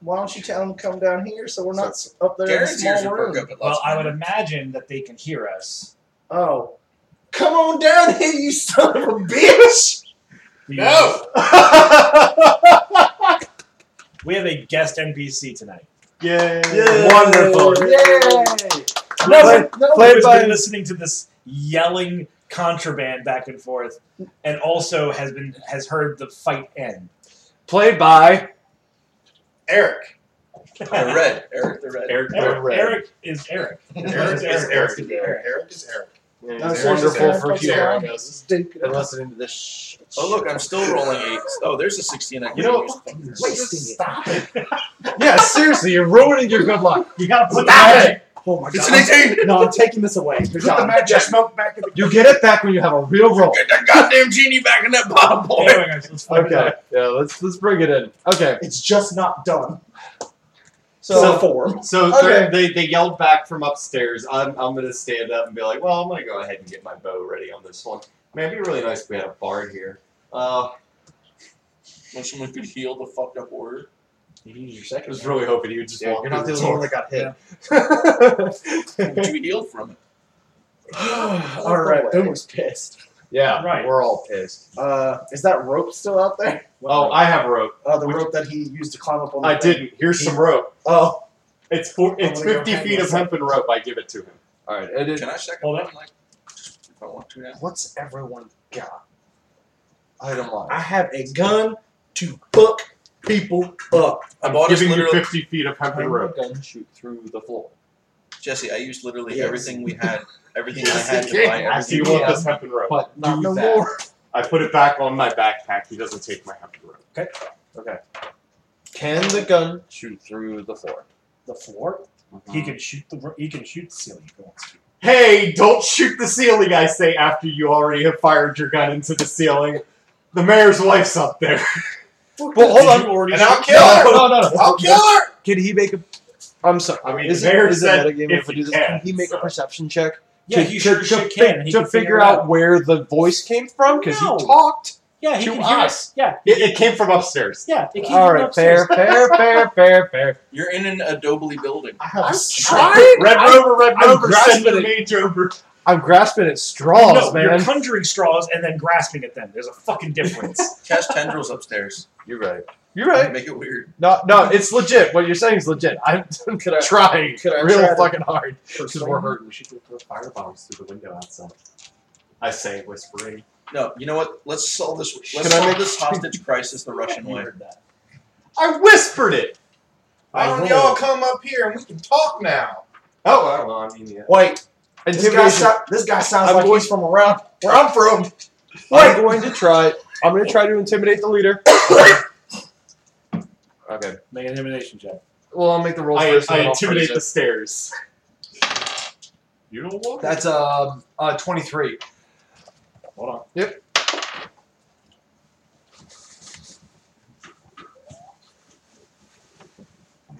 [SPEAKER 8] Why don't you tell him to come down here so we're not s- up there in a
[SPEAKER 4] Garen's ears
[SPEAKER 8] small
[SPEAKER 4] would perk
[SPEAKER 8] room?
[SPEAKER 4] up at
[SPEAKER 1] Well,
[SPEAKER 4] lots
[SPEAKER 1] I
[SPEAKER 4] of
[SPEAKER 1] would
[SPEAKER 4] moments.
[SPEAKER 1] imagine that they can hear us.
[SPEAKER 8] Oh, come on down here, you son of a [LAUGHS] bitch!
[SPEAKER 1] We-
[SPEAKER 3] No!
[SPEAKER 1] we have a guest NPC tonight.
[SPEAKER 3] Yay!
[SPEAKER 8] Oh,
[SPEAKER 2] Wonderful.
[SPEAKER 8] Yay!
[SPEAKER 2] Play-
[SPEAKER 1] Who's
[SPEAKER 2] played by
[SPEAKER 1] been listening to this yelling contraband back and forth, and also has been has heard the fight end.
[SPEAKER 2] played by
[SPEAKER 3] Eric.
[SPEAKER 4] The red, Eric the red.
[SPEAKER 3] Eric.
[SPEAKER 1] Eric,
[SPEAKER 2] Red.
[SPEAKER 1] Eric is Eric.
[SPEAKER 3] Eric is Eric. Eric is Eric.
[SPEAKER 2] That's
[SPEAKER 3] There it is.
[SPEAKER 2] wonderful for
[SPEAKER 3] There it
[SPEAKER 2] humanity.
[SPEAKER 3] goes.
[SPEAKER 2] Been listening to this. Sh-
[SPEAKER 4] Oh look, I'm still rolling eights. Oh, there's a sixteen. I can
[SPEAKER 3] You know
[SPEAKER 4] use.
[SPEAKER 8] Stop it.
[SPEAKER 2] yeah, seriously, you're ruining your good luck.
[SPEAKER 1] You gotta put
[SPEAKER 2] Stop
[SPEAKER 1] that
[SPEAKER 8] Oh my god.
[SPEAKER 4] It's an eighteen.
[SPEAKER 8] No, I'm taking this away. Good
[SPEAKER 5] Put the
[SPEAKER 8] job.
[SPEAKER 5] magic smoke back in the
[SPEAKER 2] You get it back when you have a real roll.
[SPEAKER 4] [LAUGHS] Get that goddamn genie back in that bottle, boy.
[SPEAKER 1] Anyway, guys, let's flip it
[SPEAKER 2] Okay,
[SPEAKER 1] up.
[SPEAKER 2] yeah, let's let's bring it in. Okay,
[SPEAKER 8] It's just not done.
[SPEAKER 2] so
[SPEAKER 8] form.
[SPEAKER 3] So
[SPEAKER 2] Okay.
[SPEAKER 3] they're- they they yelled back from upstairs. I'm I'm gonna stand up and be like, well, I'm gonna go ahead and get my bow ready on this one. Man, it'd be really nice if we had a bard here. Uh,
[SPEAKER 4] When someone could heal the fucked up [LAUGHS] order.
[SPEAKER 2] you use your
[SPEAKER 3] I
[SPEAKER 2] second.
[SPEAKER 3] was really hoping you would just
[SPEAKER 2] Yeah,
[SPEAKER 3] walk
[SPEAKER 2] you're not the
[SPEAKER 3] through
[SPEAKER 2] only one that got hit. [LAUGHS]
[SPEAKER 4] Would you heal from it?
[SPEAKER 8] All right, Boomer's pissed.
[SPEAKER 2] yeah,
[SPEAKER 1] Right.
[SPEAKER 2] we're all pissed.
[SPEAKER 8] Uh, is that rope still out there?
[SPEAKER 3] door. Oh, I have a rope.
[SPEAKER 8] Uh, the
[SPEAKER 3] Which-
[SPEAKER 8] rope that he used to climb up on. The
[SPEAKER 3] I
[SPEAKER 8] thing.
[SPEAKER 3] didn't. Here's some rope.
[SPEAKER 8] Oh,
[SPEAKER 3] It's four,
[SPEAKER 8] I'm
[SPEAKER 3] it's
[SPEAKER 8] gonna go
[SPEAKER 3] 50
[SPEAKER 8] hang
[SPEAKER 3] feet of
[SPEAKER 8] myself.
[SPEAKER 3] hemp and rope. I give it to him.
[SPEAKER 2] All right, and it,
[SPEAKER 4] Can I second
[SPEAKER 1] Hold on.
[SPEAKER 4] one, Like, if I want to now.
[SPEAKER 2] what's everyone got? Item
[SPEAKER 8] I
[SPEAKER 2] line.
[SPEAKER 8] have a gun to fuck people up.
[SPEAKER 4] I
[SPEAKER 3] I'm
[SPEAKER 4] bought us
[SPEAKER 3] giving you
[SPEAKER 4] literally
[SPEAKER 3] 50 feet of hemp and rope.
[SPEAKER 2] gun shoot through the floor.
[SPEAKER 4] Jesse. I used literally
[SPEAKER 8] Yes.
[SPEAKER 4] everything we had. Everything
[SPEAKER 2] Yes,
[SPEAKER 4] I had
[SPEAKER 2] you
[SPEAKER 4] to buy.
[SPEAKER 2] can.
[SPEAKER 4] Everything
[SPEAKER 3] Do you
[SPEAKER 2] Yeah.
[SPEAKER 3] want this hemp and rope?
[SPEAKER 2] But
[SPEAKER 8] Not
[SPEAKER 2] do
[SPEAKER 8] no
[SPEAKER 2] that.
[SPEAKER 8] more.
[SPEAKER 3] I put it back on my backpack. He doesn't take my hemp and rope.
[SPEAKER 2] Can the gun shoot through the floor?
[SPEAKER 1] The floor. He can shoot the. He can shoot the ceiling if he wants to.
[SPEAKER 3] Hey, don't shoot the ceiling, I say, after you already have fired your gun into the ceiling. The mayor's wife's up there.
[SPEAKER 2] Well, hold on.
[SPEAKER 4] And I'll
[SPEAKER 2] No,
[SPEAKER 4] kill her.
[SPEAKER 2] no, no, no.
[SPEAKER 4] I'll kill her.
[SPEAKER 2] Can he make a? I'm sorry.
[SPEAKER 3] I mean,
[SPEAKER 2] is
[SPEAKER 3] the mayor
[SPEAKER 2] it, is it
[SPEAKER 3] said
[SPEAKER 2] metagame
[SPEAKER 3] if
[SPEAKER 2] if we
[SPEAKER 3] you
[SPEAKER 2] do this?
[SPEAKER 3] can,
[SPEAKER 2] Can he make
[SPEAKER 3] so.
[SPEAKER 2] a perception check?
[SPEAKER 1] Yeah,
[SPEAKER 2] to,
[SPEAKER 1] he
[SPEAKER 2] to-
[SPEAKER 1] sure,
[SPEAKER 2] to,
[SPEAKER 1] sure
[SPEAKER 2] fi-
[SPEAKER 1] can. He
[SPEAKER 2] to
[SPEAKER 1] can
[SPEAKER 2] figure, out, where the voice came from because
[SPEAKER 1] No.
[SPEAKER 2] he talked.
[SPEAKER 1] Yeah, he
[SPEAKER 2] to
[SPEAKER 1] can hear us. Yeah,
[SPEAKER 3] It, it came from upstairs.
[SPEAKER 1] yeah. It can
[SPEAKER 2] All right, fair, fair, fair, fair, fair.
[SPEAKER 4] You're in an adobely building.
[SPEAKER 8] I have a
[SPEAKER 2] trying.
[SPEAKER 3] Red
[SPEAKER 2] I'm-
[SPEAKER 3] Rover, Red
[SPEAKER 2] I'm
[SPEAKER 3] Rover, send
[SPEAKER 2] grasping
[SPEAKER 3] the
[SPEAKER 2] it.
[SPEAKER 3] mage over.
[SPEAKER 2] I'm grasping at
[SPEAKER 1] no,
[SPEAKER 2] straws,
[SPEAKER 1] you're
[SPEAKER 2] man.
[SPEAKER 1] conjuring straws and then grasping at them. There's a fucking
[SPEAKER 2] [LAUGHS]
[SPEAKER 1] difference.
[SPEAKER 4] Cast tendrils upstairs.
[SPEAKER 2] You're right. You're right.
[SPEAKER 4] Make it weird.
[SPEAKER 2] No, no, it's legit. What you're saying is legit. I'm, I'm
[SPEAKER 3] Could
[SPEAKER 2] [LAUGHS]
[SPEAKER 3] I-
[SPEAKER 2] trying
[SPEAKER 3] could I
[SPEAKER 2] real
[SPEAKER 3] try to-
[SPEAKER 2] fucking [LAUGHS] hard.
[SPEAKER 3] Because
[SPEAKER 2] we're hurting.
[SPEAKER 3] We should go throw firebombs through the window outside. I say, whispering.
[SPEAKER 4] No, you know what? Let's solve this. Let's
[SPEAKER 2] Can I
[SPEAKER 4] solve
[SPEAKER 2] make-
[SPEAKER 4] this hostage crisis the Russian way.
[SPEAKER 3] I whispered it.
[SPEAKER 4] Why don't y'all come up here and we can talk now?
[SPEAKER 3] Oh, well, well, I mean, yeah.
[SPEAKER 8] Wait, this guy,
[SPEAKER 2] Intimidation.
[SPEAKER 8] sou- this guy sounds
[SPEAKER 2] I'm
[SPEAKER 8] like
[SPEAKER 2] going-
[SPEAKER 8] he's from around where I'm from.
[SPEAKER 2] I'm going to try. I'm going to try to intimidate the leader. [COUGHS] okay.
[SPEAKER 1] Make an intimidation check.
[SPEAKER 2] Well, I'll make the roll
[SPEAKER 3] I,
[SPEAKER 2] first. and
[SPEAKER 3] I
[SPEAKER 2] then I'll
[SPEAKER 3] intimidate the
[SPEAKER 2] phrase
[SPEAKER 3] stairs. You don't
[SPEAKER 2] it.
[SPEAKER 3] walk.
[SPEAKER 2] That's um uh 23.
[SPEAKER 1] Hold on.
[SPEAKER 2] Yep.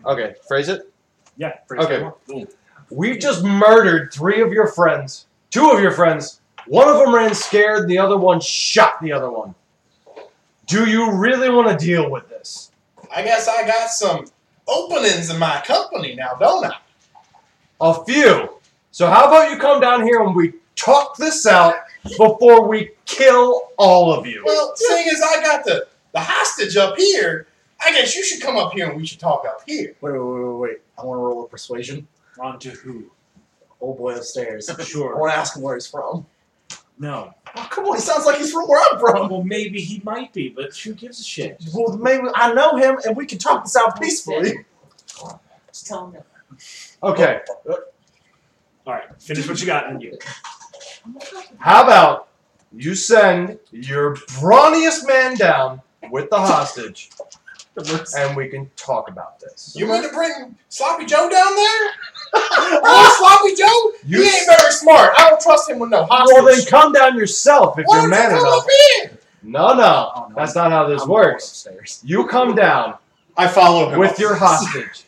[SPEAKER 2] Okay, phrase it.
[SPEAKER 1] Yeah.
[SPEAKER 2] Okay.
[SPEAKER 4] Boom.
[SPEAKER 2] We've just murdered three of your friends. Two of your friends. One of them ran scared, the other one shot the other one. Do you really want to deal with this?
[SPEAKER 4] I guess I got some openings in my company now, don't I?
[SPEAKER 2] A few. So how about you come down here and we talk this out before we kill all of you?
[SPEAKER 4] Well, seeing as I got the, the hostage up here, I guess you should come up here and we should talk up here.
[SPEAKER 8] Wait, wait, wait, wait, wait. I want to roll a persuasion.
[SPEAKER 1] On to who?
[SPEAKER 8] Old boy
[SPEAKER 4] [LAUGHS]
[SPEAKER 8] upstairs. I
[SPEAKER 1] Sure.
[SPEAKER 8] want to ask him where he's from.
[SPEAKER 1] No.
[SPEAKER 8] Oh, come on, he sounds like he's from where I'm from.
[SPEAKER 1] Well, maybe he might be, but who gives a shit?
[SPEAKER 8] Well, maybe I know him and we can talk this out peacefully.
[SPEAKER 7] Just tell him that.
[SPEAKER 2] Okay.
[SPEAKER 1] All right, finish what you got in you.
[SPEAKER 2] How about you send your brawniest man down with the hostage and we can talk about this.
[SPEAKER 4] You want to bring Sloppy Joe down there? oh, Sloppy Joe?
[SPEAKER 2] You
[SPEAKER 4] he ain't very smart. I don't trust him with no hostage.
[SPEAKER 2] well, then come down yourself if
[SPEAKER 4] Why
[SPEAKER 2] you're
[SPEAKER 4] don't
[SPEAKER 2] man
[SPEAKER 4] you come
[SPEAKER 2] enough.
[SPEAKER 4] up here?
[SPEAKER 2] No, no,
[SPEAKER 8] Oh, no.
[SPEAKER 2] that's not how this
[SPEAKER 8] I'm going
[SPEAKER 2] works.
[SPEAKER 8] Upstairs.
[SPEAKER 2] You come down
[SPEAKER 3] I follow him.
[SPEAKER 2] with your
[SPEAKER 3] upstairs.
[SPEAKER 2] hostage.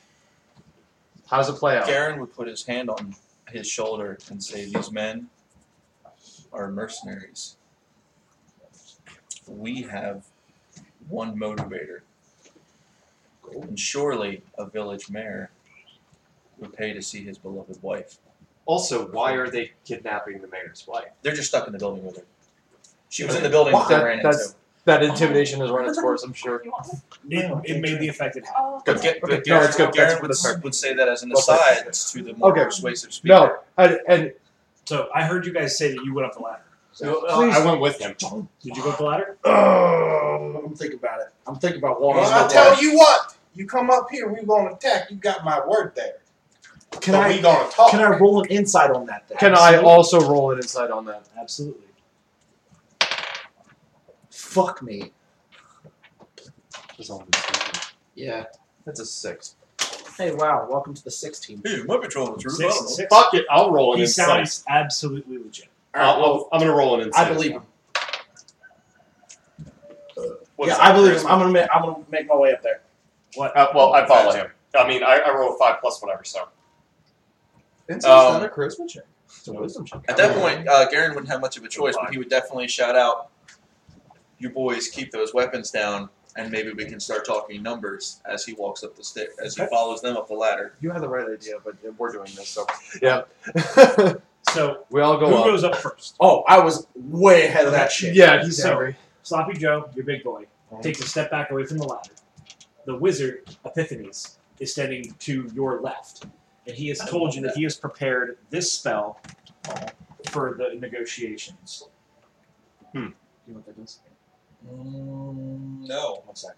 [SPEAKER 2] How does it play out?
[SPEAKER 4] Garen would put his hand on his shoulder and say, These men are mercenaries. We have one motivator. And surely a village mayor would pay to see his beloved wife.
[SPEAKER 3] Also, why are they kidnapping the mayor's wife?
[SPEAKER 4] They're just stuck in the building with her. She was in the building that they
[SPEAKER 2] That-
[SPEAKER 4] ran into.
[SPEAKER 2] that's- That intimidation has run its course, I'm sure.
[SPEAKER 7] You want it?
[SPEAKER 1] It, it made the affected happen.
[SPEAKER 7] Oh,
[SPEAKER 4] But Ga- but
[SPEAKER 2] Okay, no,
[SPEAKER 4] Garen,
[SPEAKER 2] it's good.
[SPEAKER 4] Garen
[SPEAKER 2] That's-
[SPEAKER 4] would,
[SPEAKER 2] that's fair.
[SPEAKER 4] would say that as an
[SPEAKER 2] Well played.
[SPEAKER 4] aside to the more
[SPEAKER 2] Okay.
[SPEAKER 4] persuasive speaker.
[SPEAKER 2] No, and, and
[SPEAKER 1] So I heard you guys say that you went up the ladder.
[SPEAKER 3] So, uh,
[SPEAKER 2] Please.
[SPEAKER 3] I went with him.
[SPEAKER 1] Did you go up the ladder?
[SPEAKER 8] Oh, I'm thinking about it. I'm thinking about walking.
[SPEAKER 3] Well,
[SPEAKER 8] up
[SPEAKER 3] I
[SPEAKER 8] the
[SPEAKER 3] tell
[SPEAKER 8] ladder.
[SPEAKER 4] you what, you come up here, we won't attack. You got my word there.
[SPEAKER 8] Can
[SPEAKER 3] but
[SPEAKER 8] I
[SPEAKER 3] we gonna talk.
[SPEAKER 8] can I roll an insight on that? Then?
[SPEAKER 2] Can I also roll an insight on that?
[SPEAKER 1] Absolutely.
[SPEAKER 8] Fuck me. Yeah.
[SPEAKER 2] That's a six.
[SPEAKER 8] Hey, wow. Welcome to the six team.
[SPEAKER 4] Hey, my patrol is true.
[SPEAKER 1] Six, six.
[SPEAKER 3] Fuck it, I'll roll an
[SPEAKER 1] He
[SPEAKER 3] insight.
[SPEAKER 1] sounds absolutely legit.
[SPEAKER 3] I'll, I'll, I'm gonna roll an insight.
[SPEAKER 8] I believe him.
[SPEAKER 3] What
[SPEAKER 8] yeah,
[SPEAKER 3] is that,
[SPEAKER 8] I believe him.
[SPEAKER 3] charisma?
[SPEAKER 8] I'm gonna make, I'm gonna make my way up there.
[SPEAKER 3] Uh, well, I follow him. I mean, I, I roll a five plus whatever, so
[SPEAKER 2] Insight's
[SPEAKER 3] Um,
[SPEAKER 2] not a charisma check. It's a wisdom check.
[SPEAKER 4] At that point, uh, Garen wouldn't have much of a choice, but he would definitely shout out, "You boys keep those weapons down, and maybe we can start talking numbers." As he walks up the stair, as he
[SPEAKER 2] Okay.
[SPEAKER 4] follows them up the ladder.
[SPEAKER 2] you had the right idea, but we're doing this, so yeah. [LAUGHS]
[SPEAKER 1] So
[SPEAKER 2] we all go
[SPEAKER 1] who
[SPEAKER 2] up.
[SPEAKER 1] goes up first?
[SPEAKER 8] Oh, I was way ahead of that shit.
[SPEAKER 2] Yeah, he's
[SPEAKER 1] So-
[SPEAKER 2] hungry.
[SPEAKER 1] Sloppy Joe, your big boy, takes a step back away from the ladder. The wizard, Epiphanes, is standing to your left, and he has told you that he has prepared this spell for the negotiations.
[SPEAKER 8] You know what that is?
[SPEAKER 4] Mm, no,
[SPEAKER 8] One sec.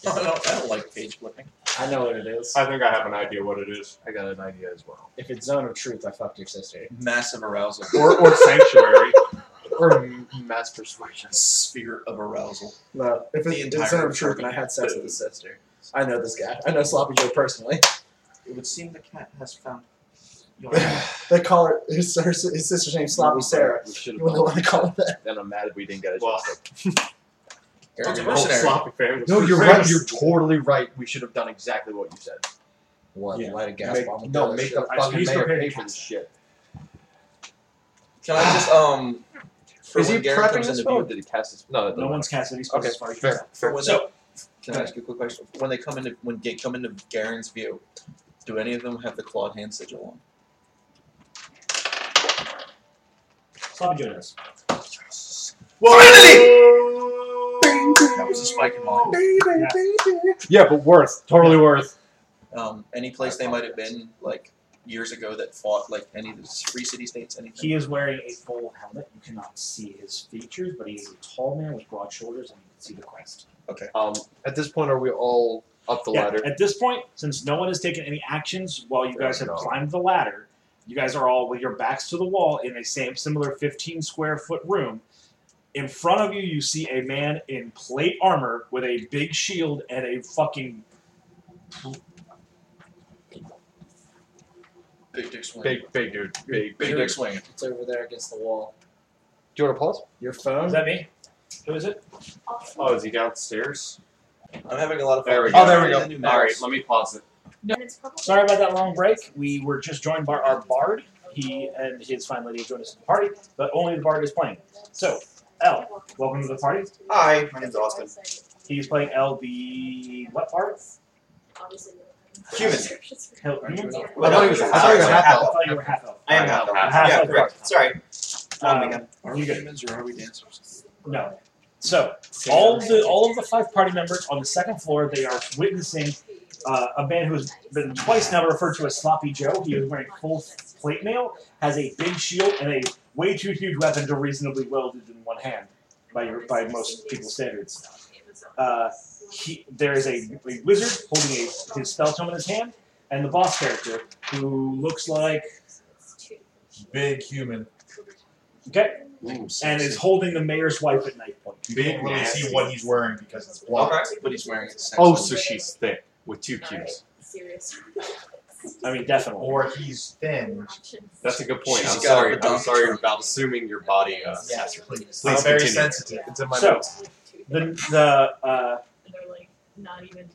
[SPEAKER 4] [LAUGHS] I don't, I don't like page flipping.
[SPEAKER 8] I know what it is.
[SPEAKER 3] I think I have an idea what it is.
[SPEAKER 2] I got an idea as well.
[SPEAKER 8] If it's zone of truth, I fucked your sister.
[SPEAKER 4] Massive
[SPEAKER 8] [LAUGHS]
[SPEAKER 4] arousal
[SPEAKER 3] Or, or [LAUGHS] sanctuary.
[SPEAKER 2] Or m- mass persuasion.
[SPEAKER 4] sphere of arousal.
[SPEAKER 8] No, if
[SPEAKER 4] The
[SPEAKER 8] it,
[SPEAKER 4] entire
[SPEAKER 8] it's zone of truth, and I had sex with his sister. I know this guy. I know Sloppy Joe personally.
[SPEAKER 12] [SIGHS]
[SPEAKER 8] [LAUGHS]
[SPEAKER 4] It would seem the cat has found.
[SPEAKER 8] They call her his, her, his sister's name Sloppy Sarah.
[SPEAKER 2] We should
[SPEAKER 8] You
[SPEAKER 2] have
[SPEAKER 8] wouldn't
[SPEAKER 2] done
[SPEAKER 8] want to call it that.
[SPEAKER 2] that. And I'm mad we didn't get it.
[SPEAKER 3] Well,
[SPEAKER 4] Garen's a
[SPEAKER 3] the old
[SPEAKER 4] mercenary.
[SPEAKER 3] sloppy fan was
[SPEAKER 2] No, you're
[SPEAKER 3] famous.
[SPEAKER 2] right. You're totally right. We should have done exactly what you said.
[SPEAKER 8] What?
[SPEAKER 1] Yeah.
[SPEAKER 8] Light a gas
[SPEAKER 2] Make-
[SPEAKER 8] bomb. and
[SPEAKER 2] no,
[SPEAKER 8] blow
[SPEAKER 2] make
[SPEAKER 8] shit
[SPEAKER 2] the
[SPEAKER 8] up.
[SPEAKER 1] Alright, so
[SPEAKER 2] fucking
[SPEAKER 1] he's
[SPEAKER 2] mayor
[SPEAKER 1] prepared
[SPEAKER 2] pay
[SPEAKER 1] to
[SPEAKER 2] for this
[SPEAKER 1] cast
[SPEAKER 2] shit.
[SPEAKER 4] Can I just um? for
[SPEAKER 2] Is he
[SPEAKER 4] when Garen
[SPEAKER 2] prepping
[SPEAKER 4] comes
[SPEAKER 2] this
[SPEAKER 4] into
[SPEAKER 2] spell?
[SPEAKER 4] view-
[SPEAKER 2] Or did he cast his? [LAUGHS] No, that
[SPEAKER 1] No
[SPEAKER 2] doesn't
[SPEAKER 1] one's cast any spells
[SPEAKER 2] matter.
[SPEAKER 1] as far
[SPEAKER 2] Okay,
[SPEAKER 1] as you can
[SPEAKER 2] fair,
[SPEAKER 1] tell.
[SPEAKER 2] fair.
[SPEAKER 4] When
[SPEAKER 1] So-
[SPEAKER 4] they- can I ask you a quick question? When they come into when they come into Garen's view, do any of them have the clawed hand sigil on?
[SPEAKER 1] Sloppy Joe does.
[SPEAKER 4] That was a spike in
[SPEAKER 8] [LAUGHS]
[SPEAKER 4] volume.
[SPEAKER 2] Yeah, but worth, totally worth.
[SPEAKER 4] Um, any place they might have been like years ago that fought like any of the free city states, anything.
[SPEAKER 1] He is wearing a full helmet. You cannot see his features, but he is a tall man with broad shoulders, and you can see the crest.
[SPEAKER 2] Um, at this point, are we all up the
[SPEAKER 1] Yeah,
[SPEAKER 2] ladder?
[SPEAKER 1] At this point, since no one has taken any actions while you guys have
[SPEAKER 2] No.
[SPEAKER 1] climbed the ladder, you guys are all with your backs to the wall in a same similar 15 square foot room. In front of you, you see a man in plate armor with a big shield and a fucking
[SPEAKER 4] Big dick swing.
[SPEAKER 2] Big, big dude, big,
[SPEAKER 4] big
[SPEAKER 2] big.
[SPEAKER 4] dick
[SPEAKER 2] dude.
[SPEAKER 4] swing.
[SPEAKER 8] It's over there against the wall.
[SPEAKER 2] Do you want to pause?
[SPEAKER 8] Your
[SPEAKER 1] Is
[SPEAKER 8] phone?
[SPEAKER 1] that me? Who is it?
[SPEAKER 3] Oh, is he downstairs?
[SPEAKER 4] I'm having a lot of fun.
[SPEAKER 3] There we
[SPEAKER 4] with
[SPEAKER 3] go.
[SPEAKER 2] Oh, there we
[SPEAKER 4] the
[SPEAKER 2] go.
[SPEAKER 4] new
[SPEAKER 3] All right,
[SPEAKER 4] mouse.
[SPEAKER 3] let me pause it.
[SPEAKER 7] And it's probably
[SPEAKER 1] Sorry about that long break. We were just joined by our bard. He and his fine lady have joined us at the party, but only the bard is playing. So, L, welcome to the party.
[SPEAKER 3] Hi, my name's Austin.
[SPEAKER 1] He's playing L, the what bard?
[SPEAKER 4] Human.
[SPEAKER 1] Hell,
[SPEAKER 4] Aren't you an elf?
[SPEAKER 8] I thought he was- I thought he was half
[SPEAKER 1] I
[SPEAKER 8] elf.
[SPEAKER 1] thought you were half elf.
[SPEAKER 8] I am out.
[SPEAKER 1] Half
[SPEAKER 3] Yeah,
[SPEAKER 1] elf.
[SPEAKER 3] correct. Sorry.
[SPEAKER 1] Um,
[SPEAKER 4] Are we humans or are we dancers?
[SPEAKER 1] No. So all of the all of the five party members on the second floor, they are witnessing uh, a man who has been twice now referred to as Sloppy Joe. He is wearing full plate mail, has a big shield, and a way too huge weapon to reasonably wielded in one hand by your, by most people's standards. Uh, he, there is a, a wizard holding a, his spell tome in his hand, and the boss character who looks like
[SPEAKER 4] Big human.
[SPEAKER 1] okay, and is holding the mayor's wife at night point.
[SPEAKER 12] Big really
[SPEAKER 3] nasty.
[SPEAKER 12] see what he's wearing because it's black.
[SPEAKER 4] Okay. But he's wearing it.
[SPEAKER 3] Oh, so she's thick with two Qs.
[SPEAKER 7] Serious.
[SPEAKER 1] I mean, definitely.
[SPEAKER 12] Or he's thin.
[SPEAKER 3] That's a good point.
[SPEAKER 4] She's
[SPEAKER 3] I'm
[SPEAKER 4] got
[SPEAKER 3] sorry.
[SPEAKER 4] a
[SPEAKER 3] I'm
[SPEAKER 4] redonkulous-
[SPEAKER 3] sorry about assuming your body. Uh,
[SPEAKER 12] Yeah.
[SPEAKER 7] please.
[SPEAKER 12] I'm
[SPEAKER 3] Please
[SPEAKER 12] very
[SPEAKER 3] continue.
[SPEAKER 12] sensitive.
[SPEAKER 2] It's in my
[SPEAKER 1] So-
[SPEAKER 2] notes.
[SPEAKER 1] The the uh,
[SPEAKER 7] And they're like, not even.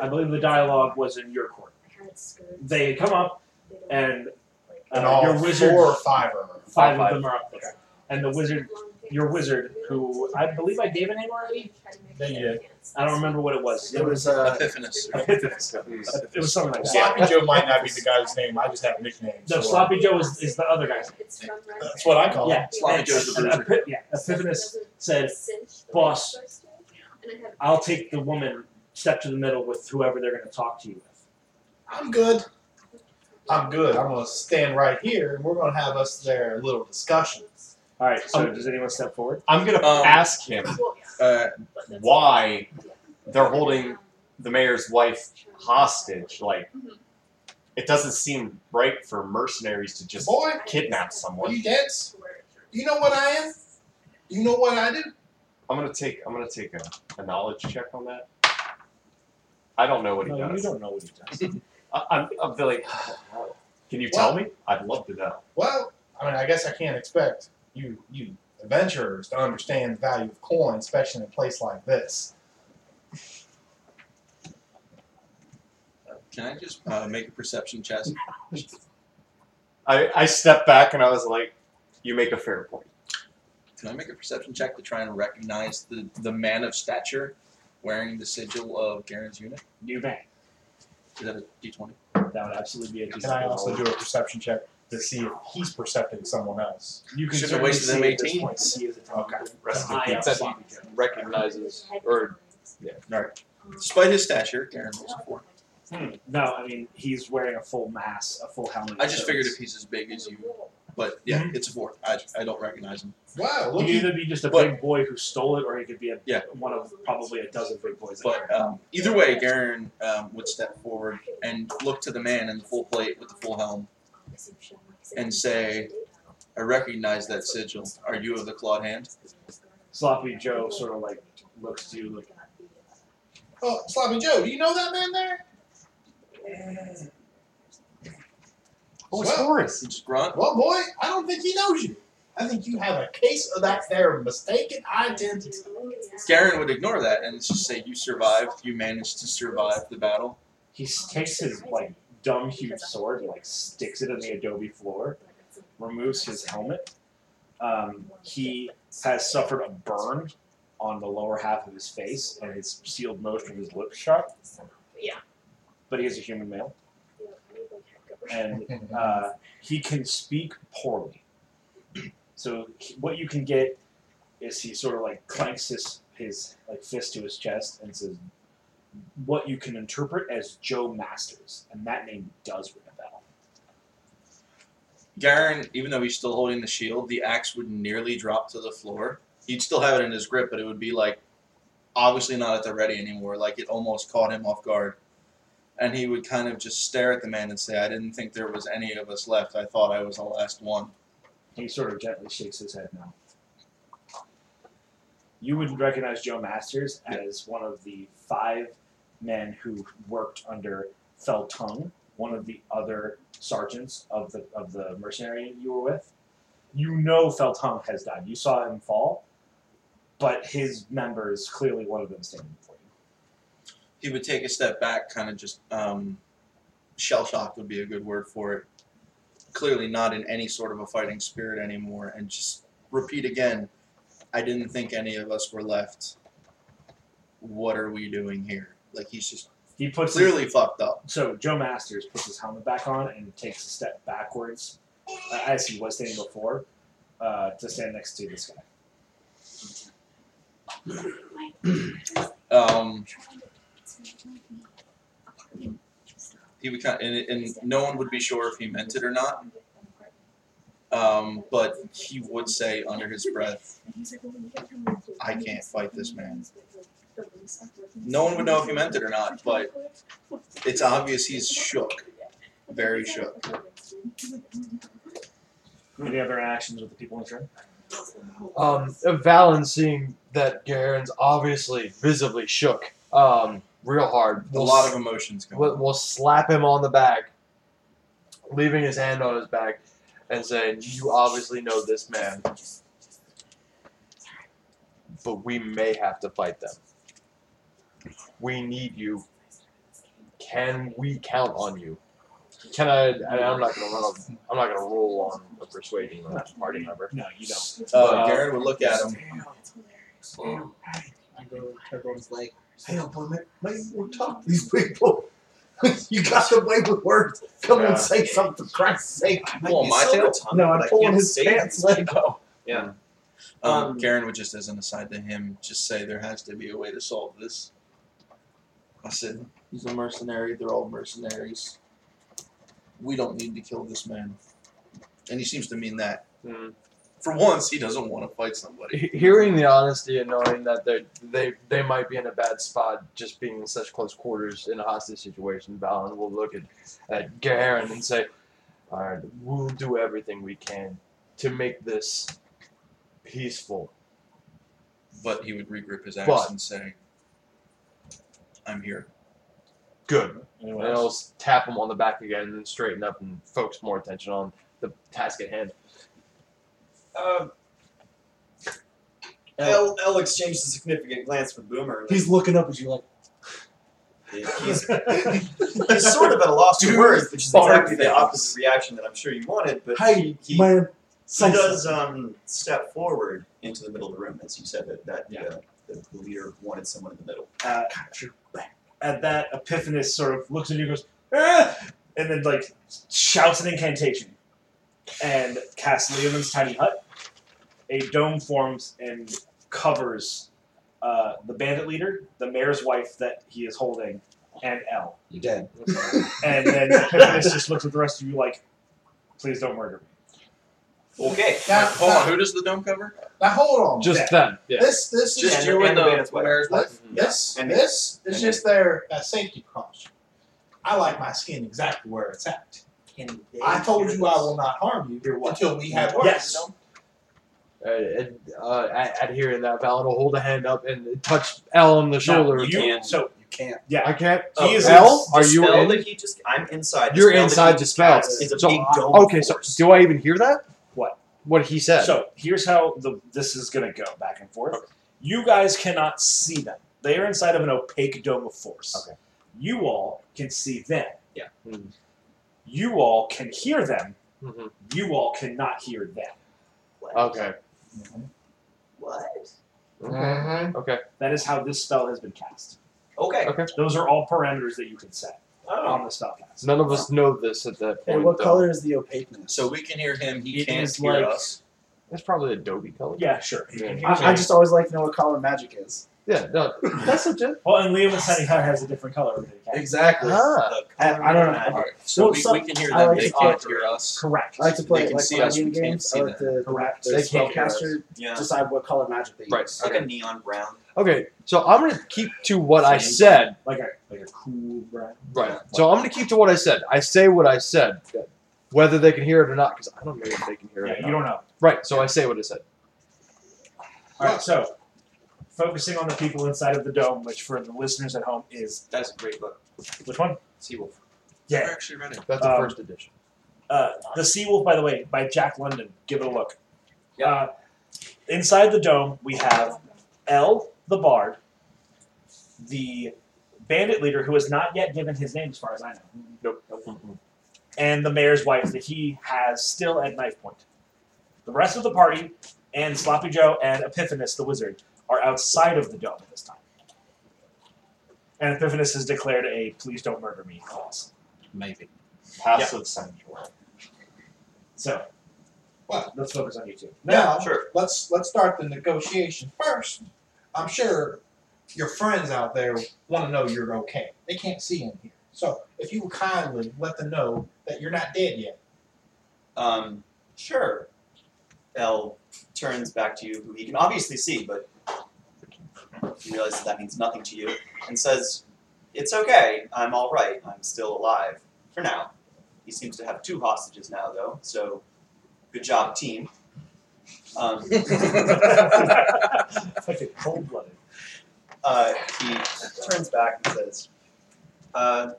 [SPEAKER 1] I believe the dialogue was in your court.
[SPEAKER 7] I had screwed.
[SPEAKER 1] They come up
[SPEAKER 7] They don't
[SPEAKER 1] and
[SPEAKER 7] like-
[SPEAKER 1] uh,
[SPEAKER 12] And all
[SPEAKER 1] your wizard,
[SPEAKER 12] four or five of them.
[SPEAKER 1] five
[SPEAKER 2] five.
[SPEAKER 1] of them are up there, and the wizard, your wizard, who I believe I gave a name already.
[SPEAKER 12] Yeah, you did.
[SPEAKER 1] I don't remember what it was.
[SPEAKER 8] It
[SPEAKER 4] [LAUGHS]
[SPEAKER 8] was uh,
[SPEAKER 4] Epiphanous.
[SPEAKER 1] It was something like that.
[SPEAKER 12] Sloppy Joe might not be the guy's name. I just have nicknames.
[SPEAKER 1] No,
[SPEAKER 12] for
[SPEAKER 1] Sloppy Joe is, is the other guy's name.
[SPEAKER 7] It's from Russia.
[SPEAKER 12] uh, That's what I call
[SPEAKER 1] Yeah,
[SPEAKER 4] Sloppy
[SPEAKER 1] and-
[SPEAKER 4] Joe's the
[SPEAKER 1] and
[SPEAKER 4] bruiser.
[SPEAKER 1] Epi- yeah, Epiphanous said, "Boss, "I'll take the woman, step to the middle with whoever they're going to talk to you with."
[SPEAKER 12] I'm good. I'm good. I'm gonna stand right here, and we're gonna have us their little discussion.
[SPEAKER 1] All right. So does anyone step forward?
[SPEAKER 3] I'm gonna
[SPEAKER 4] Um,
[SPEAKER 3] ask him
[SPEAKER 4] Uh,
[SPEAKER 12] Mm-hmm.
[SPEAKER 3] why they're holding the mayor's wife hostage. Like, It doesn't seem right for mercenaries to just
[SPEAKER 12] Boy,
[SPEAKER 3] kidnap
[SPEAKER 12] are
[SPEAKER 3] someone.
[SPEAKER 12] you dense? You know what I am? You know what I do?
[SPEAKER 3] I'm gonna take I'm gonna take a, a knowledge check on that. I don't know what he
[SPEAKER 1] No, you
[SPEAKER 3] does.
[SPEAKER 1] don't know what he does.
[SPEAKER 3] I, I'm, I'm like, [SIGHS] can you tell me? I'd love to know.
[SPEAKER 12] Well, I mean, I guess I can't expect you you adventurers to understand the value of coin, especially in a place like this.
[SPEAKER 4] Can I just uh, make a perception chest?
[SPEAKER 3] I, I stepped back and I was like, you make a fair point.
[SPEAKER 4] Can I make a perception check to try and recognize the, the man of stature wearing the sigil of Garen's unit?
[SPEAKER 1] You may.
[SPEAKER 4] Is that a D20?
[SPEAKER 1] That would absolutely be a
[SPEAKER 12] Can I also do a perception check to see if he's percepting someone else?
[SPEAKER 1] You can
[SPEAKER 4] Should've
[SPEAKER 1] certainly
[SPEAKER 4] wasted
[SPEAKER 1] see
[SPEAKER 4] them
[SPEAKER 1] at this
[SPEAKER 4] 18.
[SPEAKER 1] point that he is a
[SPEAKER 12] Okay.
[SPEAKER 1] Rest
[SPEAKER 12] in
[SPEAKER 1] high
[SPEAKER 12] peace.
[SPEAKER 1] up
[SPEAKER 2] That's-
[SPEAKER 1] sloppy Joe.
[SPEAKER 2] Recognizes or
[SPEAKER 4] Despite his stature, Garen rolls a four.
[SPEAKER 1] No, I mean he's wearing a full mask, a full helmet.
[SPEAKER 4] I just
[SPEAKER 1] so
[SPEAKER 4] figured if
[SPEAKER 1] it's-
[SPEAKER 4] he's as big as you, but yeah, it's a four. I, I don't recognize him.
[SPEAKER 12] Wow,
[SPEAKER 1] he
[SPEAKER 12] look at
[SPEAKER 1] could either be just a
[SPEAKER 4] But-
[SPEAKER 1] big boy who stole it, or he could be a
[SPEAKER 4] Yeah.
[SPEAKER 1] one of probably a dozen big boys. that
[SPEAKER 4] But um, either way, Garen um, would step forward and look to the man in the full plate with the full helm and say, I recognize that sigil. Are you of the clawed hand?
[SPEAKER 1] Sloppy Joe sort of like looks to you like
[SPEAKER 12] Oh, Sloppy Joe, do you know that man there?
[SPEAKER 3] Oh, it's
[SPEAKER 12] Well-
[SPEAKER 3] Horace.
[SPEAKER 4] He just grunt.
[SPEAKER 12] Well, boy, I don't think he knows you. I think you have a case of that there mistaken identity.
[SPEAKER 4] Garen would ignore that and just say, You survived. You managed to survive the battle.
[SPEAKER 1] he s- takes his like dumb huge sword and like sticks it in the adobe floor, removes his helmet. Um, he has suffered a burn on the lower half of his face and his sealed most of his lips shut,
[SPEAKER 7] Yeah.
[SPEAKER 1] but he is a human male and uh, he can speak poorly. So he- what you can get is he sort of like clanks his his like fist to his chest and says, "What you can interpret as Joe Masters," and that name does ring a bell.
[SPEAKER 4] Garen, even though he's still holding the shield, the axe would nearly drop to the floor. He'd still have it in his grip, but it would be like obviously not at the ready anymore. Like it almost caught him off guard. And he would kind of just stare at the man and say, I didn't think there was any of us left. I thought I was the last one.
[SPEAKER 1] He sort of gently shakes his head now. You would recognize Joe Masters as one of the five men who worked under Feltung, one of the other sergeants of the of the mercenary you were with. You know Feltung has died. You saw him fall, but his member is clearly one of them standing for you.
[SPEAKER 4] He would take a step back, kind of just um, shell shocked would be a good word for it. Clearly not in any sort of a fighting spirit anymore, and just repeat again I didn't think any of us were left. What are we doing here? Like he's just
[SPEAKER 1] He puts his-
[SPEAKER 4] clearly fucked up.
[SPEAKER 1] so Joe Masters puts his helmet back on and takes a step backwards, uh, as he was standing before, uh, to stand next to this guy.
[SPEAKER 4] Um, he would kind and, and no one would be sure if he meant it or not. Um, but he would say under his breath,
[SPEAKER 7] I can't fight this man.
[SPEAKER 4] no one would know if he meant it or not, but it's obvious he's shook, very shook.
[SPEAKER 1] Any other actions with the people in turn?
[SPEAKER 2] um, Valen seeing that Garen's obviously visibly shook um, real hard.
[SPEAKER 4] A lot of emotions going.
[SPEAKER 2] will,
[SPEAKER 4] on.
[SPEAKER 2] will slap him on the back, leaving his hand on his back, and saying, "You obviously know this man, but we may have to fight them. We need you. Can we count on you? Can I? And I'm not gonna run. A, I'm not gonna roll on a persuading or party member.
[SPEAKER 1] No, you don't.
[SPEAKER 4] Uh, Garen would look at him.
[SPEAKER 8] I go, everyone's like,
[SPEAKER 5] Hey, up on it. Maybe we'll talk to these people. [LAUGHS] you got to play with words. Come
[SPEAKER 3] Yeah.
[SPEAKER 5] and say something, for Christ's sake.
[SPEAKER 4] Well, my tail.
[SPEAKER 5] No,
[SPEAKER 3] But
[SPEAKER 5] I'm
[SPEAKER 3] I
[SPEAKER 5] pulling
[SPEAKER 3] can't
[SPEAKER 5] his
[SPEAKER 3] say
[SPEAKER 5] pants leg
[SPEAKER 6] [LAUGHS]
[SPEAKER 5] off.
[SPEAKER 4] Um, Garen would just, as an aside to him, just say there has to be a way to solve this. I said, he's a mercenary. They're all mercenaries.
[SPEAKER 2] Hmm.
[SPEAKER 4] We don't need to kill this man. And he seems to mean that. for once, he doesn't want to fight somebody.
[SPEAKER 2] He- Hearing the honesty and knowing that they they they might be in a bad spot, just being in such close quarters in a hostage situation, Valen will look at at Garen and say, "All right, we'll do everything we can to make this peaceful."
[SPEAKER 4] But he would regrip his axe
[SPEAKER 2] But-
[SPEAKER 4] and say, "I'm here."
[SPEAKER 2] Good. And
[SPEAKER 1] Anyone
[SPEAKER 2] I'll
[SPEAKER 1] else?
[SPEAKER 2] s- tap him on the back again and then straighten up and focus more attention on the task at hand.
[SPEAKER 6] Um, El, El exchanged a significant glance with Boomer. like,
[SPEAKER 8] He's looking up at you like,
[SPEAKER 6] he's, he's sort of at a loss for words, which is exactly the
[SPEAKER 8] Bark.
[SPEAKER 6] opposite reaction that I'm sure you wanted.
[SPEAKER 1] [LAUGHS]
[SPEAKER 6] But
[SPEAKER 8] "Hey,
[SPEAKER 6] he,
[SPEAKER 8] man,
[SPEAKER 6] he does um, step forward into the middle of the room, as you said that that
[SPEAKER 1] Yeah.
[SPEAKER 6] uh, the, the leader wanted someone in the middle.
[SPEAKER 1] Uh, at that, Epiphanes sort of looks at you and goes, ah! and then like shouts an incantation and casts Leoman's tiny hut. A dome forms and covers uh, the bandit leader, the mayor's wife that he is holding, and L.
[SPEAKER 8] You're dead.
[SPEAKER 1] And then Epiphanes just looks at the rest of you like, please don't murder me.
[SPEAKER 6] Okay.
[SPEAKER 12] Now,
[SPEAKER 4] Hold on,
[SPEAKER 12] now-
[SPEAKER 4] who does the dome cover?
[SPEAKER 12] now hold on.
[SPEAKER 2] [LAUGHS] Just
[SPEAKER 1] Yeah.
[SPEAKER 2] them, yeah. Mm-hmm.
[SPEAKER 12] This this
[SPEAKER 4] Just
[SPEAKER 12] is
[SPEAKER 6] and-
[SPEAKER 4] you and,
[SPEAKER 6] and the band's
[SPEAKER 4] the
[SPEAKER 6] wife.
[SPEAKER 4] mayor's wife.
[SPEAKER 12] this, this,
[SPEAKER 6] And-
[SPEAKER 12] this is
[SPEAKER 6] and-
[SPEAKER 12] just their uh, safety precaution. I like my skin exactly where it's at. I told you I will not harm you
[SPEAKER 1] Your what?
[SPEAKER 12] until we have
[SPEAKER 1] Yes.
[SPEAKER 12] words.
[SPEAKER 2] Uh, and uh, at, at hearing that, Valen will hold a hand up and touch L on the shoulder.
[SPEAKER 1] No, you, so
[SPEAKER 8] You can't.
[SPEAKER 2] I
[SPEAKER 1] yeah,
[SPEAKER 2] can't.
[SPEAKER 1] He
[SPEAKER 2] Oh,
[SPEAKER 1] is-
[SPEAKER 2] L,
[SPEAKER 6] The
[SPEAKER 2] are you
[SPEAKER 6] spell
[SPEAKER 2] in?
[SPEAKER 6] that he just? I'm inside.
[SPEAKER 2] You're
[SPEAKER 6] spell that
[SPEAKER 2] inside
[SPEAKER 6] he
[SPEAKER 2] the spell.
[SPEAKER 6] casts Is a
[SPEAKER 2] So
[SPEAKER 6] big
[SPEAKER 2] I-
[SPEAKER 6] dome.
[SPEAKER 2] Okay, so
[SPEAKER 6] force.
[SPEAKER 2] do I even hear that?
[SPEAKER 1] What?
[SPEAKER 2] What he said.
[SPEAKER 1] So here's how the this is gonna go back and forth. You guys cannot see them. They are inside of an opaque dome of force.
[SPEAKER 2] Okay.
[SPEAKER 1] You all can see them.
[SPEAKER 6] Yeah.
[SPEAKER 4] Hmm.
[SPEAKER 2] Mhm.
[SPEAKER 1] You all can hear them.
[SPEAKER 2] Mhm.
[SPEAKER 1] You all cannot hear them.
[SPEAKER 2] Okay.
[SPEAKER 6] What?
[SPEAKER 12] Mm-hmm.
[SPEAKER 2] Okay. Okay.
[SPEAKER 1] That is how this spell has been cast.
[SPEAKER 6] Okay.
[SPEAKER 2] Okay.
[SPEAKER 1] Those are all parameters that you can set
[SPEAKER 6] Oh.
[SPEAKER 1] on the spell cast.
[SPEAKER 2] None of us know this at that point.
[SPEAKER 8] And what
[SPEAKER 2] though.
[SPEAKER 8] color is the opaqueness?
[SPEAKER 4] So we can hear him. He
[SPEAKER 1] It
[SPEAKER 4] can't
[SPEAKER 1] is
[SPEAKER 4] hear
[SPEAKER 1] like-
[SPEAKER 4] us.
[SPEAKER 2] It's probably Adobe color.
[SPEAKER 1] Yeah, sure. You can
[SPEAKER 2] Yeah.
[SPEAKER 1] hear
[SPEAKER 8] I, I
[SPEAKER 1] them.
[SPEAKER 8] just always like to know what color magic is.
[SPEAKER 2] Yeah. No, that's legit.
[SPEAKER 1] well, and Liam and Sunny Hut has a different color. Than they cast.
[SPEAKER 8] Exactly.
[SPEAKER 2] Ah.
[SPEAKER 6] The
[SPEAKER 8] I, I don't know.
[SPEAKER 6] color
[SPEAKER 4] All right. So
[SPEAKER 8] Well,
[SPEAKER 4] we,
[SPEAKER 8] so-
[SPEAKER 4] we can hear
[SPEAKER 8] I
[SPEAKER 4] them.
[SPEAKER 8] like
[SPEAKER 4] they
[SPEAKER 8] to
[SPEAKER 4] can't
[SPEAKER 8] talk-
[SPEAKER 4] hear us.
[SPEAKER 1] Correct.
[SPEAKER 8] I like to play
[SPEAKER 4] They can
[SPEAKER 8] like
[SPEAKER 4] see
[SPEAKER 8] when I
[SPEAKER 4] us,
[SPEAKER 8] do
[SPEAKER 4] we can't
[SPEAKER 8] games.
[SPEAKER 4] see
[SPEAKER 8] I like to
[SPEAKER 1] Correct.
[SPEAKER 8] the
[SPEAKER 2] They can't hear us.
[SPEAKER 8] spellcaster
[SPEAKER 6] Yeah.
[SPEAKER 8] decide what color magic they use.
[SPEAKER 2] Right.
[SPEAKER 6] Like a neon brown.
[SPEAKER 2] Okay. So I'm gonna keep to what I
[SPEAKER 1] Same.
[SPEAKER 2] said.
[SPEAKER 1] Like a like a cool brown.
[SPEAKER 2] Right. So I'm gonna keep to what I said. I say what I said, whether they can hear it or not, because I don't know if they can hear
[SPEAKER 1] Yeah,
[SPEAKER 2] it.
[SPEAKER 1] you
[SPEAKER 2] or not.
[SPEAKER 1] don't know.
[SPEAKER 2] Right. So I say what I said.
[SPEAKER 1] All right, so focusing on the people inside of the dome, which for the listeners at home is
[SPEAKER 6] That's a great book.
[SPEAKER 1] which one?
[SPEAKER 6] Seawolf.
[SPEAKER 4] I
[SPEAKER 1] Yeah,
[SPEAKER 4] actually read it.
[SPEAKER 2] That's the
[SPEAKER 1] Um,
[SPEAKER 2] first edition.
[SPEAKER 1] uh, the Sea Wolf, by the way, by Jack London. Give it a look.
[SPEAKER 6] Yeah.
[SPEAKER 1] Uh, inside the dome, we have L, the bard, the bandit leader, who has not yet given his name, as far as I know.
[SPEAKER 2] Nope.
[SPEAKER 1] and the mayor's wife that he has still at knife point. The rest of the party and Sloppy Joe and Epiphanes the wizard are outside of the dome at this time. And Epiphanes has declared a please don't murder me clause.
[SPEAKER 4] Maybe.
[SPEAKER 1] Passive sanctuary. So,
[SPEAKER 12] What?
[SPEAKER 1] let's focus on you two.
[SPEAKER 12] Now,
[SPEAKER 6] Sure.
[SPEAKER 12] let's let's start the negotiation first. I'm sure your friends out there want to know you're okay. They can't see in here, so if you would kindly let them know that you're not dead
[SPEAKER 1] [LAUGHS]
[SPEAKER 12] yet.
[SPEAKER 6] Um, sure. L turns back to you, who he can obviously see, but he realizes that means nothing to you, and says, It's okay. I'm all right. I'm still alive. For now. He seems to have two hostages now, though, so good job, team. Um,
[SPEAKER 1] Fucking cold blooded.
[SPEAKER 6] uh, he turns back and says, uh,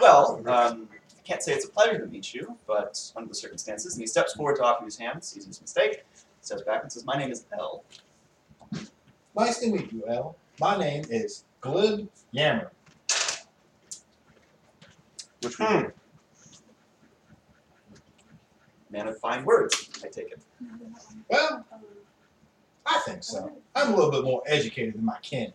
[SPEAKER 6] Well, um, I can't say it's a pleasure to meet you, but under the circumstances. And he steps forward to offer you his hand, sees his mistake, steps back and says, My name is L.
[SPEAKER 12] Nice to meet you, L. My name is Glib Yammer.
[SPEAKER 2] Which we
[SPEAKER 6] Hmm.
[SPEAKER 2] do.
[SPEAKER 6] Man of fine words, I take it.
[SPEAKER 12] Well, I think so. I'm a little bit more educated than my kin.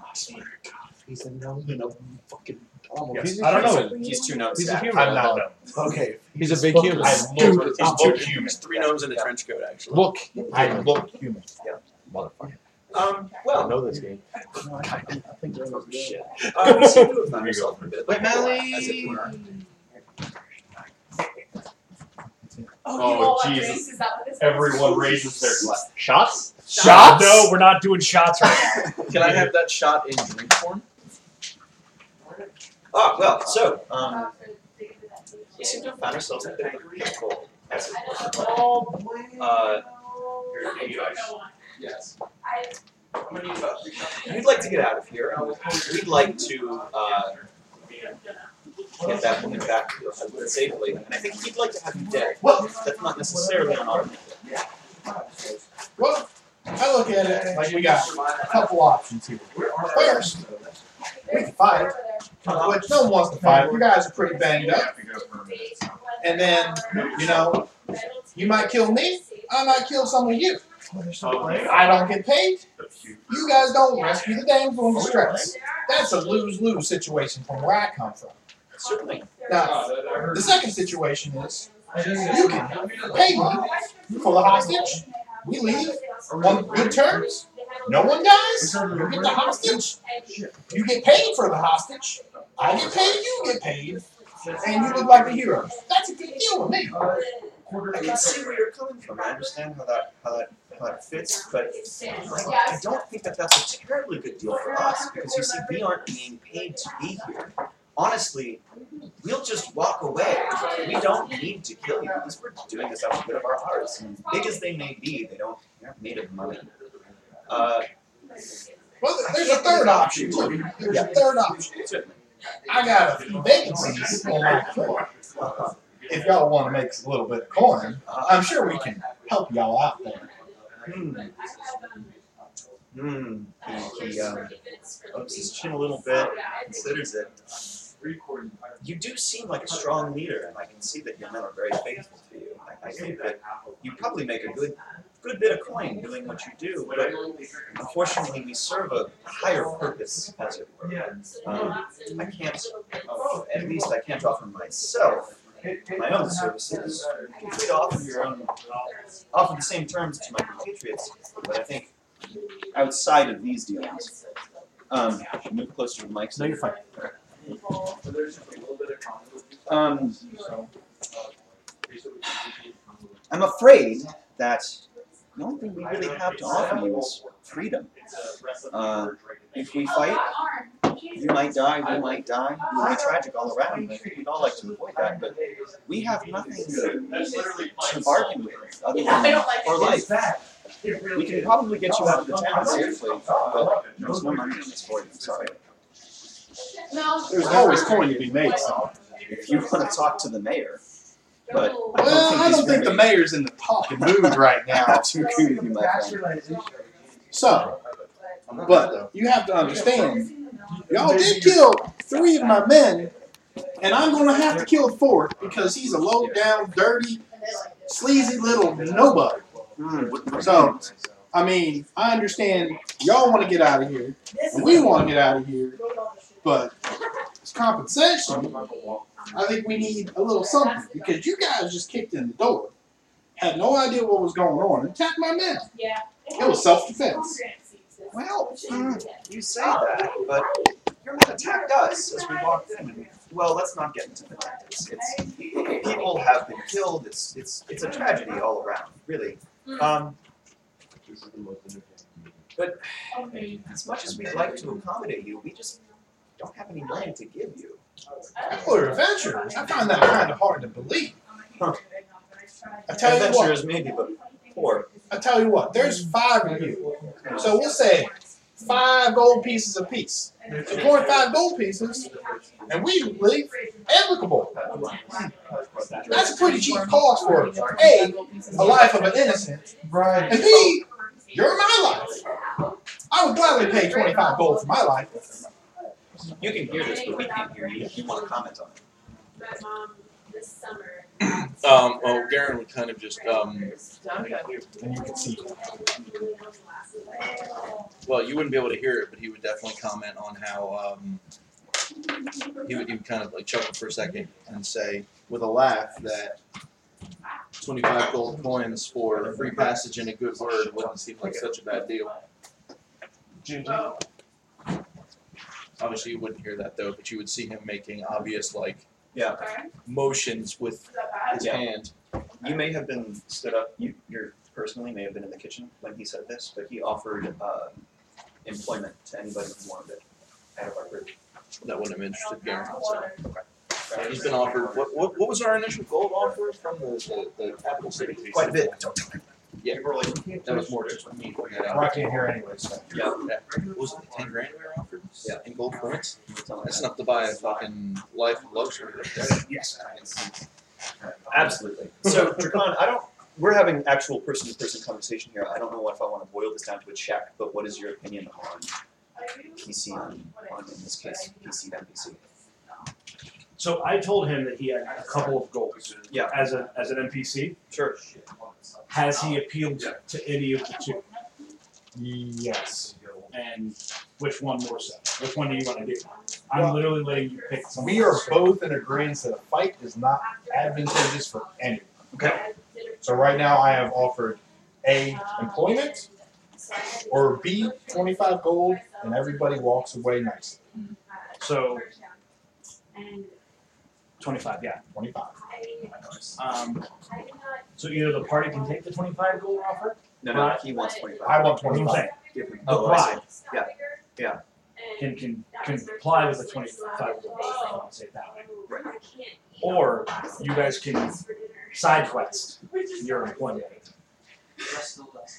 [SPEAKER 8] I swear to God, he's a gnome and a fucking almost.
[SPEAKER 2] He's a
[SPEAKER 1] I don't know.
[SPEAKER 2] human.
[SPEAKER 6] He's two notes
[SPEAKER 2] He's a
[SPEAKER 6] back.
[SPEAKER 2] human.
[SPEAKER 12] I'm not.
[SPEAKER 8] Okay.
[SPEAKER 2] He's a big
[SPEAKER 8] fucking
[SPEAKER 2] human.
[SPEAKER 12] I
[SPEAKER 8] stupid.
[SPEAKER 12] look.
[SPEAKER 8] I'm
[SPEAKER 12] I look human.
[SPEAKER 4] There's three gnomes in a trench coat, actually.
[SPEAKER 2] Look.
[SPEAKER 12] I look human.
[SPEAKER 2] Motherfucker. I
[SPEAKER 6] Um, well,
[SPEAKER 2] know this game.
[SPEAKER 8] I think that was good.
[SPEAKER 6] uh, we seem to have found ourselves in a bit of a
[SPEAKER 4] Wait, Mally.
[SPEAKER 6] as it were.
[SPEAKER 10] Oh,
[SPEAKER 2] Oh,
[SPEAKER 10] you all want
[SPEAKER 2] Jesus.
[SPEAKER 10] races up with this
[SPEAKER 2] Everyone
[SPEAKER 10] person?
[SPEAKER 2] raises their glass. Shots?
[SPEAKER 1] Shots? No, we're not doing shots right now.
[SPEAKER 12] [LAUGHS]
[SPEAKER 4] Can I have that shot in drink form?
[SPEAKER 6] Oh, well, so, um,
[SPEAKER 10] Uh, for the- for that table.
[SPEAKER 6] we seem to have found ourselves a bit of a vehicle. As
[SPEAKER 10] I don't know.
[SPEAKER 6] oh, uh, here,
[SPEAKER 10] I
[SPEAKER 6] maybe
[SPEAKER 10] don't
[SPEAKER 6] I-
[SPEAKER 10] know why.
[SPEAKER 6] yes.
[SPEAKER 10] I
[SPEAKER 6] I'm gonna need about three shots. We'd like to get out of here. We'd like to, uh, get that woman back to her husband safely. And I think we'd like to have you dead.
[SPEAKER 3] Well-
[SPEAKER 6] That's not necessarily on our end.
[SPEAKER 3] Well, I look at it like we got a couple options here. First, We can fight.
[SPEAKER 10] Over there.
[SPEAKER 3] which no one wants to fight, you guys are pretty banged up. And then, You know, you might kill me, I might kill some of you. Oh, I don't get paid, you guys don't rescue the damsel in
[SPEAKER 1] Oh,
[SPEAKER 3] distress. That's a lose-lose situation from where I come from.
[SPEAKER 6] Certainly.
[SPEAKER 3] Now, the second situation is, you can pay me for the hostage, we leave on good terms, no one dies, you get the hostage, you get paid for the hostage, I get paid, you get paid, and you look like a hero. That's a good deal with me.
[SPEAKER 6] I can see where you're coming from. I understand how that how that how that fits, but like, I don't think that that's a terribly good deal for us because you see, we aren't being paid to be here. Honestly, we'll just walk away. We don't need to kill you because we're doing this out of the good of our hearts. Big as they may be, they don't they aren't made of money. Uh,
[SPEAKER 3] Well, there's a third option too. There's a third option.
[SPEAKER 6] certainly.
[SPEAKER 3] I got a few vacancies on my crew. If y'all want to make a little bit of coin, I'm sure we can help y'all out there.
[SPEAKER 6] Hmm. Hmm. He, he um, ups his chin a little bit, considers it. You do seem like a strong leader, and I can see that your men are very faithful to you. I, I think that you probably make a good, good bit of coin doing what you do, but unfortunately, we serve a higher purpose, as it were. Um, I can't, oh, at least I can't offer myself my own services. You could offer your own, offer the same terms to my compatriots, but I think outside of these dealings, um, move closer to the mic. No, you're fine. Um, I'm afraid that the only thing we really have to offer you is freedom. Uh, if we fight, you might die, we might die, it will be tragic all around, and I think we'd all like to avoid that, but we have nothing to to bargain with other
[SPEAKER 10] I
[SPEAKER 6] than
[SPEAKER 10] don't like
[SPEAKER 6] our
[SPEAKER 10] it.
[SPEAKER 6] life. We can probably get you out of the town, seriously, but there's no money in this for you, I'm sorry.
[SPEAKER 10] No.
[SPEAKER 2] There's always coin to be made, so.
[SPEAKER 6] If you wanna talk to the mayor, but
[SPEAKER 3] Well, I don't think the mayor's in the
[SPEAKER 6] the
[SPEAKER 3] talking
[SPEAKER 6] mood
[SPEAKER 3] mood right
[SPEAKER 6] now,
[SPEAKER 2] [LAUGHS]
[SPEAKER 3] now.
[SPEAKER 6] to agree with you, my friend.
[SPEAKER 3] So,
[SPEAKER 4] I'm not
[SPEAKER 3] but you have to understand, y'all did kill three of my men, and I'm gonna have to kill the fourth because he's a low down, dirty, sleazy little nobody. So, I mean, I understand y'all want to get out of here, and we want to get out of here, but it's compensation. I think we need a little something because you guys just kicked in the door, had no idea what was going on, and attacked my men.
[SPEAKER 10] Yeah.
[SPEAKER 3] It was self-defense.
[SPEAKER 6] Well, mm, you say that, but your men attacked us as we walked in. and- Well, let's not get into the tactics. It's people have been killed. It's it's it's a tragedy all around, really. Um, but as much as we'd like to accommodate you, we just don't have any money to give you.
[SPEAKER 3] Y'all are adventurers. I find that kind of hard to believe. I tell you what.
[SPEAKER 6] Adventurers maybe, but poor.
[SPEAKER 3] I tell you what. There's five of you, so we'll say five gold pieces apiece. So coin five gold pieces, and we leave amicable. That's a pretty cheap cost for a a life of an innocent,
[SPEAKER 13] Right.
[SPEAKER 3] and b you're my life. I would gladly pay twenty five gold for my life.
[SPEAKER 6] You can hear this, but we can't hear you. If you want to comment on it.
[SPEAKER 4] Um, well, Garen would kind of just, um,
[SPEAKER 3] And you can see.
[SPEAKER 4] well, you wouldn't be able to hear it, but he would definitely comment on how, um, he would, he would kind of like chuckle for a second and say with a laugh that 25 gold coins for free passage and a good word wouldn't seem like such a bad deal. Obviously, you wouldn't hear that though, but you would see him making obvious like
[SPEAKER 6] Yeah.
[SPEAKER 4] motions with his
[SPEAKER 6] Yeah.
[SPEAKER 4] hand.
[SPEAKER 6] You may have been stood up. You your personally may have been in the kitchen when he said this, but he offered uh, employment to anybody who wanted it out of our group.
[SPEAKER 4] That wouldn't have interested Garen.
[SPEAKER 7] Water.
[SPEAKER 4] He's been offered, what, what, what was our initial gold offer from the, the, the capital city?
[SPEAKER 6] Quite a bit.
[SPEAKER 4] Yeah.
[SPEAKER 6] People were like,
[SPEAKER 4] That was more just me pointing that out.
[SPEAKER 8] We're not gonna hear anyway, so.
[SPEAKER 6] yeah,
[SPEAKER 4] What was it ten grand we were offered?
[SPEAKER 6] Yeah.
[SPEAKER 4] In gold coins?
[SPEAKER 6] it's not like
[SPEAKER 4] That's
[SPEAKER 6] that.
[SPEAKER 4] enough to buy a fucking life of luxury right there.
[SPEAKER 8] Yes.
[SPEAKER 6] Absolutely. So, Dracon, I don't. We're having actual person-to-person conversation here. I don't know if I want to boil this down to a check, but what is your opinion on PC on, on in this case PC and NPC?
[SPEAKER 1] So I told him that he had a couple of goals.
[SPEAKER 6] Yeah.
[SPEAKER 1] As a as an NPC,
[SPEAKER 6] Sure.
[SPEAKER 1] has he appealed to any of the two? Yes. And which one more so? Which one do you want to do? I'm
[SPEAKER 10] Well,
[SPEAKER 1] literally letting you pick. Something
[SPEAKER 10] We are both in agreement that a fight is not advantageous for anyone.
[SPEAKER 6] Okay.
[SPEAKER 10] So right now, I have offered A, employment, or B, 25 gold, and everybody walks away nicely.
[SPEAKER 1] So twenty-five. Yeah.
[SPEAKER 10] 25.
[SPEAKER 1] Um, so either the party can take the twenty-five gold offer.
[SPEAKER 6] No, no,
[SPEAKER 1] Right.
[SPEAKER 6] he wants twenty-five.
[SPEAKER 10] I want
[SPEAKER 1] What I'm
[SPEAKER 10] 25.
[SPEAKER 1] saying
[SPEAKER 6] Oh,
[SPEAKER 1] the
[SPEAKER 6] I see.
[SPEAKER 1] bride
[SPEAKER 6] Yeah. Yeah.
[SPEAKER 1] can can can comply with the twenty-five gold offer. I'll say it that way. Or you guys can side quest your employment.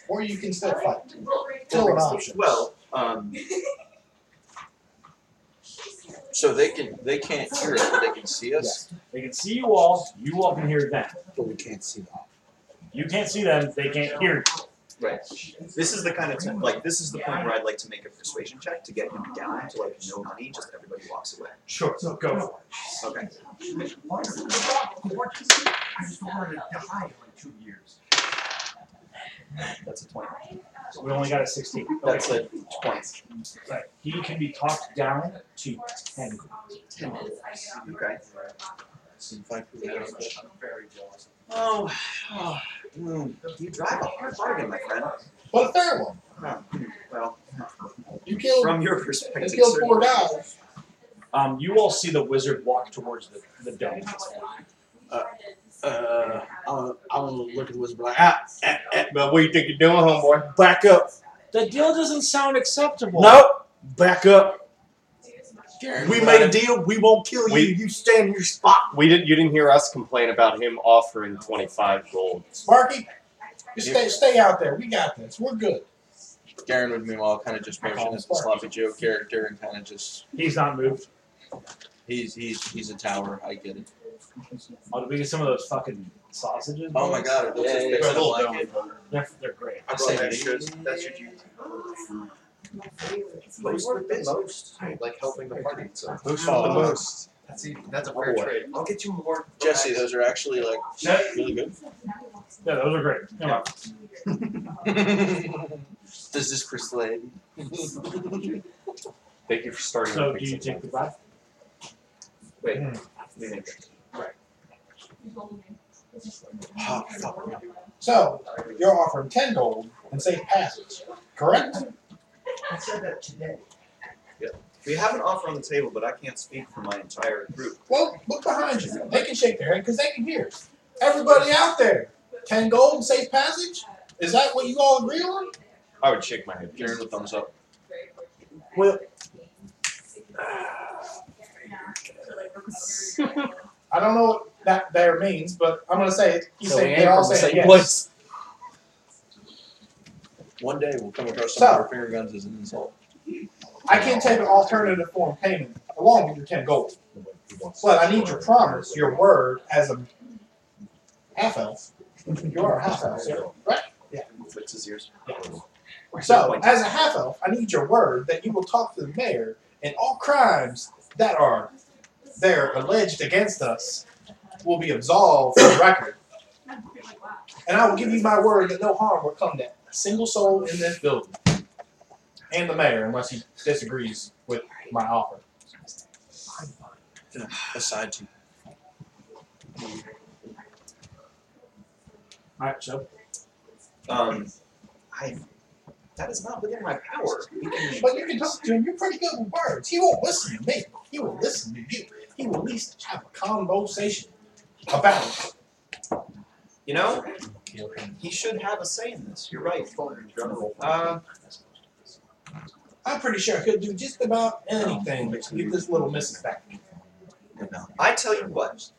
[SPEAKER 10] Or you can still fight. Still an option.
[SPEAKER 6] Well, um,
[SPEAKER 4] So they can, they can't hear us, but they can see us?
[SPEAKER 1] They can see you all. You all can hear them.
[SPEAKER 5] But we can't see that.
[SPEAKER 1] You can't see them. They can't hear. you.
[SPEAKER 6] right. This is the kind of time, like this is the point where I'd like to make a persuasion check to get him down to like no money, just everybody walks away.
[SPEAKER 1] Sure. So go. for
[SPEAKER 6] Okay. That's a twenty.
[SPEAKER 1] it. We only got a sixteen. Okay.
[SPEAKER 6] That's a twenty.
[SPEAKER 1] Right. He can be talked down to ten.
[SPEAKER 6] Okay.
[SPEAKER 4] Oh.
[SPEAKER 6] You drive a hard bargain, my friend.
[SPEAKER 10] But a fair one.
[SPEAKER 6] Well,
[SPEAKER 10] You killed,
[SPEAKER 6] from your
[SPEAKER 10] you
[SPEAKER 6] perspective,
[SPEAKER 10] killed four
[SPEAKER 6] certainly.
[SPEAKER 10] guys.
[SPEAKER 1] Um, you all see the wizard walk towards the, the dome.
[SPEAKER 5] Uh, I wanna, I wanna look at the wizard, and be like, ah, eh, eh,
[SPEAKER 3] But what do you think you're doing, homeboy?
[SPEAKER 5] back up.
[SPEAKER 1] The deal doesn't sound acceptable.
[SPEAKER 5] Nope, back up. We made a
[SPEAKER 4] it.
[SPEAKER 5] deal. We won't kill you.
[SPEAKER 3] We-
[SPEAKER 5] you stay in your spot.
[SPEAKER 3] We didn't. You didn't hear us complain about him offering twenty-five gold.
[SPEAKER 10] Sparky, just stay, stay out there. We got this. We're good.
[SPEAKER 4] Garen would meanwhile kind of just motion as the sloppy Joe character and kind of just,
[SPEAKER 1] He's not moved.
[SPEAKER 4] he's, he's, he's a tower, I get it.
[SPEAKER 1] Oh, did we get some of those fucking sausages?
[SPEAKER 4] Oh my god, are those
[SPEAKER 5] Yeah,
[SPEAKER 4] his
[SPEAKER 5] yeah,
[SPEAKER 4] big
[SPEAKER 5] yeah.
[SPEAKER 4] stuff like it?
[SPEAKER 1] They're, they're great.
[SPEAKER 4] I
[SPEAKER 6] Well,
[SPEAKER 4] say
[SPEAKER 6] that
[SPEAKER 4] leave.
[SPEAKER 6] should- that should you-
[SPEAKER 2] Most with the most, like helping the party. So
[SPEAKER 10] Most
[SPEAKER 3] of the
[SPEAKER 10] most.
[SPEAKER 2] that's a, that's a
[SPEAKER 3] fair
[SPEAKER 2] trade. I'll get you more.
[SPEAKER 4] Jesse, those are actually
[SPEAKER 5] [LAUGHS]
[SPEAKER 4] like
[SPEAKER 1] No,
[SPEAKER 4] really good.
[SPEAKER 1] no, those are great. Come on.
[SPEAKER 4] Does this crystal
[SPEAKER 5] [LAUGHS]
[SPEAKER 4] aid?
[SPEAKER 3] Thank you for starting.
[SPEAKER 1] So
[SPEAKER 3] with
[SPEAKER 1] do you
[SPEAKER 3] things
[SPEAKER 1] take
[SPEAKER 3] like
[SPEAKER 1] the back?
[SPEAKER 6] Wait.
[SPEAKER 4] Oh, fuck.
[SPEAKER 10] So, you're offering 10 gold and safe passage, correct?
[SPEAKER 6] We have an offer on the table, but I can't speak for my entire group.
[SPEAKER 10] Well, look behind you. They can shake their head because they can hear. Everybody out there, 10 gold and safe passage? Is that what you all agree on?
[SPEAKER 3] that. I would shake my head.
[SPEAKER 4] Garen with thumbs up.
[SPEAKER 5] Well,
[SPEAKER 10] I don't know what that there means, but I'm going to say it. He
[SPEAKER 5] So we
[SPEAKER 10] said,
[SPEAKER 5] ain't
[SPEAKER 10] they all
[SPEAKER 5] from the
[SPEAKER 10] said
[SPEAKER 5] same
[SPEAKER 10] yes.
[SPEAKER 5] place.
[SPEAKER 4] One day we'll come across some
[SPEAKER 10] So-
[SPEAKER 4] repair guns as an insult.
[SPEAKER 10] I can't take an alternative form of payment along with your 10 gold. But I need your promise, your word, as a half elf. You are a half elf, right?
[SPEAKER 6] Flicks his ears.
[SPEAKER 10] So, as a half elf, I need your word that you will talk to the mayor and all crimes that are there alleged against us will be absolved from the record. And I will give you my word that no harm will come to a single soul in this building and the mayor, unless he disagrees with my offer.
[SPEAKER 4] Aside to
[SPEAKER 1] All right, so
[SPEAKER 6] Um, I. That is not within my power. We can.
[SPEAKER 10] But you can talk to him. You're pretty good with words. He won't listen to me. He will listen to you. He will at least have a conversation about it.
[SPEAKER 6] You know, he should have a say in this. You're right. Uh,
[SPEAKER 10] I'm pretty sure he'll do just about anything to get this little missus back.
[SPEAKER 6] I tell you what.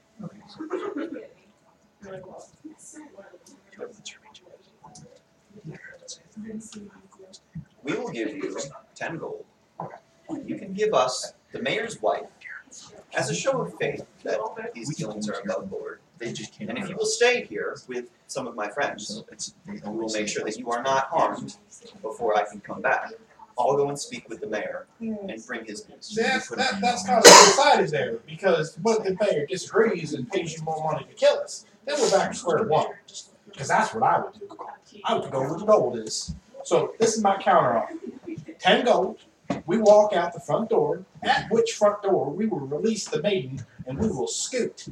[SPEAKER 6] We will give you ten gold. You can give us the mayor's wife as a show of faith that these dealings are above board.
[SPEAKER 4] They just came.
[SPEAKER 6] And if
[SPEAKER 4] out.
[SPEAKER 6] you will stay here with some of my friends,
[SPEAKER 4] So it's, they
[SPEAKER 6] we will
[SPEAKER 4] always
[SPEAKER 6] make
[SPEAKER 4] say
[SPEAKER 6] sure
[SPEAKER 4] it's
[SPEAKER 6] that you are not harmed before I can come back. I'll go and speak with the mayor and bring his news.
[SPEAKER 10] See, that's, that, that's kind of decided there because what if the mayor disagrees and pays you more money to kill us? Then we're back to square one. Because that's what I would do. I would go where the gold is. So this is my counter offer. Ten gold. We walk out the front door, at which front door we will release the maiden and we will scoot.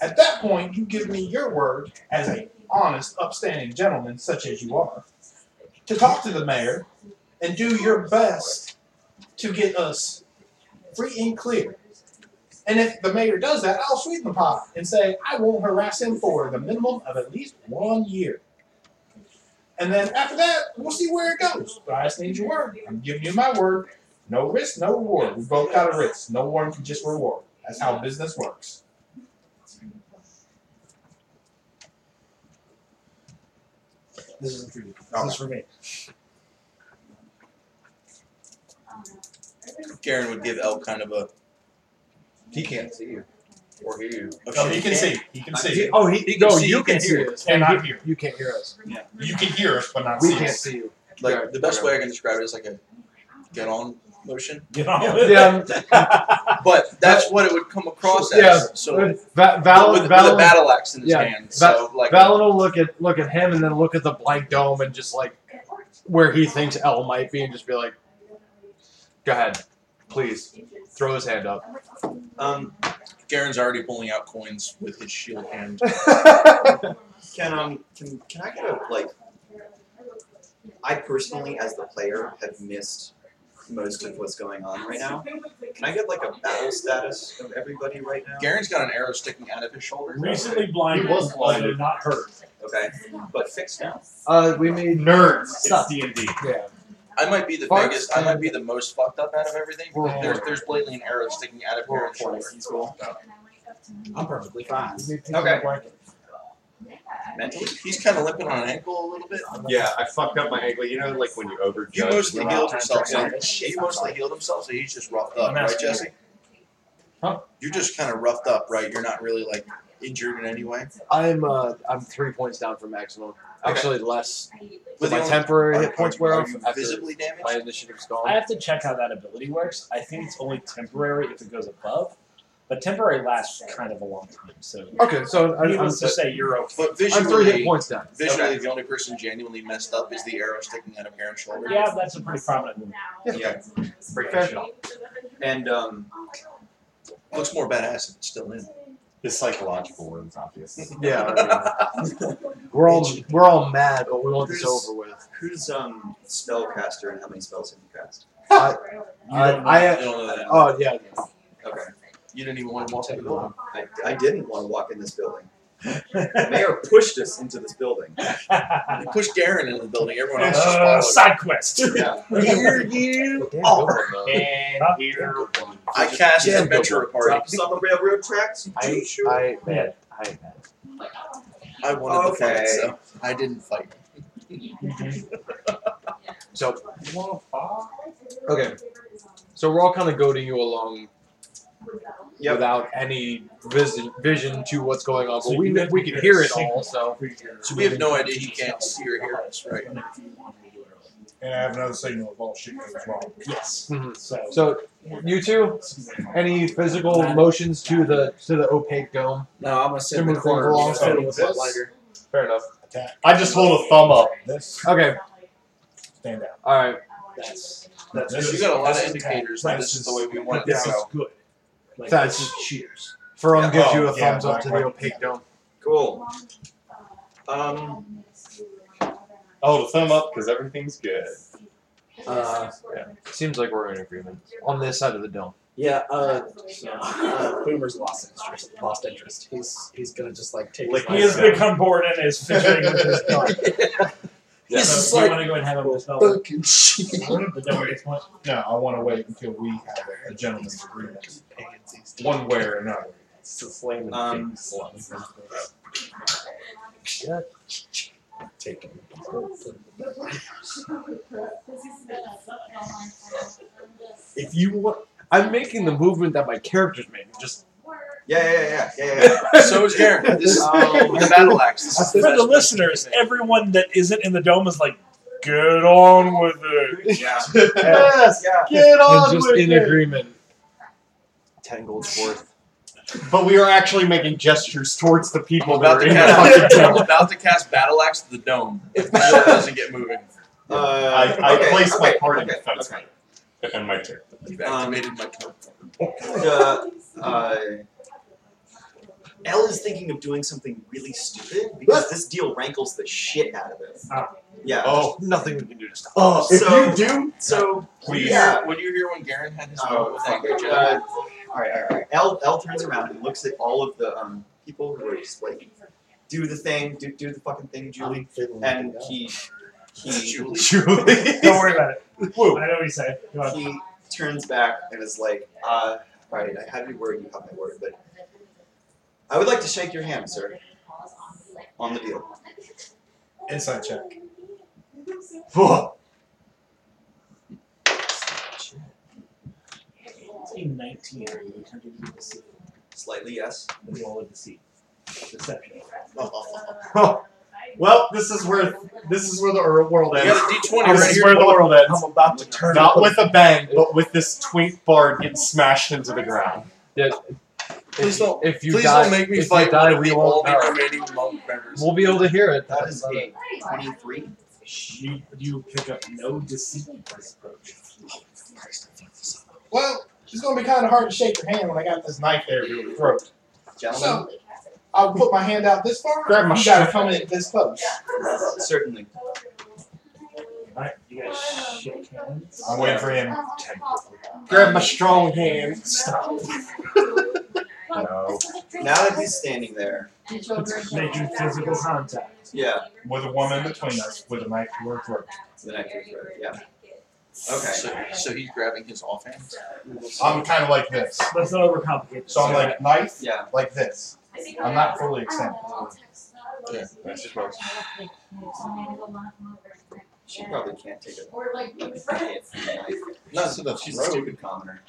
[SPEAKER 10] At that point, you give me your word as a honest, upstanding gentleman, such as you are, to talk to the mayor and do your best to get us free and clear. And if the mayor does that, I'll sweeten the pot and say I won't harass him for the minimum of at least one year. And then after that, we'll see where it goes. But I just need your word. I'm giving you my word. No risk, no reward. We both got a risk. No one can just reward. That's how business works.
[SPEAKER 8] This isn't for you. This is
[SPEAKER 10] Alright.
[SPEAKER 8] for me.
[SPEAKER 4] Karen would give El kind of a
[SPEAKER 2] He can't see you.
[SPEAKER 4] or hear you. Oh,
[SPEAKER 10] Oh,
[SPEAKER 4] shit,
[SPEAKER 10] he can see. He can see.
[SPEAKER 2] oh, he, he
[SPEAKER 10] No,
[SPEAKER 2] see,
[SPEAKER 10] you
[SPEAKER 2] he
[SPEAKER 10] can see
[SPEAKER 2] hear
[SPEAKER 10] it.
[SPEAKER 2] us.
[SPEAKER 10] And
[SPEAKER 2] he-
[SPEAKER 10] not hear.
[SPEAKER 2] You can't hear us.
[SPEAKER 10] You can hear us, but not
[SPEAKER 2] We
[SPEAKER 10] see
[SPEAKER 2] can't
[SPEAKER 10] us.
[SPEAKER 2] see you.
[SPEAKER 4] Like
[SPEAKER 2] Yeah,
[SPEAKER 4] the best
[SPEAKER 2] whatever.
[SPEAKER 4] way I can describe it is like a get on motion.
[SPEAKER 2] [LAUGHS]
[SPEAKER 1] You know?
[SPEAKER 10] [LAUGHS]
[SPEAKER 2] Yeah,
[SPEAKER 4] But that's what it would come across as.
[SPEAKER 2] Yeah.
[SPEAKER 4] So
[SPEAKER 2] Va-
[SPEAKER 4] but
[SPEAKER 2] Val,
[SPEAKER 4] with,
[SPEAKER 2] Val,
[SPEAKER 4] with a battle axe in his
[SPEAKER 2] yeah,
[SPEAKER 4] hand.
[SPEAKER 2] Va-
[SPEAKER 4] So like
[SPEAKER 2] Valen will look at look at him and then look at the blank dome and just like where he thinks L might be and
[SPEAKER 4] [LAUGHS]
[SPEAKER 2] just be like, "Go ahead, please." Throw his hand up.
[SPEAKER 6] Um, [LAUGHS]
[SPEAKER 4] Garen's already pulling out coins with his shield hand.
[SPEAKER 6] can um can, can I get a like? I personally, as the player, have missed most of what's going on right now. Can I get like a battle status of everybody right now?
[SPEAKER 4] Garen's got an arrow sticking out of his shoulder.
[SPEAKER 1] Recently blinded,
[SPEAKER 3] was
[SPEAKER 1] blinded, not hurt.
[SPEAKER 6] Okay, but fixed now.
[SPEAKER 2] Uh, we made
[SPEAKER 12] Nerds.
[SPEAKER 1] It's D and D.
[SPEAKER 2] Yeah,
[SPEAKER 4] I might be the
[SPEAKER 2] Farts
[SPEAKER 4] biggest. I might be the most fucked up out of everything.
[SPEAKER 2] We're
[SPEAKER 4] but There's
[SPEAKER 2] four.
[SPEAKER 4] there's blatantly an arrow sticking out of Garen's shoulder.
[SPEAKER 8] I'm perfectly fine.
[SPEAKER 2] we made
[SPEAKER 6] Okay.
[SPEAKER 2] blank-
[SPEAKER 6] Mentally,
[SPEAKER 4] He's kind of limping on an ankle a little bit.
[SPEAKER 3] Yeah, I fucked up my ankle. You know, like when you overjudge.
[SPEAKER 4] You mostly
[SPEAKER 3] the-
[SPEAKER 4] healed yourself. So
[SPEAKER 6] Yeah.
[SPEAKER 4] he mostly healed himself, so he's just roughed up,
[SPEAKER 1] I'm
[SPEAKER 4] right,
[SPEAKER 1] asking you.
[SPEAKER 4] Jesse?
[SPEAKER 1] Huh?
[SPEAKER 4] You're just kind of roughed up, right? You're not really like injured in any way.
[SPEAKER 2] I'm uh, I'm three points down from maximum. Actually, less.
[SPEAKER 4] But
[SPEAKER 2] my
[SPEAKER 4] the only-
[SPEAKER 2] temporary
[SPEAKER 4] Are-
[SPEAKER 2] hit points
[SPEAKER 4] are-
[SPEAKER 2] wear
[SPEAKER 4] are
[SPEAKER 2] off
[SPEAKER 4] you
[SPEAKER 2] after
[SPEAKER 4] visibly damaged.
[SPEAKER 2] my initiative's
[SPEAKER 1] [LAUGHS] I
[SPEAKER 2] gone.
[SPEAKER 1] have to check how that ability works. I think it's only temporary if it goes above, but temporary lasts kind of a long time. So
[SPEAKER 2] Okay, so I'm, I'm,
[SPEAKER 1] needless to say, you're okay.
[SPEAKER 4] But
[SPEAKER 2] I'm three hit
[SPEAKER 4] visually,
[SPEAKER 2] points down.
[SPEAKER 4] visually, the only person genuinely messed up is the arrow sticking out of Garen's shoulder.
[SPEAKER 1] Yeah, that's a pretty prominent move.
[SPEAKER 6] Yeah.
[SPEAKER 2] Pretty
[SPEAKER 6] and um,
[SPEAKER 4] Looks more badass if it's still in.
[SPEAKER 3] The psychological one's obvious.
[SPEAKER 1] [LAUGHS]
[SPEAKER 2] Yeah, we're all we're all mad, but we want this
[SPEAKER 6] There's-
[SPEAKER 2] over with.
[SPEAKER 6] [LAUGHS] who's um spellcaster and how many spells have you cast?
[SPEAKER 2] I,
[SPEAKER 1] don't
[SPEAKER 2] I,
[SPEAKER 4] You don't know that.
[SPEAKER 2] oh yeah,
[SPEAKER 6] Okay.
[SPEAKER 4] You didn't even want to walk in the building.
[SPEAKER 6] I, I didn't want to walk in this building. The mayor pushed us into
[SPEAKER 3] [LAUGHS]
[SPEAKER 6] this building.
[SPEAKER 2] uh,
[SPEAKER 1] [LAUGHS]
[SPEAKER 4] You pushed Garen into the building. Everyone else just
[SPEAKER 1] Uh,
[SPEAKER 4] followed.
[SPEAKER 1] side quest.
[SPEAKER 6] Yeah.
[SPEAKER 2] Damn, good one, though.
[SPEAKER 3] And here,
[SPEAKER 4] I cast
[SPEAKER 2] Yeah.
[SPEAKER 4] the Ventura Party.
[SPEAKER 6] Dropped us on the railroad tracks. you
[SPEAKER 2] I,
[SPEAKER 6] douche.
[SPEAKER 2] I, man, I, man.
[SPEAKER 4] I wanted to fight,
[SPEAKER 6] Okay.
[SPEAKER 4] so I didn't fight.
[SPEAKER 2] So okay, so we're all kind of goading you along
[SPEAKER 6] Yep.
[SPEAKER 2] without any vision vision to what's going on, but
[SPEAKER 1] So
[SPEAKER 2] we
[SPEAKER 1] you
[SPEAKER 2] we
[SPEAKER 1] can
[SPEAKER 2] can hear it
[SPEAKER 1] sing.
[SPEAKER 2] all. So
[SPEAKER 4] So we have no idea he can't see or hear us, right?
[SPEAKER 10] And I have another signal of all shit goes wrong.
[SPEAKER 1] Yes.
[SPEAKER 2] Mhm.
[SPEAKER 1] So.
[SPEAKER 2] so you two, any physical motions to the to the opaque dome?
[SPEAKER 8] No, I'm gonna sit in
[SPEAKER 2] Similar
[SPEAKER 8] the corner
[SPEAKER 2] thing
[SPEAKER 8] and fiddle
[SPEAKER 10] along
[SPEAKER 8] with my
[SPEAKER 10] this.
[SPEAKER 8] lighter.
[SPEAKER 2] Fair enough.
[SPEAKER 10] Attack.
[SPEAKER 3] I just hold a thumb up.
[SPEAKER 10] This
[SPEAKER 2] Okay,
[SPEAKER 10] stand out.
[SPEAKER 2] all right.
[SPEAKER 1] That's,
[SPEAKER 10] That's
[SPEAKER 1] that's
[SPEAKER 4] So you
[SPEAKER 10] is-
[SPEAKER 4] got a lot
[SPEAKER 10] this
[SPEAKER 4] of
[SPEAKER 10] is
[SPEAKER 4] indicators
[SPEAKER 10] bad.
[SPEAKER 4] that this
[SPEAKER 10] This
[SPEAKER 4] is the way we want it
[SPEAKER 1] this
[SPEAKER 4] to
[SPEAKER 1] is
[SPEAKER 4] go.
[SPEAKER 1] good. Like
[SPEAKER 2] That's-
[SPEAKER 1] this is cheers.
[SPEAKER 2] Ferron gives
[SPEAKER 10] Oh,
[SPEAKER 2] you a
[SPEAKER 10] yeah,
[SPEAKER 2] thumbs up to the
[SPEAKER 10] right.
[SPEAKER 2] opaque dome.
[SPEAKER 6] Cool. Um,
[SPEAKER 3] Oh, the thumb up because everything's good.
[SPEAKER 2] Uh, Seems like we're in agreement on this side of the dome.
[SPEAKER 8] Yeah, uh,
[SPEAKER 7] So.
[SPEAKER 8] uh, Boomer's lost interest. Lost interest. He's he's gonna just like take.
[SPEAKER 1] He has become bored and is fidgeting with his dog. [LAUGHS]
[SPEAKER 4] [LAUGHS]
[SPEAKER 5] This
[SPEAKER 1] so
[SPEAKER 5] is
[SPEAKER 1] do you
[SPEAKER 5] like
[SPEAKER 1] want to go and have him this novel?
[SPEAKER 5] fucking shit.
[SPEAKER 3] [LAUGHS]
[SPEAKER 1] The devil gets one.
[SPEAKER 10] No, I want to wait until we have a gentleman's agreement, one way or another.
[SPEAKER 6] Um,
[SPEAKER 4] [LAUGHS]
[SPEAKER 2] If you want, I'm making the movement that my characters make. Just
[SPEAKER 6] yeah, yeah, yeah, yeah, yeah,
[SPEAKER 2] [LAUGHS]
[SPEAKER 4] So is Garen. This is
[SPEAKER 2] Oh,
[SPEAKER 6] Um,
[SPEAKER 4] the battle axe. This is-
[SPEAKER 1] For the listeners, everyone that isn't in the dome is like, get on with it.
[SPEAKER 4] yeah.
[SPEAKER 6] yes, yeah.
[SPEAKER 12] Get
[SPEAKER 2] it's
[SPEAKER 12] on
[SPEAKER 2] just
[SPEAKER 12] with
[SPEAKER 2] in
[SPEAKER 12] it.
[SPEAKER 2] agreement.
[SPEAKER 6] Ten golds worth.
[SPEAKER 3] [LAUGHS] But we are actually making gestures towards the
[SPEAKER 4] I'm
[SPEAKER 3] people that
[SPEAKER 4] about
[SPEAKER 3] are
[SPEAKER 4] to
[SPEAKER 3] in the
[SPEAKER 4] cast, [LAUGHS]
[SPEAKER 3] fucking
[SPEAKER 4] I'm
[SPEAKER 3] dome.
[SPEAKER 4] about to cast battle axe to the dome. If the dome doesn't get moving,
[SPEAKER 6] Uh,
[SPEAKER 3] I, I
[SPEAKER 6] okay,
[SPEAKER 3] placed
[SPEAKER 6] okay,
[SPEAKER 3] my part in
[SPEAKER 6] okay,
[SPEAKER 3] defense.
[SPEAKER 6] okay.
[SPEAKER 3] And my turn.
[SPEAKER 4] you've activated my turn.
[SPEAKER 6] The, uh, Elle is thinking of doing something really stupid because this deal rankles the shit out of it.
[SPEAKER 10] uh,
[SPEAKER 6] Yeah.
[SPEAKER 3] Oh,
[SPEAKER 2] Nothing we can do to stop.
[SPEAKER 5] Oh, if
[SPEAKER 6] So-
[SPEAKER 5] you do,
[SPEAKER 6] So
[SPEAKER 4] Would you,
[SPEAKER 6] Yeah.
[SPEAKER 4] hear, would you hear when Garen had his
[SPEAKER 6] Oh,
[SPEAKER 4] moment with that great
[SPEAKER 6] Uh, all right, all right, all right. L L turns around and looks at all of the um, people who are just like, do the thing, do, do the fucking thing, Julie. And he he
[SPEAKER 4] Julie.
[SPEAKER 1] Don't worry about it.
[SPEAKER 3] Woo.
[SPEAKER 1] I know what you say. Go on.
[SPEAKER 6] he turns back and is like, uh, all right, I have your word, you have my word, but I would like to shake your hand, sir, on the deal.
[SPEAKER 10] Inside [LAUGHS] check.
[SPEAKER 1] Nineteen. Are you attempting to deceive?
[SPEAKER 6] Slightly yes.
[SPEAKER 1] Roll a deceive. Deception.
[SPEAKER 3] Well, this is where this is where the world
[SPEAKER 4] You
[SPEAKER 3] ends.
[SPEAKER 4] got a D20 right
[SPEAKER 3] This is
[SPEAKER 4] here.
[SPEAKER 3] where the world ends.
[SPEAKER 5] I'm about to turn.
[SPEAKER 3] Not with a bang, but with this twink bard getting smashed into the ground.
[SPEAKER 4] Please don't.
[SPEAKER 2] If you
[SPEAKER 4] please
[SPEAKER 2] die,
[SPEAKER 4] don't make me
[SPEAKER 2] if
[SPEAKER 4] fight
[SPEAKER 2] you die,
[SPEAKER 4] one of
[SPEAKER 2] we
[SPEAKER 4] the
[SPEAKER 2] will
[SPEAKER 4] only remaining monk members.
[SPEAKER 2] We'll be able to hear it.
[SPEAKER 6] That is a twenty-three.
[SPEAKER 1] You you pick up no deceit in this approach.
[SPEAKER 10] Well, it's gonna be kind of hard to shake your hand when I got this knife there to your throat.
[SPEAKER 6] Gentlemen,
[SPEAKER 10] So I'll put my hand out this far.
[SPEAKER 3] Grab my
[SPEAKER 10] you gotta
[SPEAKER 3] shirt.
[SPEAKER 10] come in this close.
[SPEAKER 6] certainly.
[SPEAKER 1] Alright, you guys shake hands.
[SPEAKER 3] I'm waiting for him.
[SPEAKER 10] Grab my strong hand.
[SPEAKER 1] Stop.
[SPEAKER 3] No.
[SPEAKER 6] Now that he's standing there,
[SPEAKER 1] Making physical contact.
[SPEAKER 6] yeah,
[SPEAKER 3] With a woman between us, with a knife to her throat.
[SPEAKER 6] the next throat, yeah.
[SPEAKER 4] So, so he's grabbing his offhand.
[SPEAKER 10] I'm kind of like this.
[SPEAKER 1] Let's not overcomplicate this.
[SPEAKER 10] So I'm like knife,
[SPEAKER 6] Yeah.
[SPEAKER 10] like this. I'm not fully extended. [LAUGHS]
[SPEAKER 4] Yeah,
[SPEAKER 3] that's just mine.
[SPEAKER 6] She
[SPEAKER 10] [LAUGHS]
[SPEAKER 6] probably can't take a
[SPEAKER 7] Or like we were
[SPEAKER 6] hit
[SPEAKER 7] friends.
[SPEAKER 6] from a knife.
[SPEAKER 4] No, so no, she's
[SPEAKER 6] Rogue
[SPEAKER 4] stupid.
[SPEAKER 6] commoner.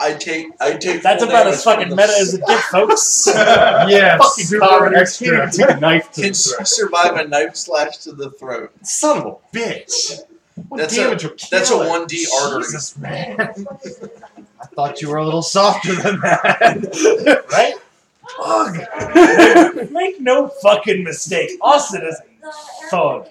[SPEAKER 4] I take. I take.
[SPEAKER 1] That's
[SPEAKER 4] full
[SPEAKER 1] about
[SPEAKER 4] damage
[SPEAKER 1] as fucking
[SPEAKER 4] from
[SPEAKER 1] meta
[SPEAKER 4] the
[SPEAKER 1] as it gets,
[SPEAKER 3] [LAUGHS]
[SPEAKER 1] folks.
[SPEAKER 2] Yes.
[SPEAKER 3] Fucking Connor, I can't even take a knife to
[SPEAKER 4] Can
[SPEAKER 3] the
[SPEAKER 4] she
[SPEAKER 3] throat.
[SPEAKER 4] survive a knife slash to the throat?
[SPEAKER 3] Son of a bitch. What
[SPEAKER 4] That's a-
[SPEAKER 3] damage a,
[SPEAKER 4] That's a one D artery.
[SPEAKER 1] Jesus, man.
[SPEAKER 2] I thought you were a little softer than that.
[SPEAKER 1] Right? [LAUGHS] Make no fucking mistake. Austin is a thug.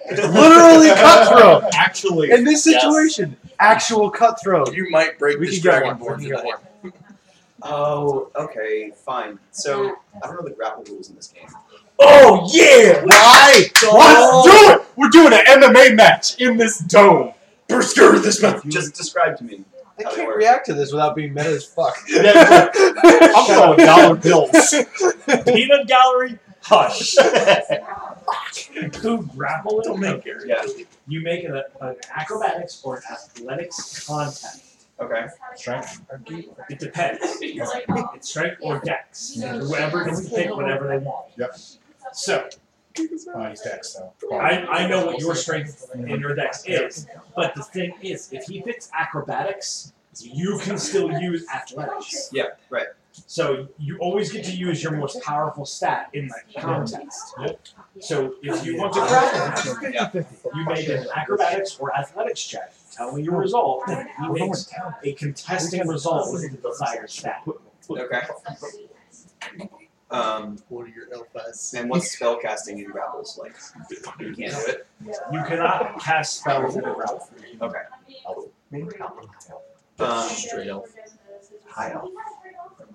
[SPEAKER 1] [LAUGHS]
[SPEAKER 2] Literally
[SPEAKER 10] [LAUGHS]
[SPEAKER 2] cutthroat.
[SPEAKER 3] Actually,
[SPEAKER 2] In this situation, actual cutthroat.
[SPEAKER 4] You might break
[SPEAKER 2] We
[SPEAKER 4] this
[SPEAKER 2] can get one.
[SPEAKER 4] dragonborn
[SPEAKER 2] We can get
[SPEAKER 4] tonight.
[SPEAKER 2] one.
[SPEAKER 6] Oh, okay, fine. So I don't know the grapple rules in this game.
[SPEAKER 3] Oh yeah! Why? Let's do
[SPEAKER 4] Oh.
[SPEAKER 3] it! We're doing an MMA match in this dome. Bersker this match.
[SPEAKER 6] Just describe to me.
[SPEAKER 2] I
[SPEAKER 6] how it
[SPEAKER 2] can't
[SPEAKER 6] works.
[SPEAKER 2] react to this without being meta as fuck.
[SPEAKER 3] Yeah, I'm throwing dollar
[SPEAKER 4] [LAUGHS]
[SPEAKER 3] bills.
[SPEAKER 1] Peanut gallery, hush. Who grapple it?
[SPEAKER 4] Don't make Gary.
[SPEAKER 6] Yeah.
[SPEAKER 1] You make an, an acrobatics or an athletics contact.
[SPEAKER 6] Okay.
[SPEAKER 1] Strength? It depends. It's strength or dex.
[SPEAKER 7] Yeah.
[SPEAKER 1] Whoever can pick whatever they want.
[SPEAKER 10] Yep.
[SPEAKER 1] So
[SPEAKER 10] Oh, he's dex though.
[SPEAKER 1] I, I know what your strength and your dex is, but the thing is, if he picks acrobatics, you can still use athletics.
[SPEAKER 6] Yeah. Right.
[SPEAKER 1] So you always get to use your most powerful stat in that context. So if you want to grapple, him,
[SPEAKER 6] Yeah.
[SPEAKER 1] you make an acrobatics or athletics check. Tell me your result, and he makes a contesting result with the desired stat.
[SPEAKER 6] Okay. Um,
[SPEAKER 5] What are your L5s?
[SPEAKER 6] and what's spell casting in grapples like? You can't do it.
[SPEAKER 1] You cannot cast spells in a grapple.
[SPEAKER 6] Okay.
[SPEAKER 5] Me?
[SPEAKER 6] Um,
[SPEAKER 4] Uh, Straight elf.
[SPEAKER 5] High elf.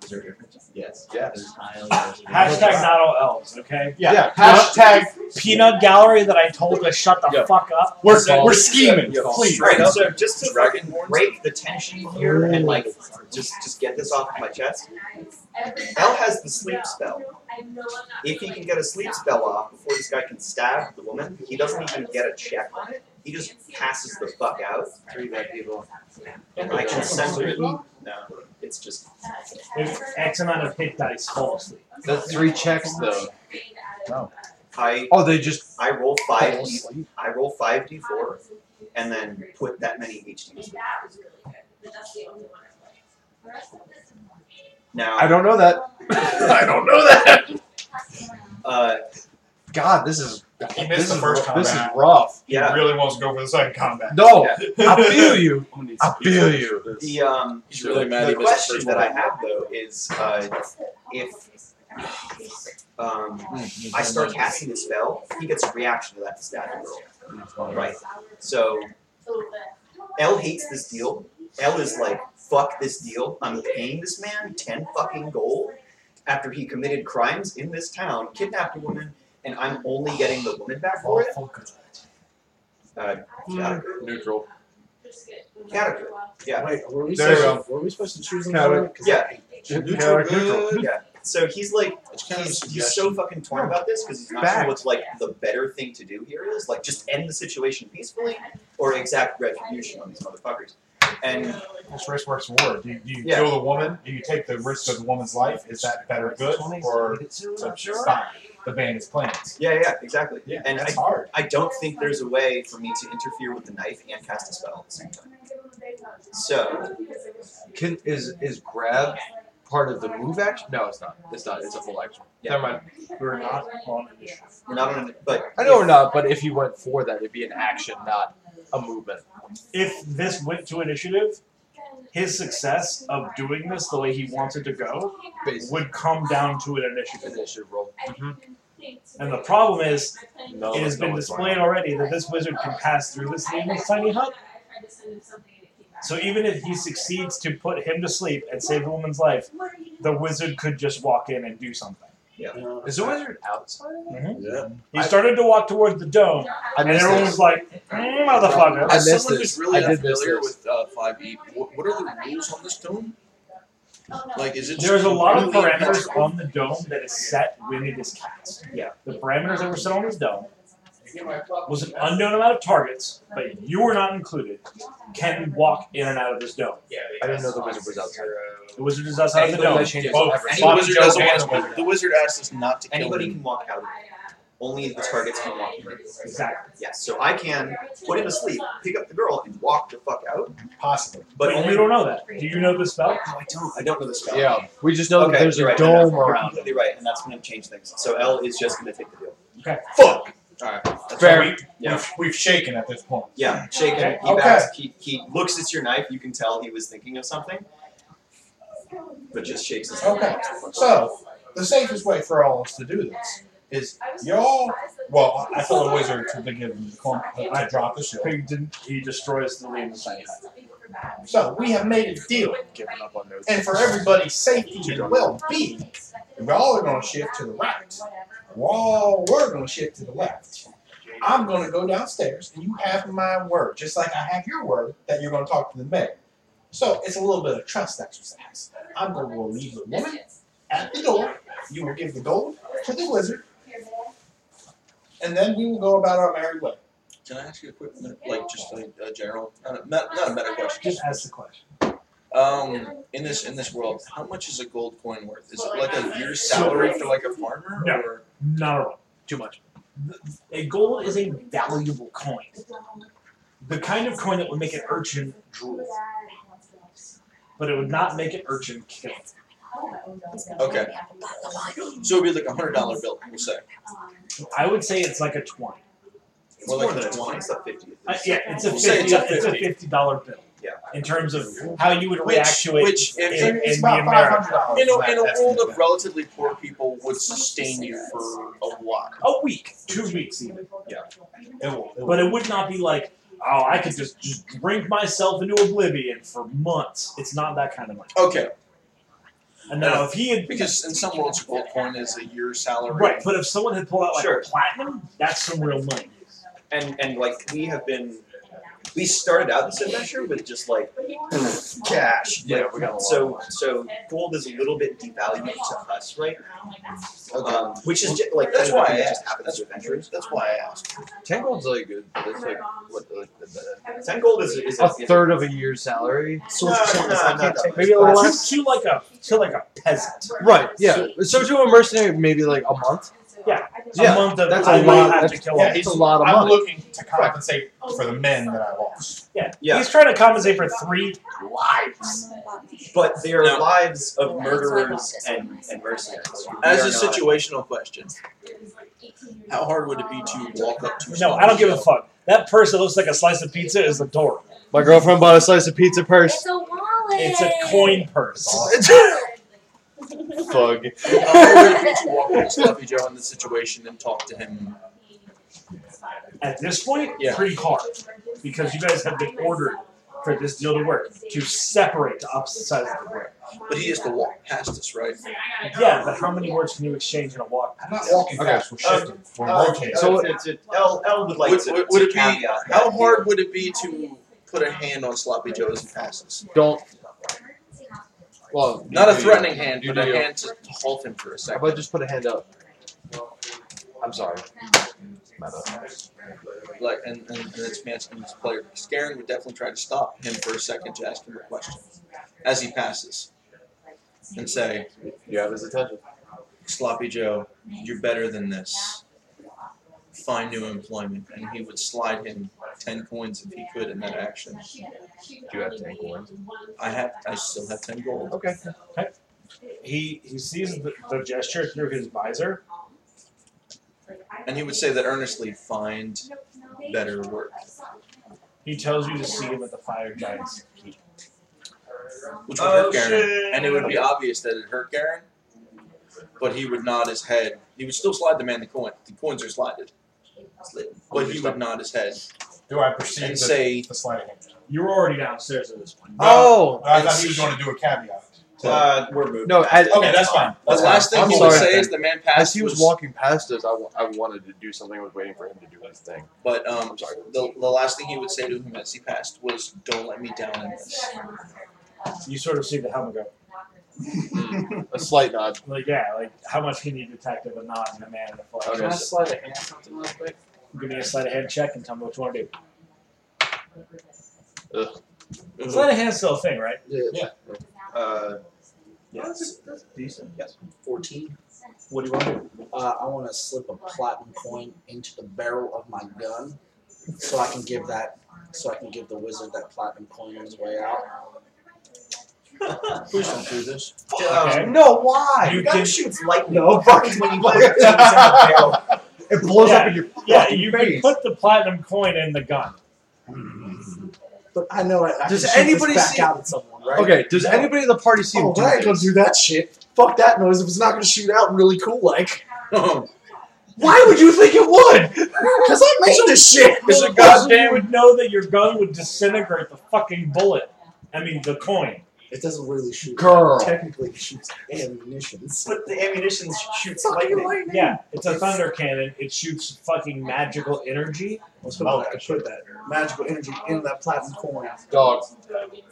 [SPEAKER 6] wizard. Yes.
[SPEAKER 2] Yes.
[SPEAKER 1] Hashtag not all elves, okay?
[SPEAKER 2] Yeah.
[SPEAKER 1] Hashtag peanut gallery that I told to shut the
[SPEAKER 2] Yeah.
[SPEAKER 1] fuck up.
[SPEAKER 2] We're-
[SPEAKER 1] we're
[SPEAKER 2] scheming, please.
[SPEAKER 6] Straight up, just to
[SPEAKER 4] Dragon
[SPEAKER 6] fucking break the tension here and like just just get this off my chest. L has the sleep spell. If he can get a sleep spell off before this guy can stab the woman, he doesn't even get a check on it. He just passes the fuck out. Three bad people. And I can send it. No, it's just
[SPEAKER 1] If X amount of hit dice fall asleep.
[SPEAKER 2] That's three checks though. No.
[SPEAKER 6] I
[SPEAKER 2] Oh, they just
[SPEAKER 6] I roll
[SPEAKER 2] fell
[SPEAKER 6] five d
[SPEAKER 2] asleep.
[SPEAKER 6] I roll five d four and then put that many HDs. Now
[SPEAKER 2] I don't know that.
[SPEAKER 6] I
[SPEAKER 2] don't know that.
[SPEAKER 6] uh
[SPEAKER 2] God, this is
[SPEAKER 10] He
[SPEAKER 2] this
[SPEAKER 10] missed the
[SPEAKER 2] is
[SPEAKER 10] first
[SPEAKER 2] ru- this is
[SPEAKER 10] combat.
[SPEAKER 2] rough.
[SPEAKER 6] yeah.
[SPEAKER 10] He really wants to go for the second combat.
[SPEAKER 2] No, I feel
[SPEAKER 10] [LAUGHS]
[SPEAKER 2] you. I feel you.
[SPEAKER 6] The um,
[SPEAKER 4] He's really
[SPEAKER 6] the,
[SPEAKER 4] mad
[SPEAKER 6] the
[SPEAKER 4] he missed the
[SPEAKER 6] question
[SPEAKER 4] first
[SPEAKER 6] that I
[SPEAKER 4] one.
[SPEAKER 6] have though is, uh, um,
[SPEAKER 4] Hmm,
[SPEAKER 6] I start casting a spell, he gets a reaction to that to stab the girl. Right. So L hates this deal. L is like, fuck this deal. I'm paying this man ten fucking gold after he committed crimes in this town, kidnapped a woman, and I'm only getting the woman back for it. Uh, yeah,
[SPEAKER 2] Neutral.
[SPEAKER 6] Character. yeah,
[SPEAKER 8] Wait, were we,
[SPEAKER 10] There you
[SPEAKER 8] supposed, were we supposed to choose them?
[SPEAKER 2] Got it.
[SPEAKER 8] already? 'Cause
[SPEAKER 6] yeah.
[SPEAKER 2] Neutral. Neutral.
[SPEAKER 6] Yeah. So he's like,
[SPEAKER 4] It's kind of a
[SPEAKER 6] he's, he's
[SPEAKER 4] suggestion.
[SPEAKER 6] so fucking torn about this because he's not sure
[SPEAKER 2] Fact.
[SPEAKER 6] what's like the better thing to do here is like just end the situation peacefully or exact retribution on these motherfuckers. And
[SPEAKER 10] This risk works war. Do you, do you
[SPEAKER 6] Yeah.
[SPEAKER 10] kill the woman? Do you take the risk of the woman's life? Is that better good or to stop the bandit's plans?
[SPEAKER 6] yeah, yeah, exactly.
[SPEAKER 10] Yeah,
[SPEAKER 6] and
[SPEAKER 10] that's
[SPEAKER 6] I,
[SPEAKER 10] hard.
[SPEAKER 6] I don't think there's a way for me to interfere with the knife and cast a spell at the same time. So
[SPEAKER 2] Can is is grab part of the move action? No, it's not. It's not. It's a full action.
[SPEAKER 6] Yeah.
[SPEAKER 2] Never mind.
[SPEAKER 1] We're not on initiative.
[SPEAKER 6] we're not on, but
[SPEAKER 2] I know we're not, but if you went for that, it'd be an action, not a movement.
[SPEAKER 1] If this went to initiative, his success of doing this the way he wants it to go
[SPEAKER 2] Basically,
[SPEAKER 1] would come down to an initiative.
[SPEAKER 2] initiative roll.
[SPEAKER 1] And the problem is,
[SPEAKER 2] No,
[SPEAKER 1] it has
[SPEAKER 2] no,
[SPEAKER 1] been
[SPEAKER 2] it's
[SPEAKER 1] displayed already that this wizard can pass through this little tiny hut. So even if he succeeds to put him to sleep and save the woman's life, the wizard could just walk in and do something.
[SPEAKER 2] fine. Is the wizard outside?
[SPEAKER 4] Yeah.
[SPEAKER 1] He started to walk towards the dome,
[SPEAKER 2] Oh, I
[SPEAKER 1] and
[SPEAKER 2] missed
[SPEAKER 1] everyone
[SPEAKER 2] this.
[SPEAKER 1] was like, "Mm, "Motherfucker!"
[SPEAKER 2] I
[SPEAKER 4] As
[SPEAKER 2] missed
[SPEAKER 4] someone
[SPEAKER 2] this.
[SPEAKER 4] who's really
[SPEAKER 2] I did miss
[SPEAKER 4] unfamiliar
[SPEAKER 2] this.
[SPEAKER 4] with uh, 5e, what, what are the rules on this dome? Like, is it just
[SPEAKER 1] There's a lot of
[SPEAKER 4] completely
[SPEAKER 1] parameters on the dome that is set when it is cast.
[SPEAKER 6] Yeah.
[SPEAKER 1] The parameters that were set on this dome was an unknown amount of targets, but you were not included, can walk in and out of this dome.
[SPEAKER 2] I didn't know the wizard was outside.
[SPEAKER 1] The wizard is outside of the dome.
[SPEAKER 2] changes
[SPEAKER 1] Both
[SPEAKER 4] Any
[SPEAKER 1] Bob
[SPEAKER 4] wizard
[SPEAKER 1] Joe
[SPEAKER 4] doesn't
[SPEAKER 1] and
[SPEAKER 4] want
[SPEAKER 1] the
[SPEAKER 4] us-
[SPEAKER 1] wizard.
[SPEAKER 4] The wizard asked us not to kill
[SPEAKER 6] anybody
[SPEAKER 4] him.
[SPEAKER 6] can walk out. Only the targets can walk in.
[SPEAKER 1] Exactly.
[SPEAKER 6] Yes, so I can put him to sleep, pick up the girl, and walk the fuck out.
[SPEAKER 10] Possibly.
[SPEAKER 1] But,
[SPEAKER 6] But only
[SPEAKER 1] you don't know that. Do you know the spell?
[SPEAKER 6] No, I don't. I don't know the spell.
[SPEAKER 2] Yeah, we just know
[SPEAKER 6] okay,
[SPEAKER 2] that there's a
[SPEAKER 6] you're right, then that's-
[SPEAKER 2] dome
[SPEAKER 6] you're
[SPEAKER 2] around it.
[SPEAKER 6] completely right, and that's going to change things. So L is just going to take the deal.
[SPEAKER 1] Okay.
[SPEAKER 6] Fuck. All right.
[SPEAKER 2] Fair.
[SPEAKER 10] So we,
[SPEAKER 6] Yeah.
[SPEAKER 10] we've, we've shaken at this point.
[SPEAKER 6] Yeah. Shaken. He
[SPEAKER 10] Okay.
[SPEAKER 6] backs. He, he looks at your knife. You can tell he was thinking of something, but just shakes his head.
[SPEAKER 10] Okay. So the safest way for all of us to do this is y'all. Well, I tell the wizard to give him the corn, to drop the shield.
[SPEAKER 1] He, didn't- he destroys the lead inside.
[SPEAKER 10] So we have made a deal,
[SPEAKER 2] Giving up on those.
[SPEAKER 10] and for everybody's safety and well-being, y'all are gonna shift to the right. While we're gonna shift to the left, I'm gonna go downstairs, and you have my word, just like I have your word that you're gonna talk to the mayor. So it's a little bit of trust exercise. I'm gonna go leave the woman at the door. You will give the gold to the wizard, and then we will go about our merry way.
[SPEAKER 4] Can I ask you a quick, like, just a, a general, not a, not, not a meta question.
[SPEAKER 1] Just ask the question.
[SPEAKER 4] Um, in this in this world, how much is a gold coin worth? Is it like a year's salary for like a farmer?
[SPEAKER 1] No.
[SPEAKER 4] Or
[SPEAKER 1] Not at all.
[SPEAKER 2] Too much.
[SPEAKER 1] A gold is a valuable coin. The kind of coin that would make an urchin drool, but it would not make an urchin kill.
[SPEAKER 4] okay, so it'd be like a hundred dollar bill, we'll say.
[SPEAKER 1] I would say it's like a 20.
[SPEAKER 6] It's
[SPEAKER 4] More
[SPEAKER 6] more,
[SPEAKER 4] like
[SPEAKER 6] than a
[SPEAKER 4] 20.
[SPEAKER 6] twenty. It's a fifty.
[SPEAKER 1] Uh, yeah, it's a 50,
[SPEAKER 4] We'll say
[SPEAKER 1] it's
[SPEAKER 4] it's
[SPEAKER 1] a
[SPEAKER 4] a
[SPEAKER 1] $50 bill.
[SPEAKER 6] Yeah.
[SPEAKER 1] In terms of how you would
[SPEAKER 4] Which-
[SPEAKER 1] react to it.
[SPEAKER 4] which, if-
[SPEAKER 1] in,
[SPEAKER 10] It's
[SPEAKER 1] in
[SPEAKER 10] about
[SPEAKER 1] the
[SPEAKER 10] five
[SPEAKER 1] America.
[SPEAKER 10] hundred dollars.
[SPEAKER 4] You know, in a world of relatively poor people, would sustain you for a while.
[SPEAKER 1] A week, two weeks even.
[SPEAKER 10] It will, it will.
[SPEAKER 1] But it would not be like, oh, I could just, just drink myself into oblivion for months. It's not that kind of money.
[SPEAKER 4] Okay,
[SPEAKER 1] And now, if he had
[SPEAKER 4] Because in some worlds, a gold coin is a year's salary.
[SPEAKER 1] right, but if someone had pulled out like
[SPEAKER 6] Sure.
[SPEAKER 1] platinum, that's some real money.
[SPEAKER 6] And and like we have been, we started out this adventure with just like cash.
[SPEAKER 2] Yeah,
[SPEAKER 6] Like,
[SPEAKER 2] we got a lot.
[SPEAKER 6] So so gold is a little bit devalued to us right now,
[SPEAKER 4] Okay.
[SPEAKER 6] um, which is just, like
[SPEAKER 4] That's
[SPEAKER 6] kind of
[SPEAKER 4] why
[SPEAKER 6] thing
[SPEAKER 4] I
[SPEAKER 6] that just happens
[SPEAKER 4] Uh, That's,
[SPEAKER 6] to adventures.
[SPEAKER 4] that's why uh, I asked.
[SPEAKER 2] Ten gold's like good. It's like what like the, Oh.
[SPEAKER 6] Ten gold is is
[SPEAKER 2] a third of a year's salary.
[SPEAKER 6] No, no, not that much.
[SPEAKER 2] Maybe a little
[SPEAKER 1] To,
[SPEAKER 2] less.
[SPEAKER 1] to like a to like a peasant.
[SPEAKER 2] Right. Yeah. So to a mercenary, maybe like a month.
[SPEAKER 1] Yeah.
[SPEAKER 2] Yeah,
[SPEAKER 1] a month of
[SPEAKER 2] That's
[SPEAKER 1] I
[SPEAKER 2] a
[SPEAKER 1] will
[SPEAKER 2] lot.
[SPEAKER 1] have
[SPEAKER 2] That's,
[SPEAKER 1] to kill
[SPEAKER 10] Yeah,
[SPEAKER 1] him.
[SPEAKER 2] that's a lot of
[SPEAKER 10] I'm
[SPEAKER 2] money.
[SPEAKER 10] looking to compensate for the men that I lost.
[SPEAKER 6] Yeah.
[SPEAKER 1] He's trying to compensate for three lives.
[SPEAKER 6] but their
[SPEAKER 4] No.
[SPEAKER 6] lives
[SPEAKER 7] Yeah,
[SPEAKER 6] of
[SPEAKER 7] that's why I
[SPEAKER 6] murderers
[SPEAKER 7] bought this
[SPEAKER 6] and,
[SPEAKER 7] one.
[SPEAKER 6] and mercenaries. We
[SPEAKER 4] As
[SPEAKER 6] are
[SPEAKER 4] a
[SPEAKER 6] not-
[SPEAKER 4] situational [LAUGHS] question, how hard would it be to walk up to?
[SPEAKER 1] No,
[SPEAKER 4] someone
[SPEAKER 1] I don't give a
[SPEAKER 4] and
[SPEAKER 1] fuck. That person that looks like a slice of pizza is adorable.
[SPEAKER 2] My girlfriend bought a slice of pizza purse.
[SPEAKER 7] It's
[SPEAKER 4] [LAUGHS]
[SPEAKER 7] a wallet.
[SPEAKER 1] It's a coin purse.
[SPEAKER 2] Fug.
[SPEAKER 4] yell? How hard would it be to walk up to Sloppy Joe in this situation and talk to him?
[SPEAKER 1] At this point,
[SPEAKER 4] Yeah.
[SPEAKER 1] pretty hard because you guys have been ordered for this deal to work to separate to opposite sides of the room.
[SPEAKER 4] But he has to walk past us, right?
[SPEAKER 1] Yeah, but how many words can you exchange in a walk?
[SPEAKER 10] I'm not walking
[SPEAKER 2] Okay.
[SPEAKER 10] fast. We're shifting. We're
[SPEAKER 6] Uh,
[SPEAKER 10] rotating.
[SPEAKER 2] So-
[SPEAKER 6] it's- it's- L, L would like
[SPEAKER 4] Would-
[SPEAKER 6] to,
[SPEAKER 4] would- would
[SPEAKER 6] to
[SPEAKER 4] it be-
[SPEAKER 6] caveat that
[SPEAKER 4] How
[SPEAKER 6] here.
[SPEAKER 4] hard would it be to put a hand on Sloppy Joe as he passes?
[SPEAKER 2] Don't. Well,
[SPEAKER 4] Not a
[SPEAKER 2] you-
[SPEAKER 4] threatening hand,
[SPEAKER 2] you
[SPEAKER 4] but a
[SPEAKER 2] do.
[SPEAKER 4] hand to to halt him for a
[SPEAKER 2] How
[SPEAKER 4] second.
[SPEAKER 2] about just put a hand up? I'm sorry. Meta.
[SPEAKER 4] like, and, and, and it's Manskin's player. Scaring would definitely try to stop him for a second to ask him a question as he passes and say,
[SPEAKER 2] You have his attention.
[SPEAKER 4] Sloppy Joe, you're better than this. Find new employment. And he would slide him 10 coins if he could in that action.
[SPEAKER 2] Do you have ten coins?
[SPEAKER 4] I have, I still have 10 gold.
[SPEAKER 2] Okay.
[SPEAKER 1] He he sees the, the gesture through his visor.
[SPEAKER 4] And he would say that earnestly, find better work,
[SPEAKER 1] He tells you to see him at the fire giant's keep.
[SPEAKER 4] which would hurt Garen. And it would be obvious that it hurt Garen, but he would nod his head. He would still slide the man the coin. The coins are slided. But he would nod his head
[SPEAKER 10] Do I perceive
[SPEAKER 4] and
[SPEAKER 10] the,
[SPEAKER 4] say,
[SPEAKER 10] the sliding hand?
[SPEAKER 1] You're already downstairs at this point.
[SPEAKER 2] Oh
[SPEAKER 10] I thought he was going to do a caveat.
[SPEAKER 6] Uh, we're moving.
[SPEAKER 2] no! As,
[SPEAKER 10] Okay, that's fine.
[SPEAKER 4] The
[SPEAKER 10] That's
[SPEAKER 4] last thing
[SPEAKER 10] fine.
[SPEAKER 2] I'm
[SPEAKER 4] he
[SPEAKER 2] sorry.
[SPEAKER 4] would say is the man
[SPEAKER 2] as
[SPEAKER 4] passed.
[SPEAKER 2] he was walking past us, I wa- I wanted to do something. I was waiting for him to do his thing.
[SPEAKER 4] But um, the, the last thing he would say to him as he passed was, "Don't let me down in
[SPEAKER 10] [LAUGHS]
[SPEAKER 4] this."
[SPEAKER 1] You sort of see the helmet go.
[SPEAKER 6] Hmm.
[SPEAKER 2] A slight nod.
[SPEAKER 1] Like yeah, like how much can you detect of a nod and a man in the flag?
[SPEAKER 2] Okay.
[SPEAKER 8] slide a hand something real quick?
[SPEAKER 1] Give me a sleight of hand check and tell me what you want
[SPEAKER 10] Mm-hmm.
[SPEAKER 1] to do.
[SPEAKER 4] Mhm.
[SPEAKER 1] Sleight of hand's still a thing, right?
[SPEAKER 6] Uh,
[SPEAKER 1] Decent.
[SPEAKER 8] Fourteen.
[SPEAKER 1] What do you want to do?
[SPEAKER 8] Uh, I want to slip a platinum coin into the barrel of my gun, so
[SPEAKER 6] uh,
[SPEAKER 8] I can give that, so I can give the wizard that platinum coin on his way out.
[SPEAKER 4] Please don't do this.
[SPEAKER 10] Oh,
[SPEAKER 1] Okay.
[SPEAKER 6] um, no, why?
[SPEAKER 3] Ah,
[SPEAKER 1] You
[SPEAKER 6] You gotta
[SPEAKER 1] can-
[SPEAKER 6] shoot lightning. No, fucking when
[SPEAKER 8] [LAUGHS]
[SPEAKER 6] you put your things in the barrel.
[SPEAKER 2] It blows
[SPEAKER 1] up
[SPEAKER 2] in your
[SPEAKER 1] Yeah, you can put the platinum coin in the gun.
[SPEAKER 8] But I know I,
[SPEAKER 2] Does
[SPEAKER 8] I can shoot this
[SPEAKER 2] anybody
[SPEAKER 8] back
[SPEAKER 2] see-
[SPEAKER 8] out at someone, right?
[SPEAKER 2] Okay. Does anybody in the party see him
[SPEAKER 8] Oh,
[SPEAKER 2] do
[SPEAKER 8] I ain't gonna
[SPEAKER 2] this?
[SPEAKER 8] do that shit. Fuck that noise if it's not gonna shoot out really cool like.
[SPEAKER 4] it's
[SPEAKER 8] Why would you think it [LAUGHS] would? Because I made this [LAUGHS] shit.
[SPEAKER 4] a
[SPEAKER 1] You
[SPEAKER 4] goddamn.
[SPEAKER 1] would know that your gun would disintegrate the fucking bullet. I mean, the coin.
[SPEAKER 8] It doesn't really shoot.
[SPEAKER 2] Girl.
[SPEAKER 8] Technically, it shoots ammunition.
[SPEAKER 6] But the ammunition shoots
[SPEAKER 8] Fucking
[SPEAKER 6] lightning.
[SPEAKER 8] lightning.
[SPEAKER 1] Yeah, it's a thunder cannon. It shoots fucking magical energy.
[SPEAKER 8] Let's put, that, put that magical energy in that platinum coin.
[SPEAKER 2] Dog.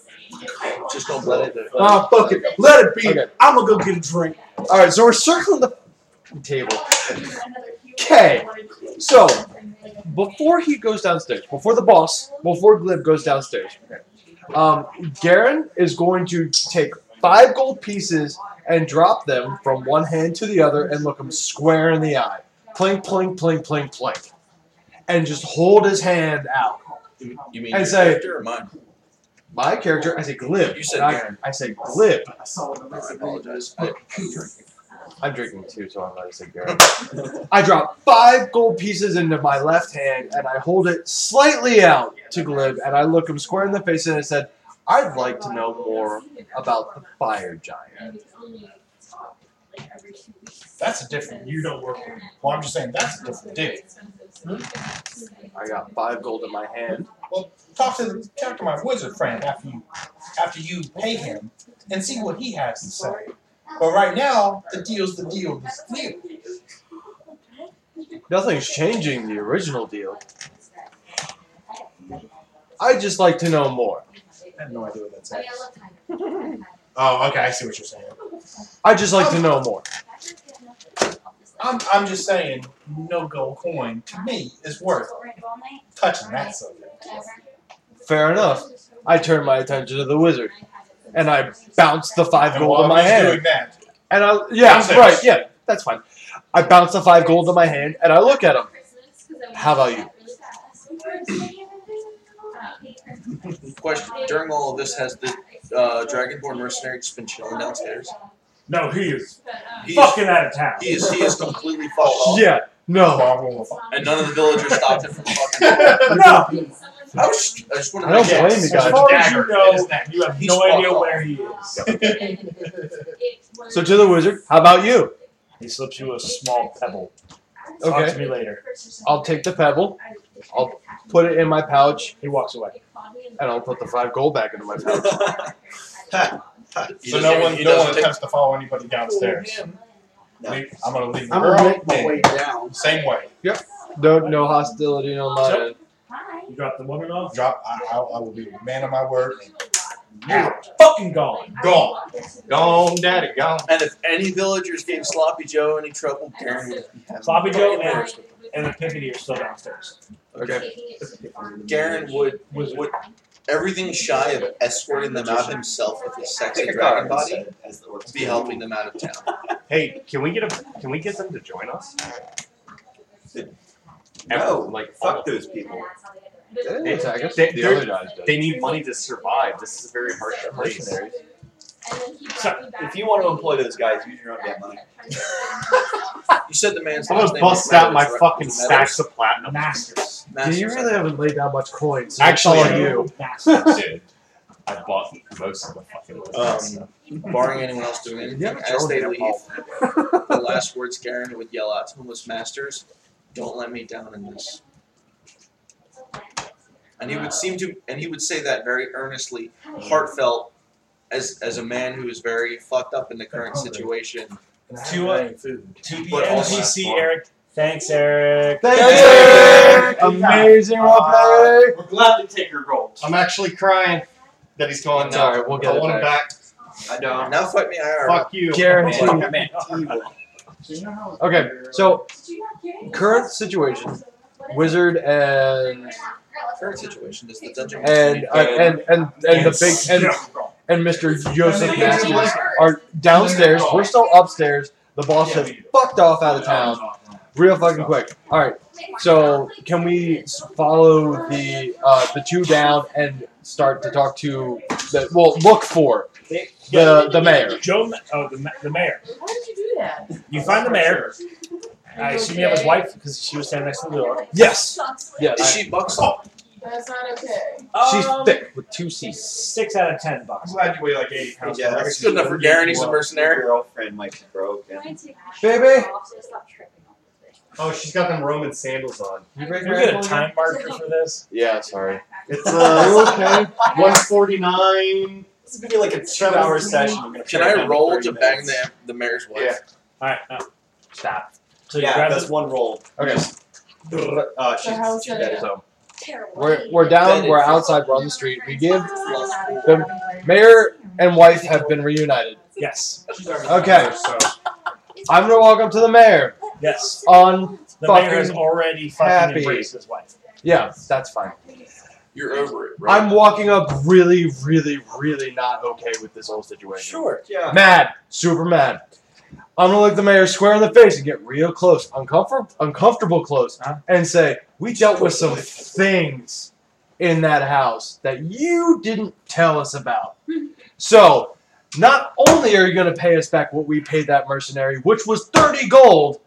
[SPEAKER 4] [LAUGHS] Just don't let it.
[SPEAKER 8] Ah, fuck it. Let it be.
[SPEAKER 2] Okay.
[SPEAKER 8] I'm gonna go get a drink.
[SPEAKER 2] All right. So we're circling the fucking table. Okay, so, Before he goes downstairs, before the boss, before Glib goes downstairs, um, Garen is going to take five gold pieces and drop them from one hand to the other and look him square in the eye. Plink, plink, plink, plink, plink. And just hold his hand out.
[SPEAKER 4] You you mean
[SPEAKER 2] And
[SPEAKER 4] your
[SPEAKER 2] say-
[SPEAKER 4] character or mine?
[SPEAKER 2] My character, I say Glib.
[SPEAKER 4] You said
[SPEAKER 2] and I,
[SPEAKER 4] Garen.
[SPEAKER 2] I say Glib.
[SPEAKER 8] I saw it.
[SPEAKER 4] I apologize. [LAUGHS] I, I'm drinking.
[SPEAKER 2] I'm drinking too, so I'm going to say Garen. [LAUGHS] I drop five gold pieces into my left hand and I hold it slightly out to Glib and I look him square in the face and I said, I'd like to know more about the fire giant.
[SPEAKER 10] That's a different. You don't work with. Well, I'm just saying that's a different deal.
[SPEAKER 2] Hmm? I got five gold in my hand.
[SPEAKER 10] Talk to the, talk to my wizard friend after you after you pay him and see what he has to say. But right now, the deal's the deal. Is the deal.
[SPEAKER 2] Nothing's changing the original deal. I'd just like to know more.
[SPEAKER 10] I have no idea what that's. Oh, okay, I see what you're saying.
[SPEAKER 2] I'd just like to know more. [LAUGHS]
[SPEAKER 10] I'm, I'm just saying, no gold coin to me is worth touching that subject.
[SPEAKER 2] Fair enough. I turn my attention to the wizard, and I bounce the five
[SPEAKER 10] And
[SPEAKER 2] gold
[SPEAKER 10] while
[SPEAKER 2] in my
[SPEAKER 10] he's
[SPEAKER 2] hand.
[SPEAKER 10] doing that,
[SPEAKER 2] And I, yeah,
[SPEAKER 10] Downstairs.
[SPEAKER 2] right, yeah, that's fine. I bounce the five gold in my hand, and I look at him. How about you?
[SPEAKER 4] Question: During all of this, has the uh, Dragonborn mercenary just been chilling downstairs?
[SPEAKER 1] No,
[SPEAKER 3] [LAUGHS]
[SPEAKER 1] he is
[SPEAKER 4] He is,
[SPEAKER 1] fucking out of town.
[SPEAKER 4] he is he is completely fucked off,
[SPEAKER 2] Yeah, no,
[SPEAKER 10] Barbara will fuck.
[SPEAKER 4] and none of the villagers stopped him from fucking.
[SPEAKER 1] No,
[SPEAKER 2] [LAUGHS]
[SPEAKER 4] I was just, I just wanted
[SPEAKER 2] I
[SPEAKER 4] to
[SPEAKER 2] don't
[SPEAKER 4] make sure.
[SPEAKER 2] blame you
[SPEAKER 1] as
[SPEAKER 2] guys.
[SPEAKER 1] far as you
[SPEAKER 10] Dagger in his
[SPEAKER 1] know,
[SPEAKER 10] neck.
[SPEAKER 1] you have
[SPEAKER 4] He's
[SPEAKER 1] no
[SPEAKER 4] fucked
[SPEAKER 1] idea
[SPEAKER 4] off.
[SPEAKER 1] where he is.
[SPEAKER 2] So to the wizard, how about you?
[SPEAKER 1] He slips you a small pebble. Talk
[SPEAKER 2] Okay.
[SPEAKER 1] to me later.
[SPEAKER 2] I'll take the pebble, I'll put it in my pouch,
[SPEAKER 1] He walks away.
[SPEAKER 2] and I'll put the five gold back into my pouch.
[SPEAKER 4] He
[SPEAKER 10] So
[SPEAKER 4] doesn't-
[SPEAKER 10] no one,
[SPEAKER 4] [LAUGHS] he
[SPEAKER 10] no one
[SPEAKER 4] doesn't take-
[SPEAKER 10] attempts to follow anybody downstairs.
[SPEAKER 6] No.
[SPEAKER 10] Leave- Oh, I'm gonna leave the
[SPEAKER 5] I'm gonna
[SPEAKER 10] girl
[SPEAKER 5] make my
[SPEAKER 10] in.
[SPEAKER 5] way down.
[SPEAKER 10] Same way.
[SPEAKER 2] No, no hostility on my end.
[SPEAKER 1] You drop the woman off.
[SPEAKER 10] Drop. ah. I, I, I will be a man of my word.
[SPEAKER 1] You're fucking gone.
[SPEAKER 10] Gone. Gone, daddy. Gone.
[SPEAKER 4] And if any villagers gave Sloppy Joe any trouble, Darren would be having
[SPEAKER 1] Sloppy Joe
[SPEAKER 4] fucking words
[SPEAKER 1] and,
[SPEAKER 4] with him.
[SPEAKER 1] and the Pickety are still downstairs.
[SPEAKER 2] Okay.
[SPEAKER 4] Darren would
[SPEAKER 1] Wizard.
[SPEAKER 4] would everything shy of escorting them out himself with his sexy
[SPEAKER 6] Pick a
[SPEAKER 4] dragon
[SPEAKER 6] card
[SPEAKER 4] body
[SPEAKER 6] instead, as the orcs
[SPEAKER 4] be helping them out of town.
[SPEAKER 14] Hey, can we get a can we get them to join us?
[SPEAKER 6] No,
[SPEAKER 14] Everyone, like all
[SPEAKER 6] Fuck
[SPEAKER 14] of them.
[SPEAKER 6] those people.
[SPEAKER 2] They didn't attack us.
[SPEAKER 14] They-
[SPEAKER 2] The
[SPEAKER 14] they're-
[SPEAKER 2] other guys did.
[SPEAKER 14] They need money to survive. This is a very harsh place.
[SPEAKER 10] [LAUGHS]
[SPEAKER 2] Mercenaries.
[SPEAKER 7] So,
[SPEAKER 6] If you want to employ those guys, use your own damn money.
[SPEAKER 4] You said the man's
[SPEAKER 14] Someone
[SPEAKER 4] last name was
[SPEAKER 14] busts out my
[SPEAKER 4] Meadows, right?
[SPEAKER 14] fucking
[SPEAKER 4] Was it Meadows?
[SPEAKER 14] stacks of platinum. [LAUGHS]
[SPEAKER 1] Masters.
[SPEAKER 2] Yeah, you
[SPEAKER 4] Masters,
[SPEAKER 2] really
[SPEAKER 4] I
[SPEAKER 2] haven't laid down much coin, so
[SPEAKER 14] Actually, I-
[SPEAKER 2] Actually, on you.
[SPEAKER 1] Masters.
[SPEAKER 14] Dude, I bought most of the fucking list.
[SPEAKER 4] Um, barring anyone else doing anything,
[SPEAKER 2] Yeah,
[SPEAKER 4] as they
[SPEAKER 2] Jordan,
[SPEAKER 4] leave, [LAUGHS] the
[SPEAKER 2] [LAUGHS]
[SPEAKER 4] last words Garen would yell out to him was, "Masters, don't let me down in this." And he would seem to, and he would say that very earnestly, heartfelt, as as a man who is very fucked up in the current situation.
[SPEAKER 1] To, uh, to the
[SPEAKER 4] But also-
[SPEAKER 1] NPC, Eric. Thanks, Eric.
[SPEAKER 2] Thank
[SPEAKER 4] Yay!
[SPEAKER 2] you! Amazing roleplay!
[SPEAKER 6] We're glad to take your gold.
[SPEAKER 3] I'm actually crying that he's gone
[SPEAKER 2] It's
[SPEAKER 3] now.
[SPEAKER 2] alright, we'll get
[SPEAKER 3] I
[SPEAKER 2] it
[SPEAKER 3] want him back.
[SPEAKER 6] I don't.
[SPEAKER 4] Now fight me IRL.
[SPEAKER 14] Fuck you.
[SPEAKER 2] Guaranteed. Okay, so current
[SPEAKER 7] current
[SPEAKER 2] situation, wizard and
[SPEAKER 4] Current situation is the dungeon
[SPEAKER 2] and uh, and and and the big and, and Mr. Joseph Matthews are downstairs. We're still upstairs. The boss has fucked off out of town real fucking quick. All right, so can we s- follow the uh, the two down and start to talk to the well look for the the mayor.
[SPEAKER 1] Joe, oh, the, ma- the mayor.
[SPEAKER 7] Why did you do that?
[SPEAKER 1] You find the mayor. I assume you have his wife because she was standing next to the door.
[SPEAKER 2] Yes,
[SPEAKER 4] is
[SPEAKER 2] yes,
[SPEAKER 4] she bucks off?
[SPEAKER 7] That's not okay.
[SPEAKER 2] she's
[SPEAKER 1] Um,
[SPEAKER 2] thick with two C's.
[SPEAKER 1] Six out of ten bucks.
[SPEAKER 10] I'm glad you weigh like 80 pounds.
[SPEAKER 6] Yeah,
[SPEAKER 4] That's good enough for Garen. He's a mercenary.
[SPEAKER 6] Your girlfriend might be broke. And
[SPEAKER 2] Baby.
[SPEAKER 3] Oh, she's got them Roman sandals on.
[SPEAKER 1] Can we get a time marker for this?
[SPEAKER 2] Yeah, sorry.
[SPEAKER 3] It's
[SPEAKER 2] Are you
[SPEAKER 3] uh,
[SPEAKER 6] [LAUGHS]
[SPEAKER 2] okay?
[SPEAKER 3] 149.
[SPEAKER 6] This is gonna be like a two-hour session.
[SPEAKER 4] Can I roll to bang the the mayor's wife?
[SPEAKER 3] Yeah.
[SPEAKER 1] All right, no. stop. So you
[SPEAKER 6] Yeah,
[SPEAKER 1] grab
[SPEAKER 6] that's
[SPEAKER 1] this.
[SPEAKER 6] one roll.
[SPEAKER 2] Okay,
[SPEAKER 6] Uh, she's
[SPEAKER 7] how's
[SPEAKER 6] she's
[SPEAKER 7] that?
[SPEAKER 6] dead.
[SPEAKER 2] so
[SPEAKER 7] Terrible.
[SPEAKER 2] we're, we're down, we're outside, we're on the street. We give mayor and wife have been reunited.
[SPEAKER 1] Yes,
[SPEAKER 2] Okay, I'm gonna walk up to the mayor.
[SPEAKER 1] yes.
[SPEAKER 2] On
[SPEAKER 1] The mayor
[SPEAKER 2] Fucking
[SPEAKER 1] has already fucking
[SPEAKER 2] happy.
[SPEAKER 1] embraced his wife.
[SPEAKER 2] yeah, that's fine.
[SPEAKER 4] You're over it, right?
[SPEAKER 2] I'm walking up really, really, really not okay with this whole situation.
[SPEAKER 1] Sure.
[SPEAKER 6] Yeah.
[SPEAKER 2] Mad, super mad. I'm gonna look the mayor square in the face and get real close, uncomfortable, uncomfortable close,
[SPEAKER 1] Huh?
[SPEAKER 2] and say, "We dealt with some things in that house that you didn't tell us about. So, not only are you gonna pay us back what we paid that mercenary, which was 30 gold,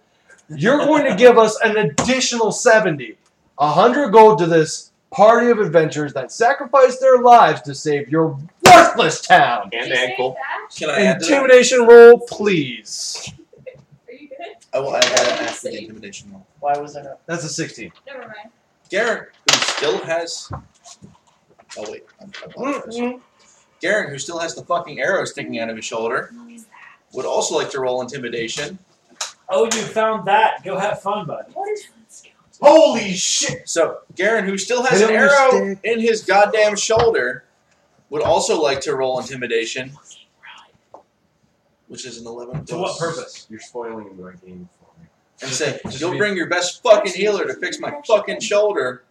[SPEAKER 2] you're going to give us an additional 70, 100 gold to this party of adventurers that sacrificed their lives to save your worthless town."
[SPEAKER 14] And ankle.
[SPEAKER 4] Can [LAUGHS] I add to that?
[SPEAKER 2] Intimidation roll, please.
[SPEAKER 7] Are you good?
[SPEAKER 4] I will add that after the intimidation roll.
[SPEAKER 8] Why was I not?
[SPEAKER 2] That's a 16.
[SPEAKER 7] Never mind.
[SPEAKER 4] Garen, who still has. Oh wait, I'm, I apologize. Garen, who still has the fucking arrow sticking out of his shoulder, would also like to roll intimidation.
[SPEAKER 1] Oh, you found that. Go have fun, bud.
[SPEAKER 15] What is
[SPEAKER 10] Holy shit!
[SPEAKER 4] So Garen, who still has
[SPEAKER 2] Hit
[SPEAKER 4] an
[SPEAKER 2] him with a
[SPEAKER 4] arrow in his goddamn shoulder, would also like to roll intimidation, which is an eleven.
[SPEAKER 1] To what purpose?
[SPEAKER 3] You're spoiling my game for me.
[SPEAKER 4] And say,
[SPEAKER 2] Just
[SPEAKER 4] you'll
[SPEAKER 2] be-
[SPEAKER 4] bring your best fucking healer to fix my fucking shoulder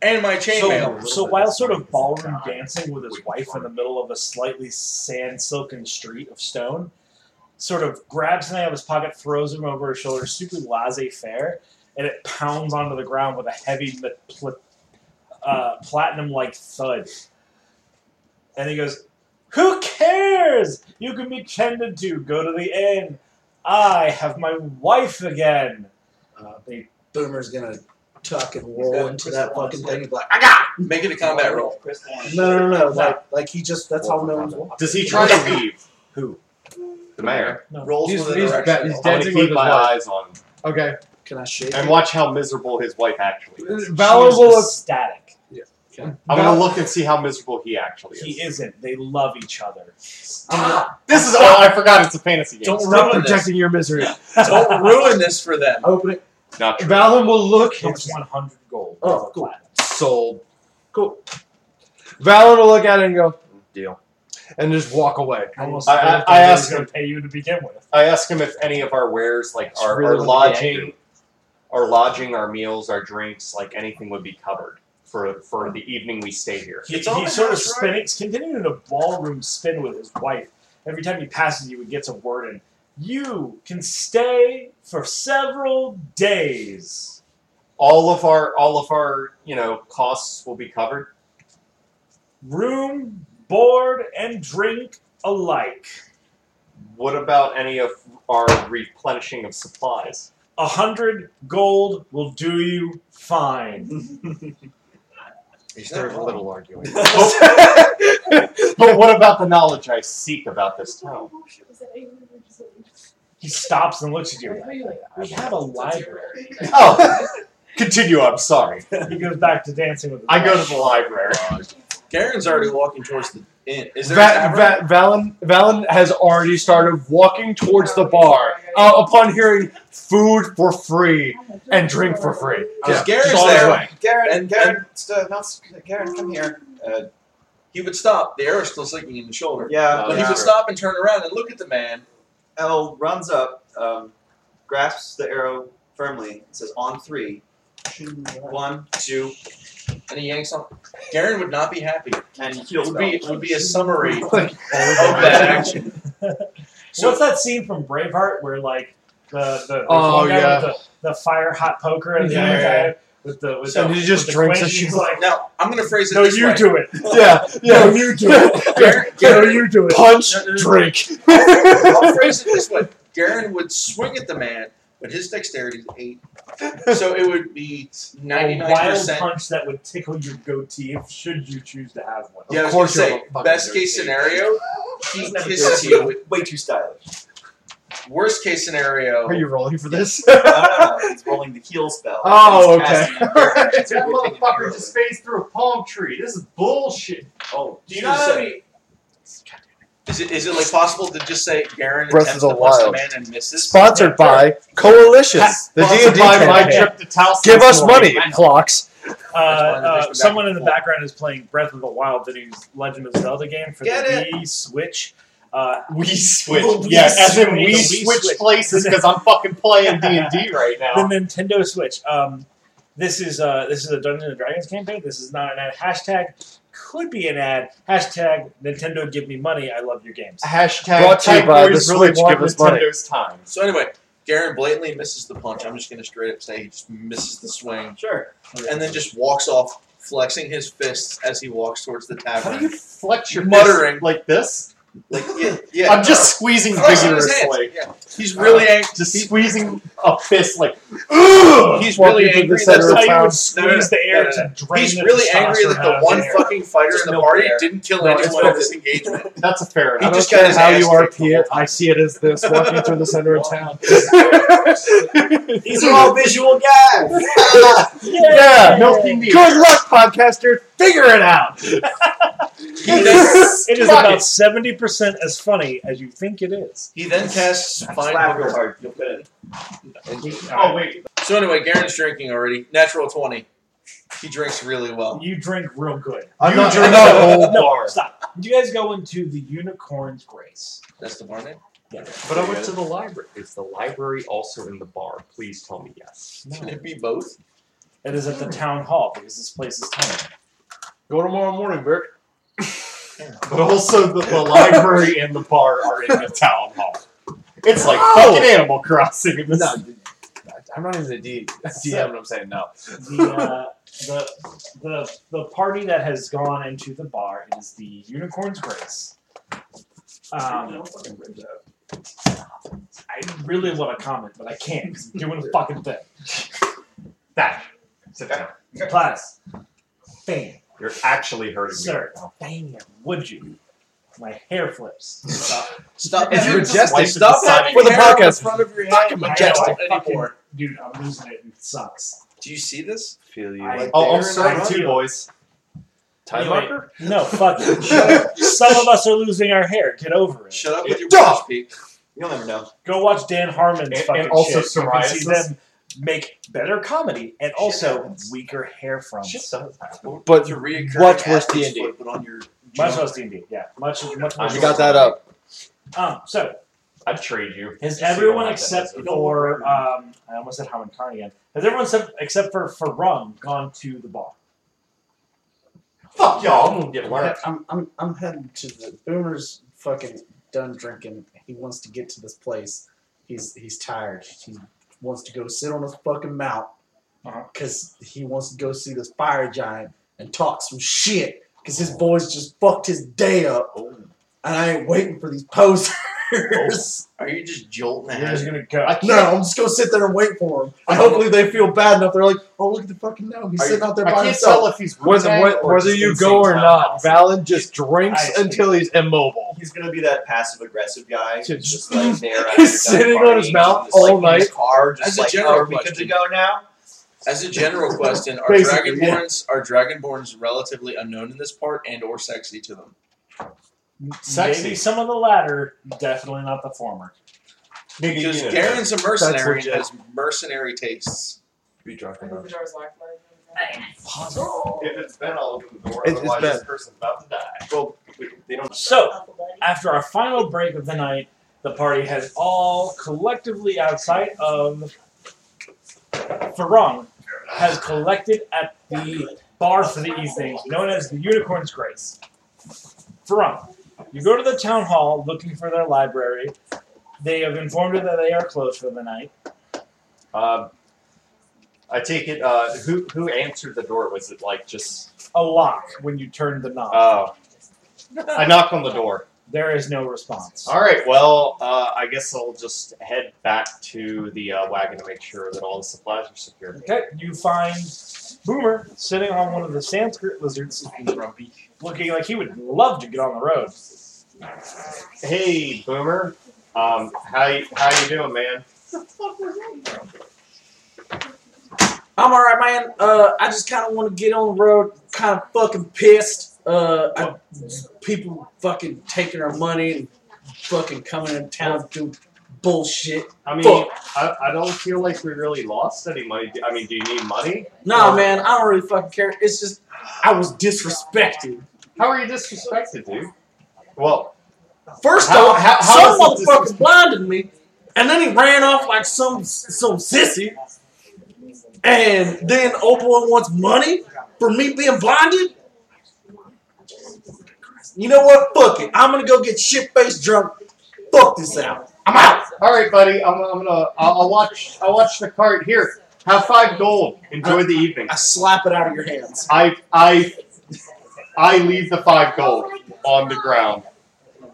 [SPEAKER 4] and my chainmail.
[SPEAKER 1] So, so while sort of ballroom dancing with his wife in the middle of a slightly sand silken street of stone, sort of grabs something out of his pocket, throws him over his shoulder, super laissez faire, and it pounds onto the ground with a heavy ma- pl- uh, platinum like thud. And he goes, Who cares? You can be tended to. Go to the inn. I have my wife again. Uh, they,
[SPEAKER 16] Boomer's gonna tuck and
[SPEAKER 1] He's
[SPEAKER 16] roll
[SPEAKER 1] got
[SPEAKER 16] into
[SPEAKER 1] Chris
[SPEAKER 16] that
[SPEAKER 1] Evans
[SPEAKER 16] fucking
[SPEAKER 1] like-
[SPEAKER 16] thing and be like, I got
[SPEAKER 4] Make it a combat roll.
[SPEAKER 16] it." No, no, no, no. Like, like he just, that's how no one's
[SPEAKER 3] Does he try
[SPEAKER 14] [LAUGHS]
[SPEAKER 3] to leave?
[SPEAKER 1] Who?
[SPEAKER 3] The mayor.
[SPEAKER 4] Rolls
[SPEAKER 2] He's-
[SPEAKER 4] with an
[SPEAKER 2] he's
[SPEAKER 4] erection.
[SPEAKER 2] ba- he's
[SPEAKER 3] I want to
[SPEAKER 2] Dancing with
[SPEAKER 3] keep
[SPEAKER 2] his
[SPEAKER 3] my
[SPEAKER 2] wife.
[SPEAKER 3] eyes on him
[SPEAKER 2] Okay.
[SPEAKER 16] Can I shake?
[SPEAKER 3] and watch how miserable his wife actually is.
[SPEAKER 1] She is
[SPEAKER 2] Valuable.
[SPEAKER 1] ecstatic.
[SPEAKER 3] I'm gonna look and see how miserable he actually
[SPEAKER 1] He
[SPEAKER 3] is.
[SPEAKER 1] isn't. They love each other.
[SPEAKER 3] This is oh, I forgot it's a fantasy game.
[SPEAKER 16] Don't
[SPEAKER 4] Stop
[SPEAKER 16] ruin
[SPEAKER 4] with
[SPEAKER 16] projecting
[SPEAKER 4] this.
[SPEAKER 16] your misery.
[SPEAKER 1] [LAUGHS]
[SPEAKER 4] Don't ruin this for them.
[SPEAKER 16] Open it.
[SPEAKER 3] Not true.
[SPEAKER 2] Valen will look.
[SPEAKER 1] It's 100 gold.
[SPEAKER 16] Oh, cool.
[SPEAKER 1] Platinum.
[SPEAKER 2] Sold. Cool. Valen will look at it and go, deal. And just walk away.
[SPEAKER 1] Almost
[SPEAKER 3] I- I-
[SPEAKER 1] forgot
[SPEAKER 3] I
[SPEAKER 1] that
[SPEAKER 3] asked
[SPEAKER 1] going to pay you to begin with.
[SPEAKER 3] I ask him if any of our wares, like
[SPEAKER 2] It's
[SPEAKER 3] our,
[SPEAKER 2] really
[SPEAKER 3] our
[SPEAKER 2] what
[SPEAKER 3] lodging,
[SPEAKER 2] they do.
[SPEAKER 3] our lodging, our meals, our drinks, like anything would be covered for for the evening we stay here.
[SPEAKER 1] He,
[SPEAKER 4] It's on
[SPEAKER 1] he
[SPEAKER 4] the
[SPEAKER 1] sort of
[SPEAKER 4] house, right?
[SPEAKER 1] spinning, continuing in a ballroom spin with his wife. Every time he passes you, he gets a word in. You can stay for several days.
[SPEAKER 3] All of our all of our you know costs will be covered.
[SPEAKER 1] Room, board, and drink alike.
[SPEAKER 3] What about any of our replenishing
[SPEAKER 2] [LAUGHS]
[SPEAKER 3] of supplies?
[SPEAKER 1] A hundred gold will do you fine.
[SPEAKER 10] [LAUGHS]
[SPEAKER 4] He's not
[SPEAKER 2] There's a
[SPEAKER 4] wrong.
[SPEAKER 2] little arguing.
[SPEAKER 3] But what about the knowledge I seek about this town?
[SPEAKER 1] He stops and looks at you. We have a library.
[SPEAKER 3] Oh, [LAUGHS] continue. I'm sorry.
[SPEAKER 1] He goes back to dancing with his
[SPEAKER 3] I go
[SPEAKER 1] wife.
[SPEAKER 3] to the library.
[SPEAKER 4] Garen's already walking towards the inn. Is there a
[SPEAKER 2] Va-
[SPEAKER 4] tavern?
[SPEAKER 2] Va- Valen, Valen has already started walking towards the bar uh, upon hearing food for free and drink for free.
[SPEAKER 4] Because
[SPEAKER 2] Yeah,
[SPEAKER 4] Garen's
[SPEAKER 2] just on his
[SPEAKER 4] there.
[SPEAKER 2] way.
[SPEAKER 6] Garrett,
[SPEAKER 4] And-
[SPEAKER 6] Garrett, st- not st- Garrett, come here. Uh,
[SPEAKER 4] He would stop. The arrow's still sticking in his shoulder.
[SPEAKER 6] yeah,
[SPEAKER 3] Oh,
[SPEAKER 4] But he
[SPEAKER 3] yeah.
[SPEAKER 4] would stop and turn around and look at the man.
[SPEAKER 6] L runs up, um, grasps the arrow firmly, and says, "On three, [LAUGHS] one, two,
[SPEAKER 4] and he yanks on. Garen would not be happy.
[SPEAKER 6] and
[SPEAKER 4] It
[SPEAKER 6] heals."
[SPEAKER 4] would be it would be a summary of
[SPEAKER 2] Like,
[SPEAKER 4] that action.
[SPEAKER 1] So what's that scene from Braveheart where like the the, there's
[SPEAKER 2] Oh,
[SPEAKER 1] one guy
[SPEAKER 2] yeah.
[SPEAKER 1] with the, the fire hot poker and the
[SPEAKER 2] Yeah,
[SPEAKER 1] other
[SPEAKER 2] yeah,
[SPEAKER 1] guy with the with
[SPEAKER 4] So
[SPEAKER 1] the,
[SPEAKER 2] he
[SPEAKER 1] with
[SPEAKER 2] just
[SPEAKER 1] the
[SPEAKER 2] drinks
[SPEAKER 1] queen,
[SPEAKER 2] a
[SPEAKER 1] he's
[SPEAKER 2] shot.
[SPEAKER 1] like,
[SPEAKER 4] Now I'm gonna phrase it
[SPEAKER 1] No,
[SPEAKER 4] this
[SPEAKER 1] you
[SPEAKER 4] way.
[SPEAKER 1] do it.
[SPEAKER 2] [LAUGHS] yeah, yeah.
[SPEAKER 16] No, you do
[SPEAKER 2] [LAUGHS]
[SPEAKER 16] it.
[SPEAKER 4] Garen,
[SPEAKER 2] Yeah,
[SPEAKER 16] No,
[SPEAKER 4] Garen,
[SPEAKER 16] you do it.
[SPEAKER 2] Punch,
[SPEAKER 4] No, no, no.
[SPEAKER 2] drink.
[SPEAKER 4] I'll phrase it this way. Garen would swing at the man, but his dexterity is eight, so it would be ninety
[SPEAKER 1] A
[SPEAKER 4] nine
[SPEAKER 1] wild
[SPEAKER 4] percent.
[SPEAKER 1] punch that would tickle your goatee if should you choose to have one.
[SPEAKER 4] Yeah, I
[SPEAKER 2] Of
[SPEAKER 4] was gonna
[SPEAKER 2] course
[SPEAKER 4] say
[SPEAKER 2] you'll fucking
[SPEAKER 4] best
[SPEAKER 2] do it.
[SPEAKER 4] case scenario, he
[SPEAKER 6] Never
[SPEAKER 4] kisses
[SPEAKER 6] do it.
[SPEAKER 4] you.
[SPEAKER 6] Way too stylish.
[SPEAKER 4] Worst case scenario,
[SPEAKER 2] [LAUGHS] Are you rolling for this?
[SPEAKER 6] No, no, no. He's rolling the heal spell.
[SPEAKER 2] Oh,
[SPEAKER 6] He's
[SPEAKER 2] okay.
[SPEAKER 6] casting it. It's a
[SPEAKER 3] That
[SPEAKER 6] good thing
[SPEAKER 3] motherfucker
[SPEAKER 6] it's
[SPEAKER 3] just phased through a palm tree. This is bullshit.
[SPEAKER 6] Oh,
[SPEAKER 3] Do you not have any?
[SPEAKER 4] is it is it like possible to just say Garen
[SPEAKER 2] Breath
[SPEAKER 4] attempts
[SPEAKER 2] of
[SPEAKER 4] to
[SPEAKER 2] the
[SPEAKER 4] punch the
[SPEAKER 2] Wild.
[SPEAKER 4] man and misses?
[SPEAKER 2] [LAUGHS] Sponsored by Coalition, the
[SPEAKER 3] Sponsored
[SPEAKER 2] D&D
[SPEAKER 3] by my
[SPEAKER 2] campaign.
[SPEAKER 3] trip to Towson
[SPEAKER 2] Give
[SPEAKER 3] this
[SPEAKER 2] us money,
[SPEAKER 3] morning.
[SPEAKER 2] clocks.
[SPEAKER 1] Uh,
[SPEAKER 4] why the
[SPEAKER 1] uh,
[SPEAKER 4] basement
[SPEAKER 1] someone in the
[SPEAKER 4] back-
[SPEAKER 1] background is playing Breath of the Wild, the new Legend of Zelda game for
[SPEAKER 4] Get
[SPEAKER 1] the
[SPEAKER 4] it.
[SPEAKER 1] Wii Switch. Uh,
[SPEAKER 3] We
[SPEAKER 1] Well,
[SPEAKER 3] switched.
[SPEAKER 1] we
[SPEAKER 3] Yes, as in we
[SPEAKER 1] switched.
[SPEAKER 3] switched places because I'm fucking playing D and D right
[SPEAKER 1] the
[SPEAKER 3] now.
[SPEAKER 1] Nintendo Switch. Um, this is uh, this is a Dungeons and Dragons campaign. This is not an ad. Hashtag could be an ad. Hashtag Nintendo give me money. I love your games.
[SPEAKER 3] Hashtag
[SPEAKER 2] Brought to you
[SPEAKER 3] Tech
[SPEAKER 2] by
[SPEAKER 3] Boys
[SPEAKER 2] the
[SPEAKER 3] really
[SPEAKER 2] Switch,
[SPEAKER 3] want
[SPEAKER 2] give us money.
[SPEAKER 3] Nintendo's time.
[SPEAKER 4] So anyway, Garen blatantly misses the punch. I'm just gonna straight up say he just misses the swing,
[SPEAKER 6] Sure.
[SPEAKER 4] and then just walks off, flexing his fists as he walks towards the tavern.
[SPEAKER 3] How do you flex your
[SPEAKER 4] Muttering.
[SPEAKER 3] fist like this?
[SPEAKER 4] Like yeah, yeah.
[SPEAKER 3] I'm just squeezing
[SPEAKER 4] flexing his hands.
[SPEAKER 3] vigorously.
[SPEAKER 4] Yeah. He's really angry.
[SPEAKER 3] Just squeezing a fist like.
[SPEAKER 4] He's
[SPEAKER 2] Walking through
[SPEAKER 4] really
[SPEAKER 2] the
[SPEAKER 4] angry.
[SPEAKER 2] center
[SPEAKER 4] That's
[SPEAKER 2] of
[SPEAKER 1] I
[SPEAKER 4] how you
[SPEAKER 2] town.
[SPEAKER 1] would squeeze the air to drain
[SPEAKER 4] uh, He's
[SPEAKER 1] the
[SPEAKER 4] really angry
[SPEAKER 1] testosterone
[SPEAKER 4] that
[SPEAKER 1] out
[SPEAKER 4] the
[SPEAKER 1] of
[SPEAKER 4] one
[SPEAKER 1] his hair.
[SPEAKER 4] fucking fighter
[SPEAKER 1] Just
[SPEAKER 4] in the
[SPEAKER 1] no
[SPEAKER 4] party
[SPEAKER 1] air.
[SPEAKER 4] didn't kill
[SPEAKER 2] No, it's
[SPEAKER 4] anyone
[SPEAKER 2] worth
[SPEAKER 4] at this
[SPEAKER 2] it.
[SPEAKER 4] engagement.
[SPEAKER 3] [LAUGHS] That's a fair
[SPEAKER 2] I
[SPEAKER 3] enough.
[SPEAKER 4] He
[SPEAKER 2] don't
[SPEAKER 4] just
[SPEAKER 2] care
[SPEAKER 4] got his
[SPEAKER 2] how
[SPEAKER 4] ass
[SPEAKER 2] you
[SPEAKER 4] kicked
[SPEAKER 2] RP it. I see it as this walking through the center
[SPEAKER 1] [LAUGHS]
[SPEAKER 2] of town.
[SPEAKER 6] These are all visual guys. [LAUGHS]
[SPEAKER 2] Yeah,
[SPEAKER 3] milking the
[SPEAKER 2] Good luck, podcaster. Figure it out.
[SPEAKER 4] He then,
[SPEAKER 1] It is
[SPEAKER 2] [LAUGHS]
[SPEAKER 3] Fuck
[SPEAKER 1] about
[SPEAKER 3] it.
[SPEAKER 1] seventy percent as funny as you think it is.
[SPEAKER 4] He then casts Find
[SPEAKER 6] Slap real
[SPEAKER 4] Booger.
[SPEAKER 6] hard. You'll fit it.
[SPEAKER 4] Oh wait. So anyway, Garen's drinking already. Natural twenty. He drinks really well.
[SPEAKER 1] You drink real good.
[SPEAKER 2] I'm
[SPEAKER 1] You
[SPEAKER 2] not
[SPEAKER 1] drink-
[SPEAKER 2] drinking the whole
[SPEAKER 1] no,
[SPEAKER 2] bar.
[SPEAKER 1] Stop. You guys go into the Unicorn's Grace.
[SPEAKER 4] That's the bar name.
[SPEAKER 1] Yeah.
[SPEAKER 3] But I went to the library. Is the library also in the bar? Please tell me yes.
[SPEAKER 4] Can it be both?
[SPEAKER 1] It is at the town hall because this place is tiny.
[SPEAKER 2] Go tomorrow morning, Bert.
[SPEAKER 3] But also the, the library and the bar are in the town hall. It's like
[SPEAKER 2] No!
[SPEAKER 3] fucking Animal Crossing. in this-
[SPEAKER 2] No, I'm not even a D, DM. What I'm saying no.
[SPEAKER 1] the, uh, the the the party that has gone into the bar is the Unicorn's Grace. Um, I really want to comment, but I can't 'cause I'm doing a fucking thing.
[SPEAKER 3] That. Sit down.
[SPEAKER 1] Plus, bam,
[SPEAKER 3] You're actually hurting
[SPEAKER 1] sir, bam, would you? My hair flips. Stop.
[SPEAKER 4] Stop.
[SPEAKER 2] It's
[SPEAKER 4] having-
[SPEAKER 2] majestic.
[SPEAKER 3] Wipe
[SPEAKER 2] Stop
[SPEAKER 3] the
[SPEAKER 2] having
[SPEAKER 3] siding.
[SPEAKER 2] the
[SPEAKER 4] hair in
[SPEAKER 2] podcast.
[SPEAKER 4] front of your
[SPEAKER 2] Fucking
[SPEAKER 4] head.
[SPEAKER 2] majestic.
[SPEAKER 4] I
[SPEAKER 2] [LAUGHS]
[SPEAKER 4] don't anymore.
[SPEAKER 1] Dude, I'm losing it. It sucks.
[SPEAKER 4] Do you see this?
[SPEAKER 3] Feel you.
[SPEAKER 1] I-
[SPEAKER 3] Like oh, I'm
[SPEAKER 1] there,
[SPEAKER 3] sorry,
[SPEAKER 1] I
[SPEAKER 3] two
[SPEAKER 1] feel-
[SPEAKER 3] boys.
[SPEAKER 2] Time
[SPEAKER 1] Anyway,
[SPEAKER 2] marker.
[SPEAKER 1] No, fuck it. [LAUGHS] Some of us are losing our hair. Get over it.
[SPEAKER 4] Shut up with your
[SPEAKER 2] Duh!
[SPEAKER 4] British peak.
[SPEAKER 6] You'll never know.
[SPEAKER 1] Go watch Dan Harmon's
[SPEAKER 3] And-
[SPEAKER 1] fucking
[SPEAKER 3] and also
[SPEAKER 1] shit. You can see
[SPEAKER 3] psoriasis.
[SPEAKER 1] them make better comedy and also weaker hair fronts.
[SPEAKER 3] Shit does happen.
[SPEAKER 2] But
[SPEAKER 4] Your reoccurring
[SPEAKER 2] Watch worse
[SPEAKER 4] athlete's
[SPEAKER 2] D&D.
[SPEAKER 4] foot, But on your
[SPEAKER 1] Much less D&D, yeah. Much, much more.
[SPEAKER 3] I
[SPEAKER 2] you got that up.
[SPEAKER 1] Um, so,
[SPEAKER 3] I'd trade you.
[SPEAKER 1] has
[SPEAKER 3] See what
[SPEAKER 1] everyone
[SPEAKER 3] happens.
[SPEAKER 1] except for, um, I almost said Howard Carney again. Has everyone except, except for, for Rum gone to the bar?
[SPEAKER 3] Fuck y'all, I'm gonna get learned.
[SPEAKER 8] I'm, I'm, I'm heading to the Boomer's fucking done drinking. He wants to get to this place. He's he's tired. He wants to go sit on his fucking mount
[SPEAKER 3] Uh-huh.
[SPEAKER 8] because he wants to go see this fire giant and talk some shit because his boys just fucked his day up.
[SPEAKER 3] Oh.
[SPEAKER 8] And I ain't waiting for these posers.
[SPEAKER 3] Oh.
[SPEAKER 4] Are you just jolting
[SPEAKER 1] You're just
[SPEAKER 4] ahead?
[SPEAKER 1] going to go.
[SPEAKER 8] No, I'm just gonna sit there and wait for him. And hopefully they feel bad enough. They're like, "Oh, look at the fucking no, he's
[SPEAKER 3] Are you-
[SPEAKER 8] sitting out there
[SPEAKER 3] I
[SPEAKER 8] by
[SPEAKER 3] can't
[SPEAKER 8] himself."
[SPEAKER 3] tell if he's
[SPEAKER 2] Whether,
[SPEAKER 3] rooting
[SPEAKER 2] whe-
[SPEAKER 3] or
[SPEAKER 2] whether
[SPEAKER 3] just
[SPEAKER 2] you
[SPEAKER 3] insane
[SPEAKER 2] go or
[SPEAKER 3] clown
[SPEAKER 2] not,
[SPEAKER 3] posse.
[SPEAKER 2] Valen just drinks
[SPEAKER 1] I see.
[SPEAKER 2] until he's immobile.
[SPEAKER 6] He's gonna be that passive aggressive guy,
[SPEAKER 2] Just-
[SPEAKER 6] just, like there. after
[SPEAKER 2] He's
[SPEAKER 6] you're
[SPEAKER 2] sitting
[SPEAKER 6] done
[SPEAKER 2] on his
[SPEAKER 6] partying,
[SPEAKER 2] mouth
[SPEAKER 6] just,
[SPEAKER 2] all
[SPEAKER 6] like, in his
[SPEAKER 2] night.
[SPEAKER 6] Car, just
[SPEAKER 4] As a
[SPEAKER 6] like,
[SPEAKER 4] general
[SPEAKER 6] oh, are we good to
[SPEAKER 4] question.
[SPEAKER 6] go now?
[SPEAKER 4] As a general question, are
[SPEAKER 8] Basically,
[SPEAKER 4] dragonborns are dragonborns relatively unknown in this part and or sexy to them?
[SPEAKER 1] Maybe some of the latter, definitely not the former.
[SPEAKER 3] Nigga,
[SPEAKER 4] Because
[SPEAKER 3] you know,
[SPEAKER 4] Garen's a mercenary and
[SPEAKER 2] legit.
[SPEAKER 4] has mercenary tastes.
[SPEAKER 3] be drunk
[SPEAKER 10] I
[SPEAKER 3] enough.
[SPEAKER 10] think the door's locked. but I don't know.
[SPEAKER 3] If it's Ben, I'll open the door.
[SPEAKER 2] It's- it's
[SPEAKER 3] Otherwise,
[SPEAKER 2] Ben.
[SPEAKER 3] this person's about to die. Well, we- they don't.
[SPEAKER 1] So, after our final break of the night, the party has all collectively outside of Farong has collected at the bar for the evening, known as the Unicorn's Grace. Farong, you go to the town hall looking for their library. They have informed you that they are closed for the night.
[SPEAKER 3] Um, I take it. Uh, who who answered the door? Was it like just?
[SPEAKER 1] A lock when you turn the knob.
[SPEAKER 3] Oh, I knock on the door.
[SPEAKER 1] there is no response.
[SPEAKER 3] All right. Well, uh, I guess I'll just head back to the uh, wagon to make sure that all the supplies are secure.
[SPEAKER 1] Okay, you find Boomer sitting on one of the Sanskrit lizards,
[SPEAKER 4] Grumpy.
[SPEAKER 1] looking like he would love to get on the road.
[SPEAKER 3] Hey, Boomer. Um, how you, how you doing, man?
[SPEAKER 8] I'm all right, man. Uh, I just kind of want to get on the road, kind of fucking pissed. Uh, I, people fucking taking our money and fucking coming in town to do bullshit.
[SPEAKER 3] I mean,
[SPEAKER 8] Fuck.
[SPEAKER 3] I, I don't feel like we really lost any money. I mean, do you need money?
[SPEAKER 8] Nah, man, I don't really fucking care. It's just I was disrespected.
[SPEAKER 3] How are you disrespected, dude? Well,
[SPEAKER 8] First
[SPEAKER 3] How-
[SPEAKER 8] off,
[SPEAKER 3] how- how
[SPEAKER 8] some
[SPEAKER 3] was it
[SPEAKER 8] motherfucker blinded me, and then he ran off like some some sissy. And then old boy wants money for me being blinded. You know what? Fuck it. I'm gonna go get shit faced drunk. Fuck this out. I'm out.
[SPEAKER 3] all right, buddy. I'm, I'm gonna. I'll, I'll watch. I'll watch the cart here. Have five gold. Enjoy the evening.
[SPEAKER 8] I slap it out of your hands.
[SPEAKER 3] I I I leave the five gold on the ground.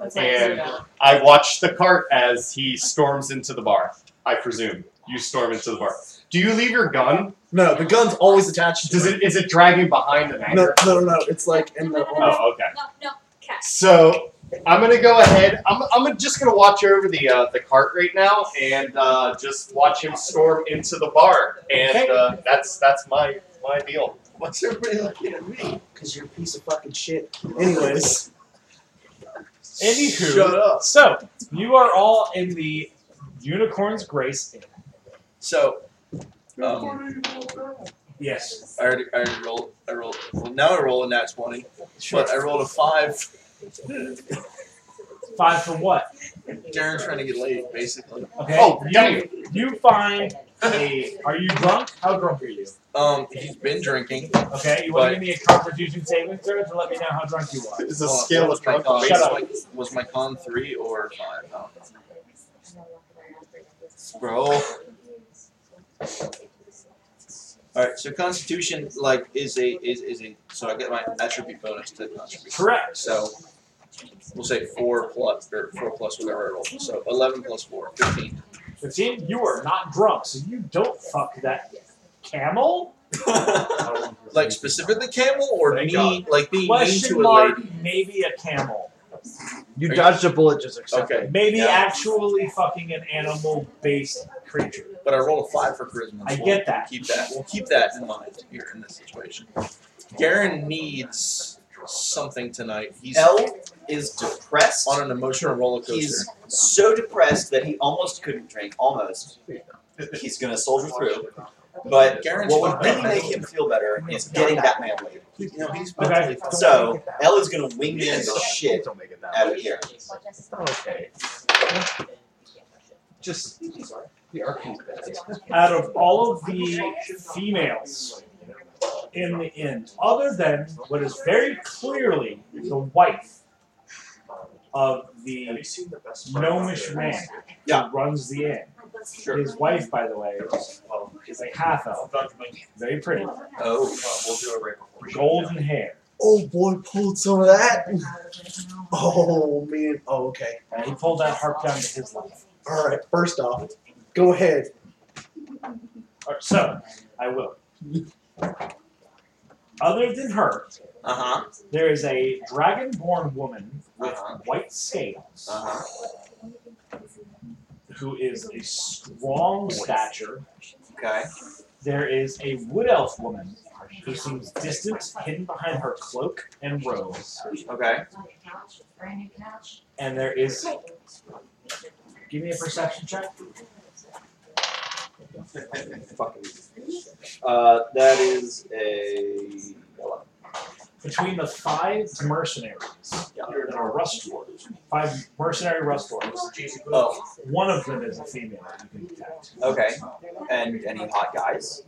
[SPEAKER 10] That's not
[SPEAKER 3] And-
[SPEAKER 10] too bad.
[SPEAKER 3] I watch the cart as he storms into the bar. I presume you storm into the bar. Do you leave your gun?
[SPEAKER 8] No, the gun's always attached. To
[SPEAKER 3] Does it is it dragging behind the
[SPEAKER 8] No,
[SPEAKER 3] anchor?
[SPEAKER 8] no, no. It's like in the.
[SPEAKER 3] Oh, okay.
[SPEAKER 10] No, no, cat.
[SPEAKER 3] So I'm gonna go ahead. I'm, I'm just gonna watch over the uh, the cart right now and uh, just watch him storm into the bar. And uh, that's that's my my deal.
[SPEAKER 4] What's everybody looking at me?
[SPEAKER 8] Because you're a piece of fucking shit. Anyways.
[SPEAKER 1] Anywho,
[SPEAKER 4] Shut up.
[SPEAKER 1] so you are all in the Unicorn's Grace Inn.
[SPEAKER 4] So, um,
[SPEAKER 1] Yes.
[SPEAKER 4] I already, I already rolled. I rolled. Well, now I roll a nat twenty, but I rolled a five.
[SPEAKER 1] Five for what?
[SPEAKER 4] Darren's trying to get laid, basically.
[SPEAKER 1] Okay.
[SPEAKER 8] Oh,
[SPEAKER 1] you, you find a. Are you drunk? How drunk are you?
[SPEAKER 4] Um, he's been drinking.
[SPEAKER 1] Okay, you want
[SPEAKER 4] But-
[SPEAKER 1] to give me a Constitution saving throw to let me know how drunk you are.
[SPEAKER 10] Oh,
[SPEAKER 4] Hold on, what Uh, was my con?
[SPEAKER 1] Shut up.
[SPEAKER 4] Was my- Was my con three or five? Um, No. Bro. All right, so Constitution like is a is, is a so I get my attribute bonus to Constitution.
[SPEAKER 1] Correct.
[SPEAKER 4] So we'll say four plus or four plus whatever I roll. So eleven plus four,
[SPEAKER 1] [LAUGHS]
[SPEAKER 4] 15.
[SPEAKER 1] Fifteen. You are not drunk, so you don't fuck that camel.
[SPEAKER 4] like specifically camel or
[SPEAKER 1] Thank
[SPEAKER 4] me
[SPEAKER 1] God.
[SPEAKER 4] like being mean
[SPEAKER 1] Question
[SPEAKER 4] to a
[SPEAKER 1] mark.
[SPEAKER 4] lady.
[SPEAKER 1] Maybe a camel.
[SPEAKER 2] You dodged a bullet, just accept
[SPEAKER 4] Okay.
[SPEAKER 1] Maybe
[SPEAKER 4] Yeah.
[SPEAKER 1] actually fucking an animal-based creature.
[SPEAKER 4] But I rolled a five for charisma.
[SPEAKER 1] I
[SPEAKER 4] so
[SPEAKER 1] get that.
[SPEAKER 4] Keep that. We'll keep that in mind here in this situation. Garen needs something tonight. He's
[SPEAKER 6] L is depressed.
[SPEAKER 4] on an emotional roller coaster.
[SPEAKER 6] He's so depressed that he almost couldn't drink. Almost. He's gonna soldier through. But
[SPEAKER 4] Garen's
[SPEAKER 6] what would
[SPEAKER 4] fucked
[SPEAKER 6] really
[SPEAKER 4] up.
[SPEAKER 6] make him feel better is getting that man laid.
[SPEAKER 4] no, he's
[SPEAKER 1] Okay.
[SPEAKER 4] mentally fucked up.
[SPEAKER 2] Oh
[SPEAKER 6] So L is gonna wing
[SPEAKER 4] Yeah,
[SPEAKER 6] the
[SPEAKER 4] don't-
[SPEAKER 6] shit
[SPEAKER 2] Don't make it that.
[SPEAKER 6] out of here.
[SPEAKER 2] Okay. Just the arcane.
[SPEAKER 1] Out of all of the females in the inn, other than what is very clearly the wife of the gnomish man
[SPEAKER 6] Yeah.
[SPEAKER 1] who runs the inn. His wife, by the way, is a half elf. Very pretty.
[SPEAKER 6] Oh, we'll do it right before.
[SPEAKER 1] Golden hair.
[SPEAKER 8] Oh boy, pulled some of that. Oh man. Oh okay.
[SPEAKER 1] And he pulled that harp down to his life.
[SPEAKER 8] All right. First off, go ahead.
[SPEAKER 1] Alright, so, I will. Other than her,
[SPEAKER 6] Uh huh.
[SPEAKER 1] there is a dragonborn woman with
[SPEAKER 6] Uh-huh.
[SPEAKER 1] white scales
[SPEAKER 6] Uh
[SPEAKER 4] uh-huh.
[SPEAKER 6] huh.
[SPEAKER 1] who is a strong stature.
[SPEAKER 6] Okay.
[SPEAKER 1] There is a wood elf woman who seems distant, hidden behind her cloak and robes.
[SPEAKER 6] Okay.
[SPEAKER 1] And there is. Give me a perception check.
[SPEAKER 6] Fucking. Uh, that is a.
[SPEAKER 1] Between the five mercenaries
[SPEAKER 6] Yeah.
[SPEAKER 1] that are rust dwarves, five mercenary rust dwarves,
[SPEAKER 6] Oh,
[SPEAKER 1] one of them is a female that you can detect.
[SPEAKER 6] okay. And any hot guys?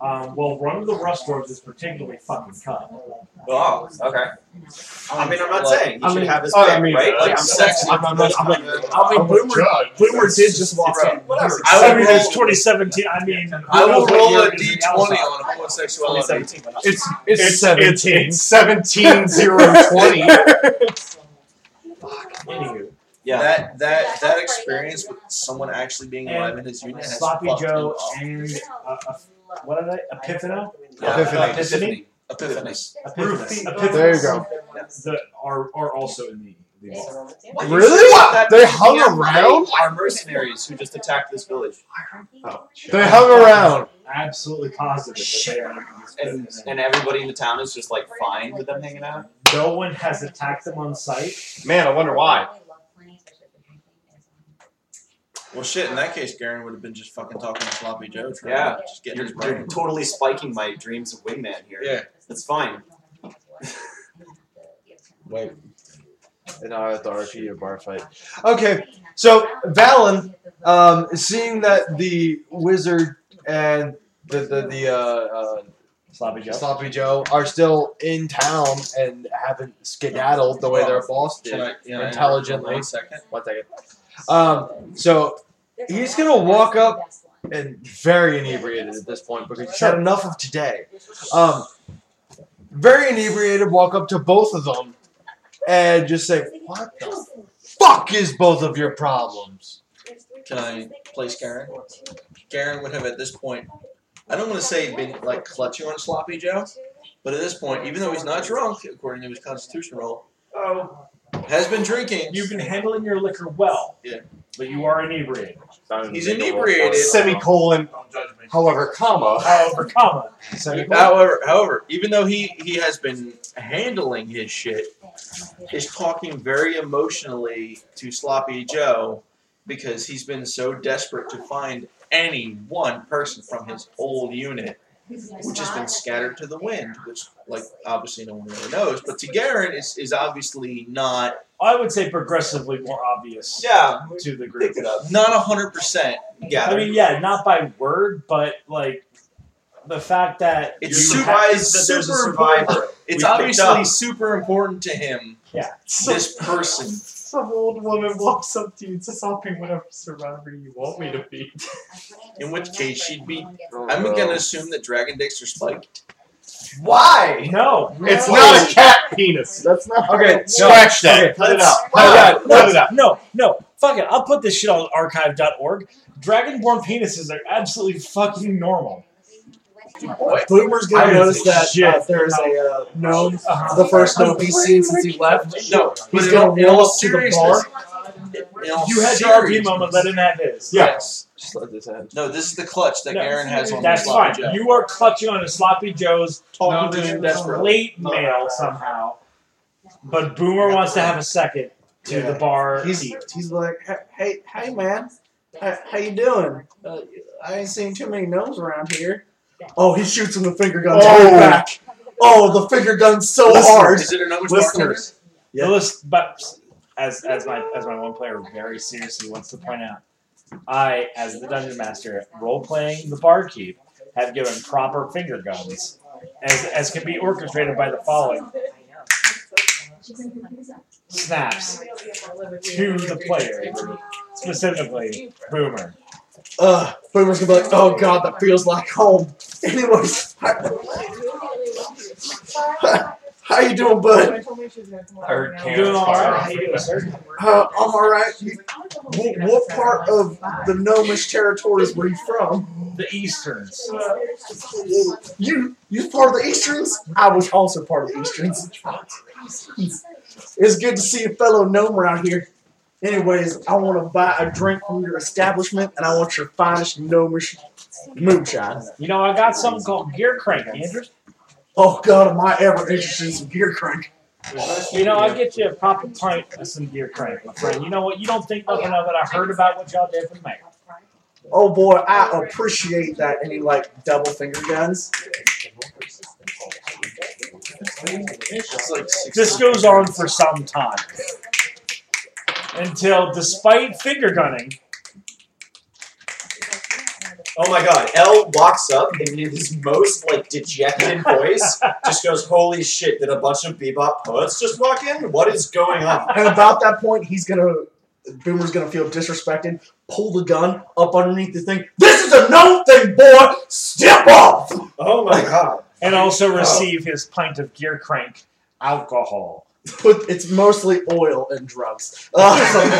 [SPEAKER 1] Um, well, one of the rust dwarves is particularly fucking Um, cut.
[SPEAKER 6] Oh, okay. I mean, I'm not saying he
[SPEAKER 8] I
[SPEAKER 6] should
[SPEAKER 8] mean-
[SPEAKER 6] have his
[SPEAKER 3] I
[SPEAKER 6] pick,
[SPEAKER 3] mean,
[SPEAKER 6] right?
[SPEAKER 3] uh,
[SPEAKER 6] Like, I'm
[SPEAKER 4] sex-
[SPEAKER 6] sexy.
[SPEAKER 8] I'm, I'm, I'm, I'm, I mean,
[SPEAKER 3] I'm a
[SPEAKER 8] Boomer,
[SPEAKER 3] judge.
[SPEAKER 8] Boomer did just walk in.
[SPEAKER 6] Whatever.
[SPEAKER 1] I mean,
[SPEAKER 6] would roll-
[SPEAKER 1] it's 2017. I mean,
[SPEAKER 4] I will
[SPEAKER 1] who knows what
[SPEAKER 4] roll
[SPEAKER 1] year
[SPEAKER 4] a
[SPEAKER 1] it is in
[SPEAKER 4] d20
[SPEAKER 1] Yellowstone.
[SPEAKER 4] on homosexuality.
[SPEAKER 2] It's
[SPEAKER 3] It's,
[SPEAKER 2] it's seventeen.
[SPEAKER 3] It's, it's 17 0
[SPEAKER 8] [LAUGHS]
[SPEAKER 3] 20.
[SPEAKER 1] Anywho,
[SPEAKER 6] Yeah.
[SPEAKER 4] That that that experience with someone actually being alive in his unit has
[SPEAKER 1] Sloppy
[SPEAKER 4] fucked
[SPEAKER 1] Joe
[SPEAKER 4] him
[SPEAKER 1] and uh, uh, what are they? Epiphano?
[SPEAKER 4] up.
[SPEAKER 2] Epiphany.
[SPEAKER 1] Epiphany.
[SPEAKER 4] Epiphany.
[SPEAKER 1] Epiphanes.
[SPEAKER 2] There you go.
[SPEAKER 1] Epiphanes That are, are also in the. the vault.
[SPEAKER 6] What?
[SPEAKER 2] Really?
[SPEAKER 6] What? That-
[SPEAKER 2] They hung
[SPEAKER 6] yeah,
[SPEAKER 2] around?
[SPEAKER 6] they Are mercenaries who just attacked this village
[SPEAKER 2] [LAUGHS] They hung around.
[SPEAKER 1] Absolutely positive that they are. in
[SPEAKER 6] and
[SPEAKER 1] this business.
[SPEAKER 6] and everybody in the town is just like fine with them hanging out.
[SPEAKER 1] No one has attacked them on sight.
[SPEAKER 10] Man, I wonder why.
[SPEAKER 4] Well, shit. In that case, Garen would have been just fucking talking to Sloppy Joe. trying
[SPEAKER 6] Yeah.
[SPEAKER 4] to Just getting
[SPEAKER 6] You're,
[SPEAKER 4] his
[SPEAKER 6] you're
[SPEAKER 4] brain.
[SPEAKER 6] totally spiking my dreams of wingman here.
[SPEAKER 4] Yeah.
[SPEAKER 6] It's fine.
[SPEAKER 2] Wait. In our authority of bar fight. Okay, so Valen, um, seeing that the wizard and the the, the uh,
[SPEAKER 1] Sloppy
[SPEAKER 2] uh,
[SPEAKER 1] Joe.
[SPEAKER 2] sloppy Joe are still in town and haven't skedaddled the way their boss
[SPEAKER 4] Can
[SPEAKER 2] did.
[SPEAKER 4] I, can I interrupt
[SPEAKER 2] Intelligently.
[SPEAKER 4] for One second.
[SPEAKER 2] One second. Um, so He's gonna walk up- and very inebriated at this point because he's had enough of today. Um, very inebriated, walk up to both of them and just say, "What the fuck is both of your problems?"
[SPEAKER 4] Can I place Garen? Garen would have at this point. I don't want to say been like clutching on Sloppy Joe, but at this point, even though he's not drunk according to his constitution roll,
[SPEAKER 1] Oh,
[SPEAKER 4] has been drinking.
[SPEAKER 1] you've been handling your liquor well.
[SPEAKER 4] Yeah.
[SPEAKER 1] But you are inebriated.
[SPEAKER 4] He's inebriated.
[SPEAKER 3] Semicolon. However, comma.
[SPEAKER 1] However, comma.
[SPEAKER 4] However, however, even though he he has been handling his shit, is talking very emotionally to Sloppy Joe because he's been so desperate to find any one person from his old unit, which has been scattered to the wind. Which, like, obviously no one really knows. But to Garen is is obviously not
[SPEAKER 1] I would say progressively more obvious.
[SPEAKER 4] Yeah,
[SPEAKER 1] to the group.
[SPEAKER 4] not hundred percent.
[SPEAKER 1] I mean, yeah, not by word, but like the fact that
[SPEAKER 4] It's
[SPEAKER 1] you
[SPEAKER 4] super,
[SPEAKER 1] have-
[SPEAKER 4] it's
[SPEAKER 1] that
[SPEAKER 4] super
[SPEAKER 1] there's a survivor.
[SPEAKER 4] important. It's
[SPEAKER 1] We picked
[SPEAKER 4] obviously
[SPEAKER 1] up.
[SPEAKER 4] super important to him.
[SPEAKER 1] Yeah.
[SPEAKER 4] [LAUGHS] This person.
[SPEAKER 10] Some old woman walks up to you and says, I'll be whatever survivor you want me to be.
[SPEAKER 4] In which case she'd be
[SPEAKER 10] Oh,
[SPEAKER 4] I'm
[SPEAKER 10] no.
[SPEAKER 4] gonna assume that dragon dicks are spiked.
[SPEAKER 6] [LAUGHS] Why?
[SPEAKER 1] No.
[SPEAKER 2] It's not a cat [LAUGHS] penis. That's not. Okay, scratch that. Cut it out.
[SPEAKER 4] [LAUGHS]
[SPEAKER 2] Cut it out. Cut it out.
[SPEAKER 1] No, no. Fuck it. I'll put this shit on archive.org. Dragonborn penises are absolutely fucking normal.
[SPEAKER 8] Boomer's
[SPEAKER 1] I
[SPEAKER 8] gonna notice
[SPEAKER 1] don't
[SPEAKER 8] that
[SPEAKER 1] shit.
[SPEAKER 8] uh, there is a uh, gnome,
[SPEAKER 1] Uh-huh.
[SPEAKER 8] the first gnome he's seen since he left.
[SPEAKER 4] No, but
[SPEAKER 8] he's
[SPEAKER 4] in
[SPEAKER 8] gonna
[SPEAKER 4] all- in
[SPEAKER 8] roll
[SPEAKER 4] all
[SPEAKER 8] up to the
[SPEAKER 4] seriousness-
[SPEAKER 8] bar.
[SPEAKER 4] in all
[SPEAKER 1] You had your RP
[SPEAKER 4] seriousness-
[SPEAKER 1] moment. Let him have his.
[SPEAKER 3] Yes. Just let this end.
[SPEAKER 4] No, this is the clutch that
[SPEAKER 1] No,
[SPEAKER 4] Garen has on
[SPEAKER 1] That's
[SPEAKER 4] the sloppy
[SPEAKER 1] fine.
[SPEAKER 4] Joe.
[SPEAKER 1] You are clutching on a sloppy Joe's
[SPEAKER 4] Talking to
[SPEAKER 1] no,
[SPEAKER 4] him desperately.
[SPEAKER 1] late mail somehow. But Boomer wants to have a second to
[SPEAKER 8] Yeah.
[SPEAKER 1] the bar.
[SPEAKER 8] He's
[SPEAKER 1] seat.
[SPEAKER 8] he's like, hey hey man, how, how you doing? Uh, I ain't seen too many gnomes around here. Oh, he shoots him the finger gun.
[SPEAKER 17] Oh.
[SPEAKER 8] Oh. back. Oh, the finger gun's so
[SPEAKER 1] Listeners.
[SPEAKER 8] hard.
[SPEAKER 4] Is it a numbers
[SPEAKER 8] Listeners,
[SPEAKER 1] Yeah. but as as my as my one player very seriously wants to point out, I as the dungeon master role playing the barkeep have given proper finger guns, as as can be orchestrated by the
[SPEAKER 7] [LAUGHS]
[SPEAKER 1] following snaps to the player specifically Boomer.
[SPEAKER 8] uh, Boomer's gonna be like, oh god, that feels like home. [LAUGHS] Anyways, how you doing, bud?
[SPEAKER 10] I heard
[SPEAKER 8] Karen Uh, I'm all right. You- wh- what part of the gnomish territories were you from?
[SPEAKER 1] The Easterns.
[SPEAKER 8] You you part of the Easterns? I was also part of the Easterns. It's good to see a fellow gnome around here. Anyways, I want to buy a drink from your establishment, and I want your finest gnomish moonshine.
[SPEAKER 1] You know, I got something called gear crank, Andrew.
[SPEAKER 8] Oh God, am I ever interested in some gear crank?
[SPEAKER 1] You know, I'll get you a proper pint of some gear crank, my friend. You know what? You don't think nothing of it. I heard about what y'all did for me.
[SPEAKER 8] Oh boy, I appreciate that. Any like double finger guns?
[SPEAKER 1] This goes on for some time. Until, despite finger gunning,
[SPEAKER 6] Oh my god, L walks up and in his most like [LAUGHS] dejected voice just goes, Holy shit, did a bunch of bebop poets just walk in? What is going on?
[SPEAKER 8] And about that point, he's gonna Boomer's gonna feel disrespected. Pull the gun up underneath the thing. This is a known thing, boy. Step off.
[SPEAKER 6] Oh my god.
[SPEAKER 1] and also receive his pint of gear crank alcohol.
[SPEAKER 8] Put it's mostly oil
[SPEAKER 3] [LAUGHS]
[SPEAKER 8] and drugs.
[SPEAKER 1] It's a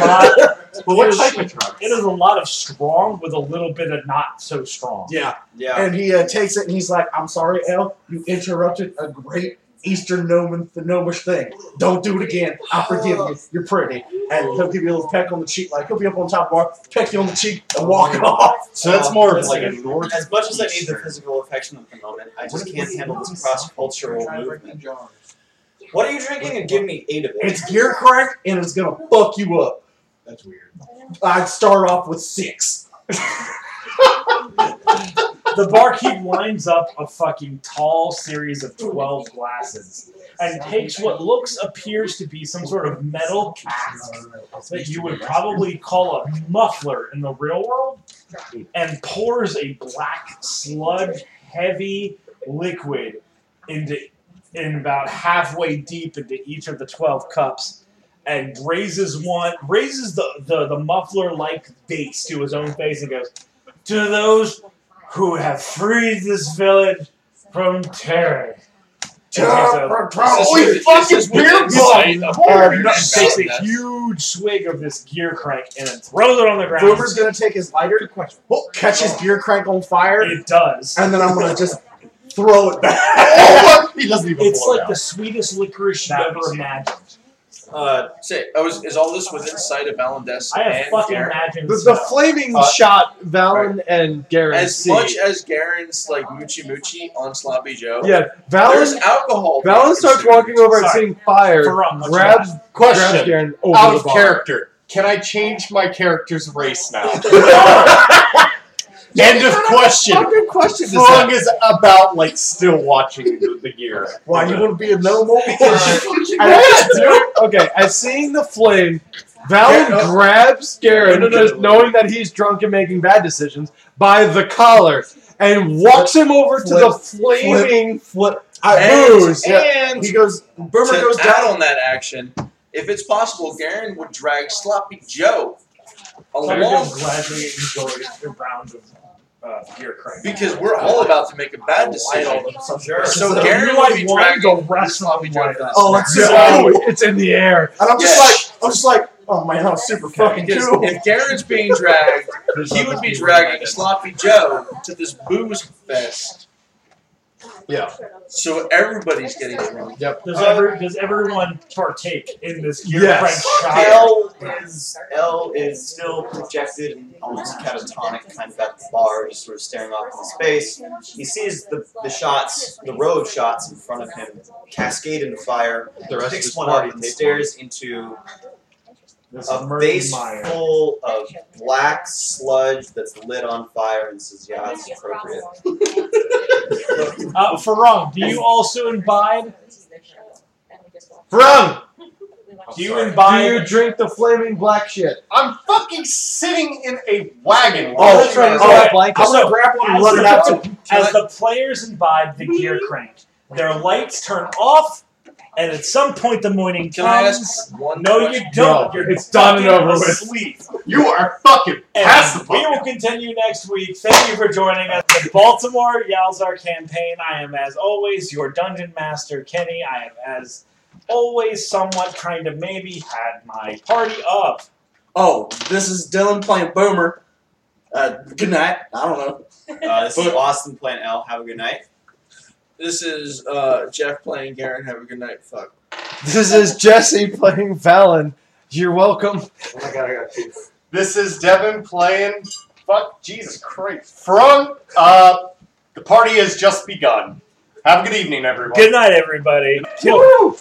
[SPEAKER 1] lot.
[SPEAKER 8] But
[SPEAKER 1] it
[SPEAKER 8] what [LAUGHS]
[SPEAKER 1] is-
[SPEAKER 8] type of
[SPEAKER 1] It is a lot of strong with a little bit of not so strong.
[SPEAKER 8] yeah.
[SPEAKER 6] Yeah.
[SPEAKER 8] And he uh, takes it and he's like, "I'm sorry, L. You interrupted a great Eastern gnomish, gnomish thing. Don't do it again. I forgive you. You're pretty." And he'll give you a little peck on the cheek, like he'll be up on top bar, peck you on the cheek, and walk off.
[SPEAKER 6] So that's more of like a north. As much as I need the physical affection at the moment, I just can't handle this cross cultural movement. What are you drinking and give me eight of it?
[SPEAKER 8] It's gear crank, and it's gonna fuck you up.
[SPEAKER 18] That's weird.
[SPEAKER 8] I'd start off
[SPEAKER 3] [LAUGHS]
[SPEAKER 8] with six.
[SPEAKER 1] The barkeep lines up a fucking tall series of 12 glasses and takes what looks, appears to be some sort of metal cask that you would probably call a muffler in the real world and pours a black, sludge, heavy liquid into in about halfway deep into each of the 12 cups and raises one raises the, the, the muffler like base to his own face and goes to those who have freed this village from terror. And takes a-
[SPEAKER 8] Holy
[SPEAKER 1] fucking
[SPEAKER 8] beer
[SPEAKER 1] Uh, no, takes a huge swig of this gear crank and then throws it on the ground.
[SPEAKER 8] Boomer's gonna take his lighter, Whoop, catch his gear crank on fire,
[SPEAKER 1] It does.
[SPEAKER 8] and then I'm gonna just throw it back.
[SPEAKER 2] He doesn't even
[SPEAKER 1] It's
[SPEAKER 2] blow it
[SPEAKER 1] like
[SPEAKER 2] out.
[SPEAKER 1] the sweetest licorice you've ever imagined.
[SPEAKER 4] Uh, say, I was, is all this within sight of Valandes?
[SPEAKER 1] I have
[SPEAKER 4] and
[SPEAKER 1] fucking
[SPEAKER 4] Garen?
[SPEAKER 1] imagined.
[SPEAKER 2] The, the flaming
[SPEAKER 4] Uh,
[SPEAKER 2] shot Valen and Garen
[SPEAKER 4] As
[SPEAKER 2] see.
[SPEAKER 4] much as Garen's like moochie moochie on Sloppy Joe.
[SPEAKER 2] yeah,
[SPEAKER 4] There's
[SPEAKER 2] Valen.
[SPEAKER 4] alcohol.
[SPEAKER 2] Valen starts walking over and
[SPEAKER 4] Sorry.
[SPEAKER 2] seeing fire.
[SPEAKER 1] Ferrum, what's
[SPEAKER 2] grabs
[SPEAKER 3] Question.
[SPEAKER 2] grabs Garen over
[SPEAKER 3] Out
[SPEAKER 2] the
[SPEAKER 3] of
[SPEAKER 2] bar.
[SPEAKER 3] character. Can I change my character's race
[SPEAKER 8] [LAUGHS]
[SPEAKER 3] now? End of question.
[SPEAKER 2] Fucking question. is
[SPEAKER 3] Frog
[SPEAKER 2] that?
[SPEAKER 3] is about like still watching the, the gear.
[SPEAKER 8] Why
[SPEAKER 2] [LAUGHS]
[SPEAKER 8] you want to be a gnome?
[SPEAKER 2] As- okay, as seeing the flame, Valen
[SPEAKER 8] oh.
[SPEAKER 2] grabs Garen,
[SPEAKER 4] No, no, no,
[SPEAKER 2] just
[SPEAKER 4] no, no.
[SPEAKER 2] knowing that he's drunk and making bad decisions, by the collar and walks him over to the flaming
[SPEAKER 8] Flip.
[SPEAKER 4] And-
[SPEAKER 2] booze.
[SPEAKER 4] And
[SPEAKER 8] He goes. Boomer
[SPEAKER 4] to
[SPEAKER 8] goes
[SPEAKER 4] add
[SPEAKER 8] down.
[SPEAKER 4] on that action, if it's possible, Garen would drag Sloppy Joe
[SPEAKER 1] Tiger
[SPEAKER 4] along
[SPEAKER 1] just gladly enjoyed the round of uh, gear crank.
[SPEAKER 4] because we're all about to make a bad decision.
[SPEAKER 1] Sure.
[SPEAKER 4] So Garen
[SPEAKER 1] like
[SPEAKER 4] would be
[SPEAKER 1] one,
[SPEAKER 4] dragging
[SPEAKER 1] the rest of
[SPEAKER 4] Sloppy Joe.
[SPEAKER 1] my
[SPEAKER 4] for this
[SPEAKER 8] Oh,
[SPEAKER 4] next
[SPEAKER 8] let's
[SPEAKER 4] round.
[SPEAKER 8] go.
[SPEAKER 2] Oh, it's in the air.
[SPEAKER 8] And I'm just
[SPEAKER 4] Yeah.
[SPEAKER 8] like, I'm just like, oh man, that was super fucking
[SPEAKER 4] Because
[SPEAKER 8] cool.
[SPEAKER 4] if Garen's
[SPEAKER 6] [LAUGHS]
[SPEAKER 4] being dragged, he would be dragging Sloppy Joe to this booze fest.
[SPEAKER 3] Yeah.
[SPEAKER 4] So everybody's getting drunk.
[SPEAKER 1] Does, every, does everyone partake in this gear
[SPEAKER 2] Yes.
[SPEAKER 1] crank shot?
[SPEAKER 6] L is L is still projected and almost catatonic, kind of at the bar, just sort of staring off into space. He sees the, the shots, the row of shots in front of him, cascade into fire.
[SPEAKER 3] The rest of
[SPEAKER 6] picks
[SPEAKER 3] his
[SPEAKER 6] one
[SPEAKER 3] party
[SPEAKER 6] up and
[SPEAKER 3] takes
[SPEAKER 6] stares into
[SPEAKER 1] This is
[SPEAKER 6] a
[SPEAKER 1] Murray
[SPEAKER 6] base
[SPEAKER 1] Meyer.
[SPEAKER 6] full of black sludge that's lit on fire and says, "Yeah, it's
[SPEAKER 10] [LAUGHS]
[SPEAKER 6] appropriate."
[SPEAKER 1] Uh, Farong, do you also imbibe?
[SPEAKER 2] From
[SPEAKER 1] Do you
[SPEAKER 6] sorry.
[SPEAKER 2] do
[SPEAKER 1] imbibe?
[SPEAKER 2] you drink the flaming black shit?
[SPEAKER 3] I'm fucking sitting in a wagon.
[SPEAKER 2] Oh, that's right.
[SPEAKER 1] all right.
[SPEAKER 2] blanket.
[SPEAKER 1] Also,
[SPEAKER 2] grab
[SPEAKER 1] as
[SPEAKER 2] run it out
[SPEAKER 1] the-
[SPEAKER 2] to
[SPEAKER 1] As the players imbibe the gear crank, their lights turn off, and at some point the morning
[SPEAKER 4] Can
[SPEAKER 8] Um,
[SPEAKER 4] I
[SPEAKER 1] comes.
[SPEAKER 4] ask one
[SPEAKER 1] No, you
[SPEAKER 4] question?
[SPEAKER 1] don't.
[SPEAKER 2] No,
[SPEAKER 1] You're
[SPEAKER 2] it's done and
[SPEAKER 1] fucking
[SPEAKER 2] over with.
[SPEAKER 1] asleep.
[SPEAKER 3] You are fucking
[SPEAKER 1] And
[SPEAKER 3] passive.
[SPEAKER 1] we will continue next week. Thank you for joining us. The Baltimore Yalzar campaign. I am, as always, your dungeon master, Kenny. I am, as always, somewhat kind of maybe had my party of.
[SPEAKER 8] Oh, this is Dylan playing Boomer. Uh, good night. I don't know.
[SPEAKER 6] Uh, this is Austin playing L. Have a good night.
[SPEAKER 4] This is uh, Jeff playing Garen. Have a good night. Fuck.
[SPEAKER 2] This is Jesse playing Valen. You're welcome.
[SPEAKER 8] Oh my god, I got two.
[SPEAKER 3] This is Devin playing. Fuck Jesus Christ. From uh, the party has just begun. Have a good evening, everyone.
[SPEAKER 1] Good night, everybody.
[SPEAKER 2] Woo!